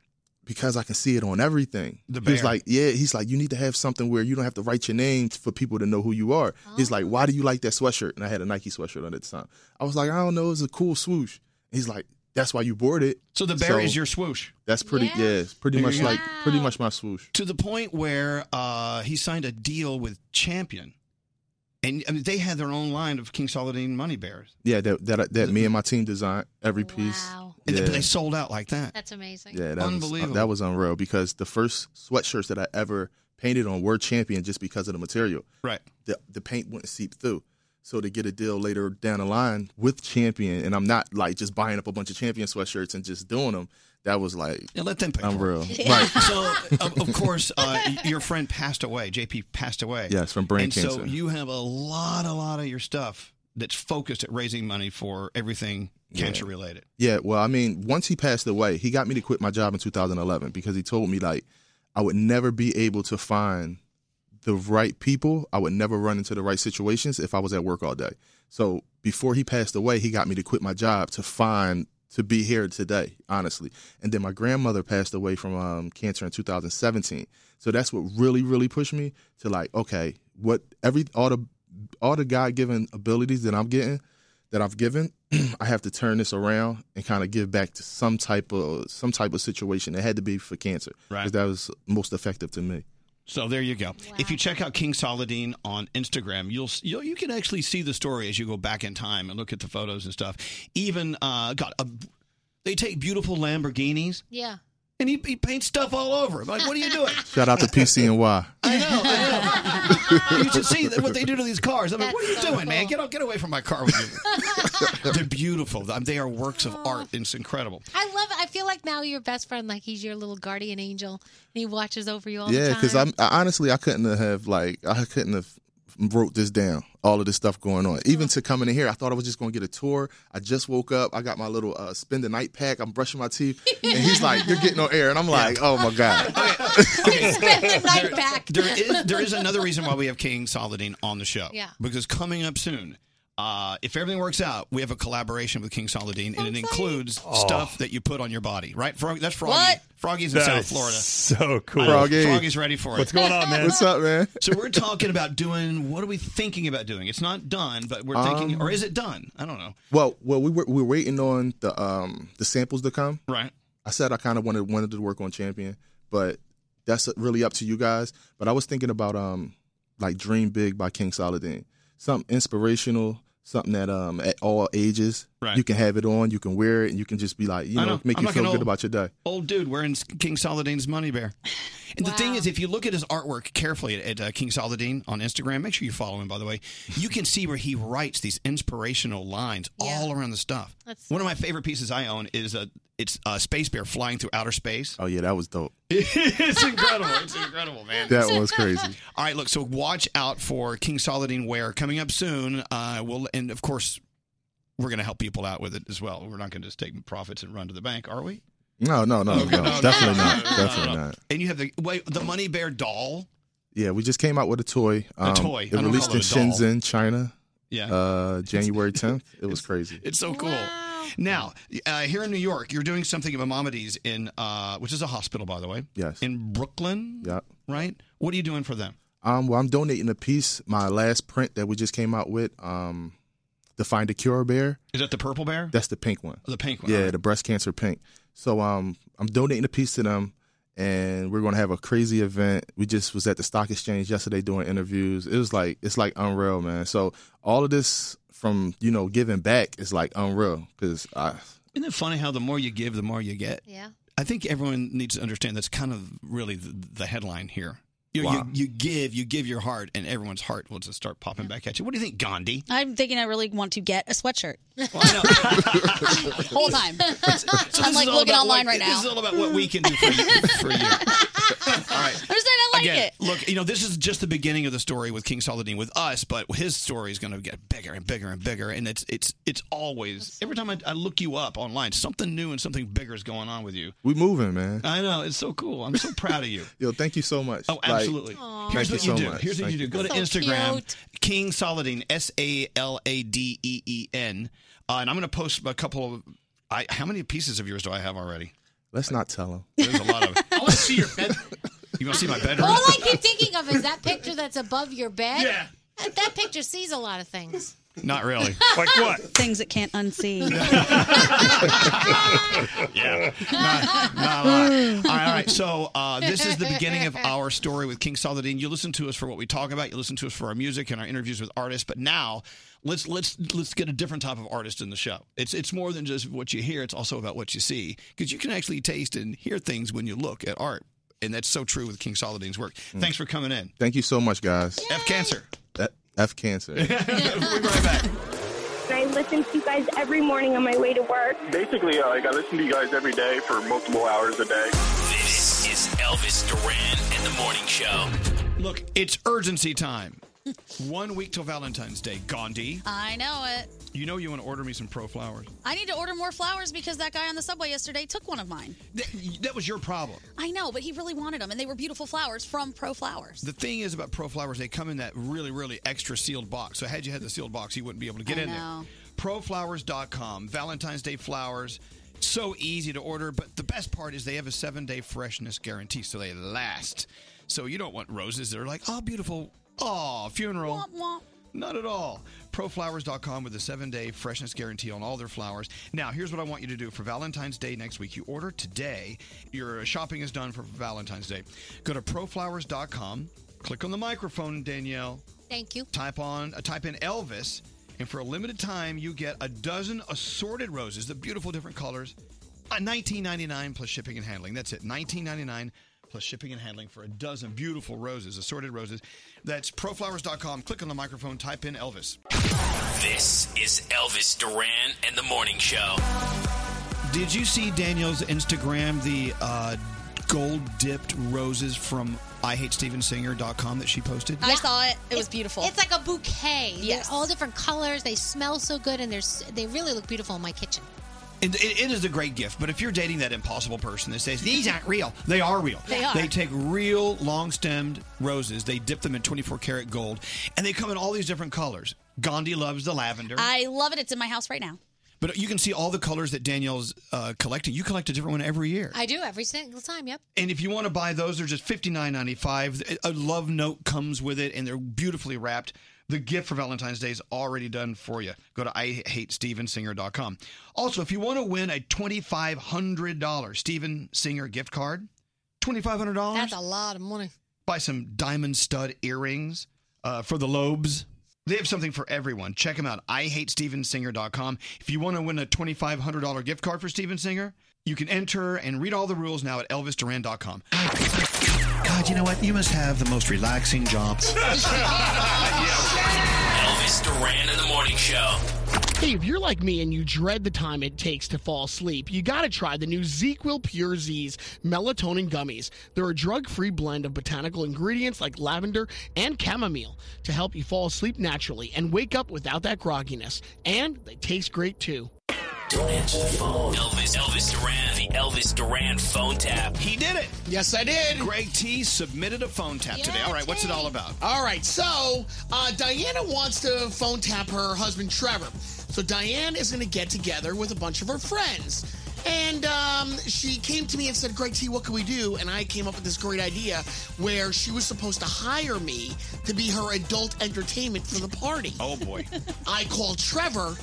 because I can see it on everything. The He's bear. like, yeah. He's like, you need to have something where you don't have to write your name for people to know who you are. He's like, why do you like that sweatshirt? And I had a Nike sweatshirt on at the time. I was like, I don't know. It's a cool swoosh. He's like, that's why you bought it. So the bear is your swoosh. That's pretty. Yeah. it's pretty There much you go. like pretty much my swoosh. to the point where uh, he signed a deal with Champion, and I mean, they had their own line of King Saladin money bears. Yeah, that that, that me and my team designed every piece. And Yeah. they, they sold out like that. That's amazing. Yeah, that unbelievable. Was, that was unreal because the first sweatshirts that I ever painted on were champion just because of the material. Right. The the paint wouldn't seep through. So to get a deal later down the line with champion, and I'm not like just buying up a bunch of champion sweatshirts and just doing them. That was like yeah, let them pay unreal. it. Right. So, of, of course, uh, your friend passed away. JP passed away. Yes, from brain and So cancer. you have a lot, a lot of your stuff that's focused at raising money for everything Yeah. cancer related. Yeah, well, I mean, once he passed away, he got me to quit my job in 2011 because he told me like I would never be able to find the right people. I would never run into the right situations if I was at work all day. So before he passed away, he got me to quit my job to find to be here today, honestly. And then my grandmother passed away from um, cancer in 2017. So that's what really, really pushed me to like, okay, what every all the all the God given abilities that I'm getting that I've given, I have to turn this around and kind of give back to some type of some type of situation. It had to be for cancer Right. 'cause that was most effective to me. So there you go. If you check out King Saladin on Instagram, you'll, you'll you can actually see the story as you go back in time and look at the photos and stuff. Even uh, God, a, they take beautiful Lamborghinis Yeah. and he, he paints stuff all over. Like, what are you doing? Shout out to PC and Y. you should see that- what they do to these cars. I mean, what are you doing, man? Get, o- get away from my car with you. They're beautiful. Um, They are works of art. It's incredible. I love it. I feel like now your best friend, like he's your little guardian angel, and he watches over you all yeah, the time. because I'm I, honestly I couldn't have like I couldn't have wrote this down. All of this stuff going on. Even to coming in here, I thought I was just going to get a tour. I just woke up. I got my little uh, spend the night pack. I'm brushing my teeth, and he's like, "You're getting on air," and I'm like, "Oh my god." There- There is there is another reason why we have King Saladin on the show. Yeah. Because coming up soon, uh, if everything works out, we have a collaboration with King Saladin, and it includes Oh. stuff that you put on your body, right? Frog, that's Froggy. What? Froggy's in That South is Florida. So cool. I know, Froggy's ready for it. What's going on, man? up, man? So we're talking about doing. What are we thinking about doing? It's not done, but we're thinking, Um, or is it done? I don't know. Well, well, we were we were waiting on the um the samples to come. Right. I said I kind of wanted wanted to work on Champion, but that's really up to you guys. But I was thinking about um like Dream Big by King Saladin, something inspirational, something that um at all ages right. you can have it on, you can wear it, and you can just be like you I know, know. make I'm you like feel an good old- about your day. Old dude wearing King Saladin's money bear. And the thing is, if you look at his artwork carefully at, at uh, King Saladin on Instagram, make sure you follow him, by the way, you can see where he writes these inspirational lines all around the stuff. That's- One of my favorite pieces I own is a, it's a space bear flying through outer space. Oh yeah, that was dope. it's incredible. It's incredible, man. That was crazy. All right, look. So watch out for King Saladin wear coming up soon. Uh, we'll and of course we're going to help people out with it as well. We're not going to just take profits and run to the bank, are we? No, no, Oh, no, Okay, no, no, definitely no, not, no, no, definitely no, no. not. And you have the wait, the Money Bear doll. Yeah, we just came out with a toy. um, A toy. It I don't released call in it a doll. Shenzhen, China. Yeah. Uh, January 10th. It was crazy. It's so cool. Now, uh, here in New York, you're doing something at Mamamedi's in uh, which is a hospital, by the way. Yes. In Brooklyn, Yeah. right? What are you doing for them? Um, well, I'm donating a piece, my last print that we just came out with, um, the Find a Cure Bear. Is that the Purple Bear? That's the pink one. Oh, The pink one, Yeah, all right. the breast cancer pink. So um, I'm donating a piece to them, and we're gonna have a crazy event. We just was at the stock exchange yesterday doing interviews. It was like it's like unreal, man. So all of this from you know giving back is like unreal because I Isn't it funny how the more you give, the more you get? Yeah. I think everyone needs to understand that's kind of really the, the headline here. You, Wow. you, you give, you give your heart, and everyone's heart will just start popping back at you. What do you think, Gandhi? I'm thinking I really want to get a sweatshirt. Whole time. So I'm this like is all looking about online what- right now. This is all about what we can do for you. For you. All right. I'm just saying I like Again, it. look, you know, this is just the beginning of the story with King Saladin with us, but his story is going to get bigger and bigger and bigger, and it's it's it's always every time I, I look you up online, something new and something bigger is going on with you. we moving, man. I know it's so cool. I'm so proud of you. Yo, thank you so much. Oh, absolutely. Here's thank what you you so do. much. Here's what Thank you do. you. Go to So Instagram, cute. King Saladin, S A L A D E E N, uh, and I'm going to post a couple of. I, how many pieces of yours do I have already? Let's not tell them. There's a lot of. I want to see your bed. You want to see my bedroom? All I keep thinking of is that picture that's above your bed. Yeah. That, that picture sees a lot of things. Not really. Like Things that can't unsee. yeah. Not, not a lot. All right, all right. So uh, this is the beginning of our story with King Saladin. You listen to us for what we talk about. You listen to us for our music and our interviews with artists. But now let's let's let's get a different type of artist in the show. It's it's more than just what you hear. It's also about what you see because you can actually taste and hear things when you look at art. And that's so true with King Saladin's work. Thanks for coming in. Thank you so much, guys. F cancer. F- F cancer. I listen to you guys every morning on my way to work. Basically, uh, like I listen to you guys every day for multiple hours a day. This is Elvis Duran and the Morning Show. Look, it's urgency time. One week till Valentine's Day. Gandhi, I know it. you know you want to order me some pro flowers. I need to order more flowers because that guy on the subway yesterday took one of mine. That, that was your problem. I know, but he really wanted them, and they were beautiful flowers from Pro Flowers. The thing is about Pro Flowers, they come in that really, really extra sealed box. So had you had the sealed box, you wouldn't be able to get I in know. there. Proflowers.com, Valentine's Day flowers. So easy to order, but the best part is they have a seven day freshness guarantee, so they last. So you don't want roses that are like, oh, beautiful, oh, funeral. Not at all. Proflowers.com with a seven day freshness guarantee on all their flowers. Now, here's what I want you to do for Valentine's Day next week. You order today. Your shopping is done for Valentine's Day. Go to proflowers.com, click on the microphone, Danielle. Thank you. Type on, uh, type in Elvis, and for a limited time, you get a dozen assorted roses, the beautiful different colors, uh, 19.99 plus shipping and handling. That's it, 19.99 plus shipping and handling for a dozen beautiful roses, assorted roses. That's proflowers.com. Click on the microphone, type in Elvis. This is Elvis Duran and the Morning Show. Did you see Daniel's Instagram, the uh, gold dipped roses from IHateStevenSinger.com that she posted? I saw it. It was beautiful. It's like a bouquet. Yes. They're all different colors. They smell so good, and they're s- they really look beautiful in my kitchen. It, it- it is a great gift, but if you're dating that impossible person that says these aren't real, they are real. They are. They take real long-stemmed roses, they dip them in 24 karat gold, and they come in all these different colors. Gandhi loves the lavender, I love it. It's in my house right now. but you can see all the colors that Danielle's uh, collecting. You collect a different one every year. I do every single time. Yep. And if you want to buy those, they're just fifty nine ninety five. A love note comes with it, and they're beautifully wrapped. The gift for Valentine's Day is already done for you. Go to IHateStevenSinger.com. Also, if you want to win a $2,500 Steven Singer gift card, $2,500. That's a lot of money. Buy some diamond stud earrings uh, for the lobes. They have something for everyone. Check them out. IHateStevensinger.com. If you want to win a $2,500 gift card for Steven Singer, you can enter and read all the rules now at ElvisDuran.com. God, you know what? You must have the most relaxing job. Elvis Duran in the morning show. Hey, if you're like me and you dread the time it takes to fall asleep, you gotta try the new ZQL Pure Z's melatonin gummies. They're a drug free blend of botanical ingredients like lavender and chamomile to help you fall asleep naturally and wake up without that grogginess. And they taste great too. Don't answer the phone. Elvis, Elvis Duran, the Elvis Duran phone tap. He did it. Yes, I did. Greg T submitted a phone tap today. All right, what's it all about? All right, so uh, Diana wants to phone tap her husband Trevor. So Diane is going to get together with a bunch of her friends. And um, she came to me and said, Greg T, what can we do? And I came up with this great idea where she was supposed to hire me to be her adult entertainment for the party. Oh, boy. I called Trevor,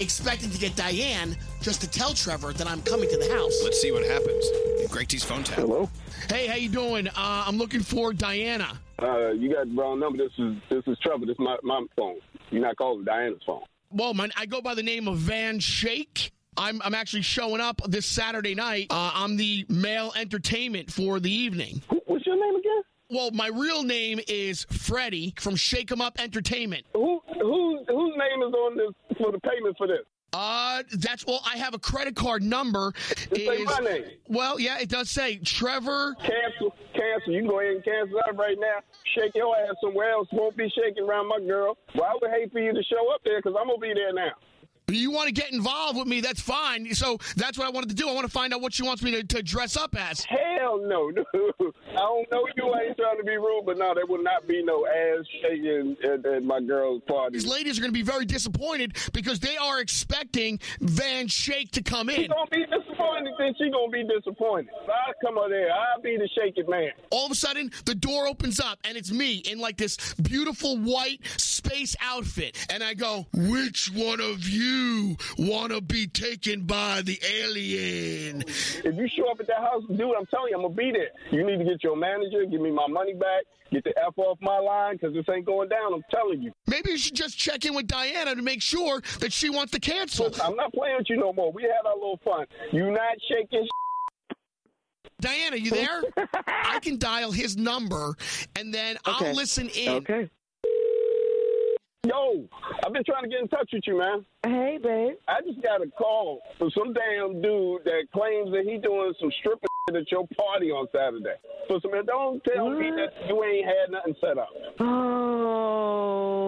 expecting to get Diane just to tell Trevor that I'm coming to the house. Let's see what happens. Greg T's phone tap. Hello? Hey, how you doing? Uh, I'm looking for Diana. Uh, you got the wrong number. This is this is Trevor. This is my, my phone. You're not calling Diana's phone. Well, man, I go by the name of Van Shake. I'm, I'm actually showing up this Saturday night. Uh, I'm the male entertainment for the evening. What's your name again? Well, my real name is Freddie from Shake 'em Up Entertainment. Who who whose name is on this for the payment for this? Uh, that's well. I have a credit card number. say my name. Well, yeah, it does say Trevor. Cancel, cancel. You can go ahead and cancel out right now. Shake your ass somewhere else. Won't be shaking around my girl. Well, I would hate for you to show up there because I'm gonna be there now. If You want to get involved with me? That's fine. So that's what I wanted to do. I want to find out what she wants me to, to dress up as. Hell no, dude. I don't know you. I ain't trying to be rude, but no, there will not be no ass shaking at, at my girl's party. These ladies are going to be very disappointed because they are expecting Van Shake to come in. She's gonna be disappointed. Then she gonna be disappointed. I'll come over there. I'll be the shaking man. All of a sudden, the door opens up and it's me in like this beautiful white space outfit. And I go, Which one of you want to be taken by the alien? If you show up at that house, dude, I'm telling you, I'm gonna be there. You need to get your manager, give me my money back, get the f off my line, cause this ain't going down. I'm telling you. Maybe you should just check in with Diana to make sure that she wants to cancel. I'm not playing with you no more. We had our little fun. You not shaking. Diana, you there? I can dial his number and then I'll listen in. Okay. Yo, I've been trying to get in touch with you, man. Hey, babe. I just got a call from some damn dude that claims that he doing some stripping shit at your party on Saturday. So, some don't tell me that you ain't had nothing set up. Oh.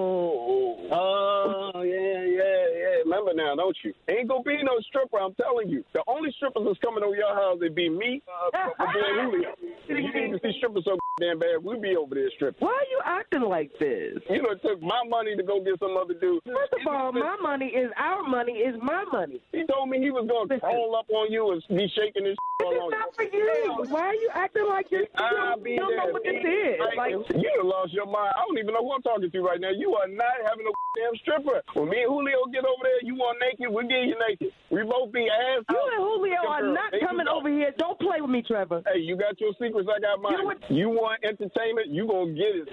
Oh, yeah, yeah, yeah. Remember now, don't you? Ain't gonna be no stripper, I'm telling you. The only strippers that's coming over your house, they be me, uh, my boy Julio. You need to see strippers so damn bad, we be over there stripping. Why are you acting like this? You know, it took my money to go get some other dude. First of all, my money is our money, is my money. He told me he was gonna crawl up on you and be shaking his shit all on you. for you. Why are you acting like you, you I'll don't, be you don't know there. what this is? Like, you done lost your mind. I don't even know who I'm talking to right now. You are not having a damn stripper. When me and Julio get over there, you want naked, we'll get you naked. We both be ass. You and Julio are not coming over here. Don't play with me, Trevor. Hey, you got your secrets, I got mine. You, want entertainment, you gonna get it.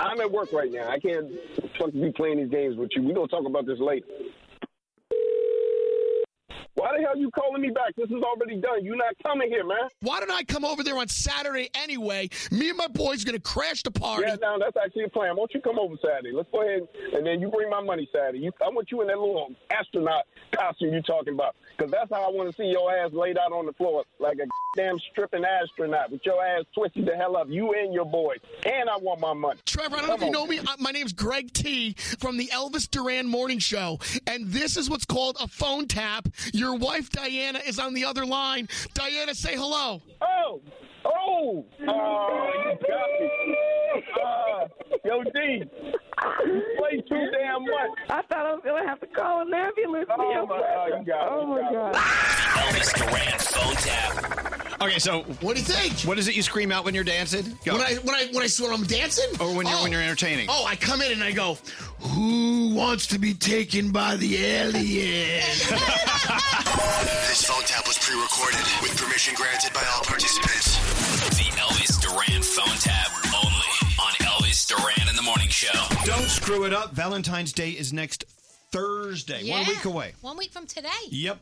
I'm at work right now. I can't fucking be playing these games with you. we gonna talk about this later. Why the hell you calling me back? This is already done. you not coming here, man. Why don't I come over there on Saturday anyway? Me and my boys gonna crash the party. Yeah, no, that's actually a plan. Why don't you come over Saturday? Let's go ahead and then you bring my money Saturday. You, I want you in that little astronaut costume you talking about. Because that's how I want to see your ass laid out on the floor like a damn stripping astronaut with your ass twisted the hell up. You and your boys. And I want my money. Trevor, I don't know if you know me. I- My name's Greg T from the Elvis Duran Morning Show, and this is what's called a phone tap. Your wife Diana is on the other line. Diana, say hello. Oh, oh, oh, you got me. Uh, yo, D, you play too damn much. I thought I was going to have to call an ambulance. Oh, my, oh, you got it, you got it. Elvis Duran phone tap. Okay, so what do you think? What is it you scream out when you're dancing? Go. When I when I when I when I'm dancing, or when you're when you're entertaining. Oh, I come in and I go, "Who wants to be taken by the alien?" This phone tap was pre-recorded with permission granted by all participants. The Elvis Duran phone tap only on Elvis Duran in the Morning Show. Don't screw it up. Valentine's Day is next Thursday, one Yeah. week away. One week from today. Yep.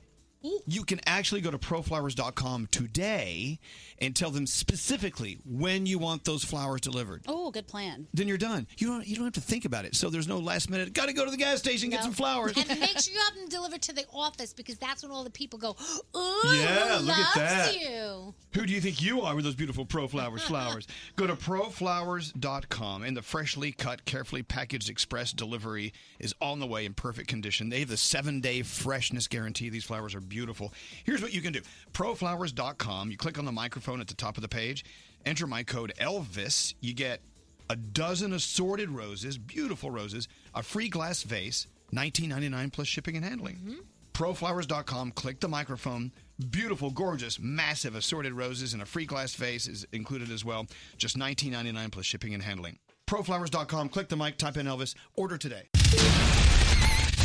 You can actually go to proflowers.com today and tell them specifically when you want those flowers delivered. Oh, good plan. Then you're done. You don't you don't have to think about it. So there's no last minute. Got to go to the gas station and get No. some flowers. And make sure you have them delivered to the office because that's when all the people go, ooh, Yeah, who look at loves that. you. Who do you think you are with those beautiful Pro Flowers flowers? Go to proflowers.com and the freshly cut, carefully packaged express delivery is on the way in perfect condition. They have the seven day freshness guarantee. These flowers are beautiful. Here's what you can do proflowers.com. You click on the microphone at the top of the page, enter my code ELVIS. You get a dozen assorted roses, beautiful roses, a free glass vase, $19.99 plus shipping and handling proflowers.com click the microphone beautiful gorgeous massive assorted roses and a free glass vase is included as well just $19.99 plus shipping and handling proflowers.com click the mic type in elvis order today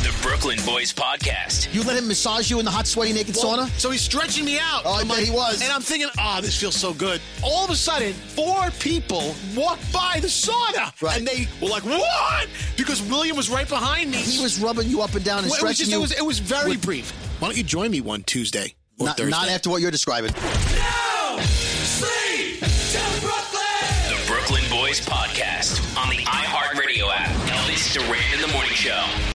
The Brooklyn Boys Podcast. You let him massage you in the hot, sweaty, naked sauna? So he's stretching me out. Oh, I I'm bet like- he was. And I'm thinking, ah, this feels so good. All of a sudden, four people walk by the sauna. And they were like, what? Because William was right behind me. He was rubbing you up and down and Well, it was just, stretching you. It was, it was very With- brief. Why don't you join me one Tuesday or Not, Thursday? not after what you're describing. Sleep till Brooklyn. The Brooklyn Boys Podcast on the iHeartRadio app. Elvis Duran in the Morning Show.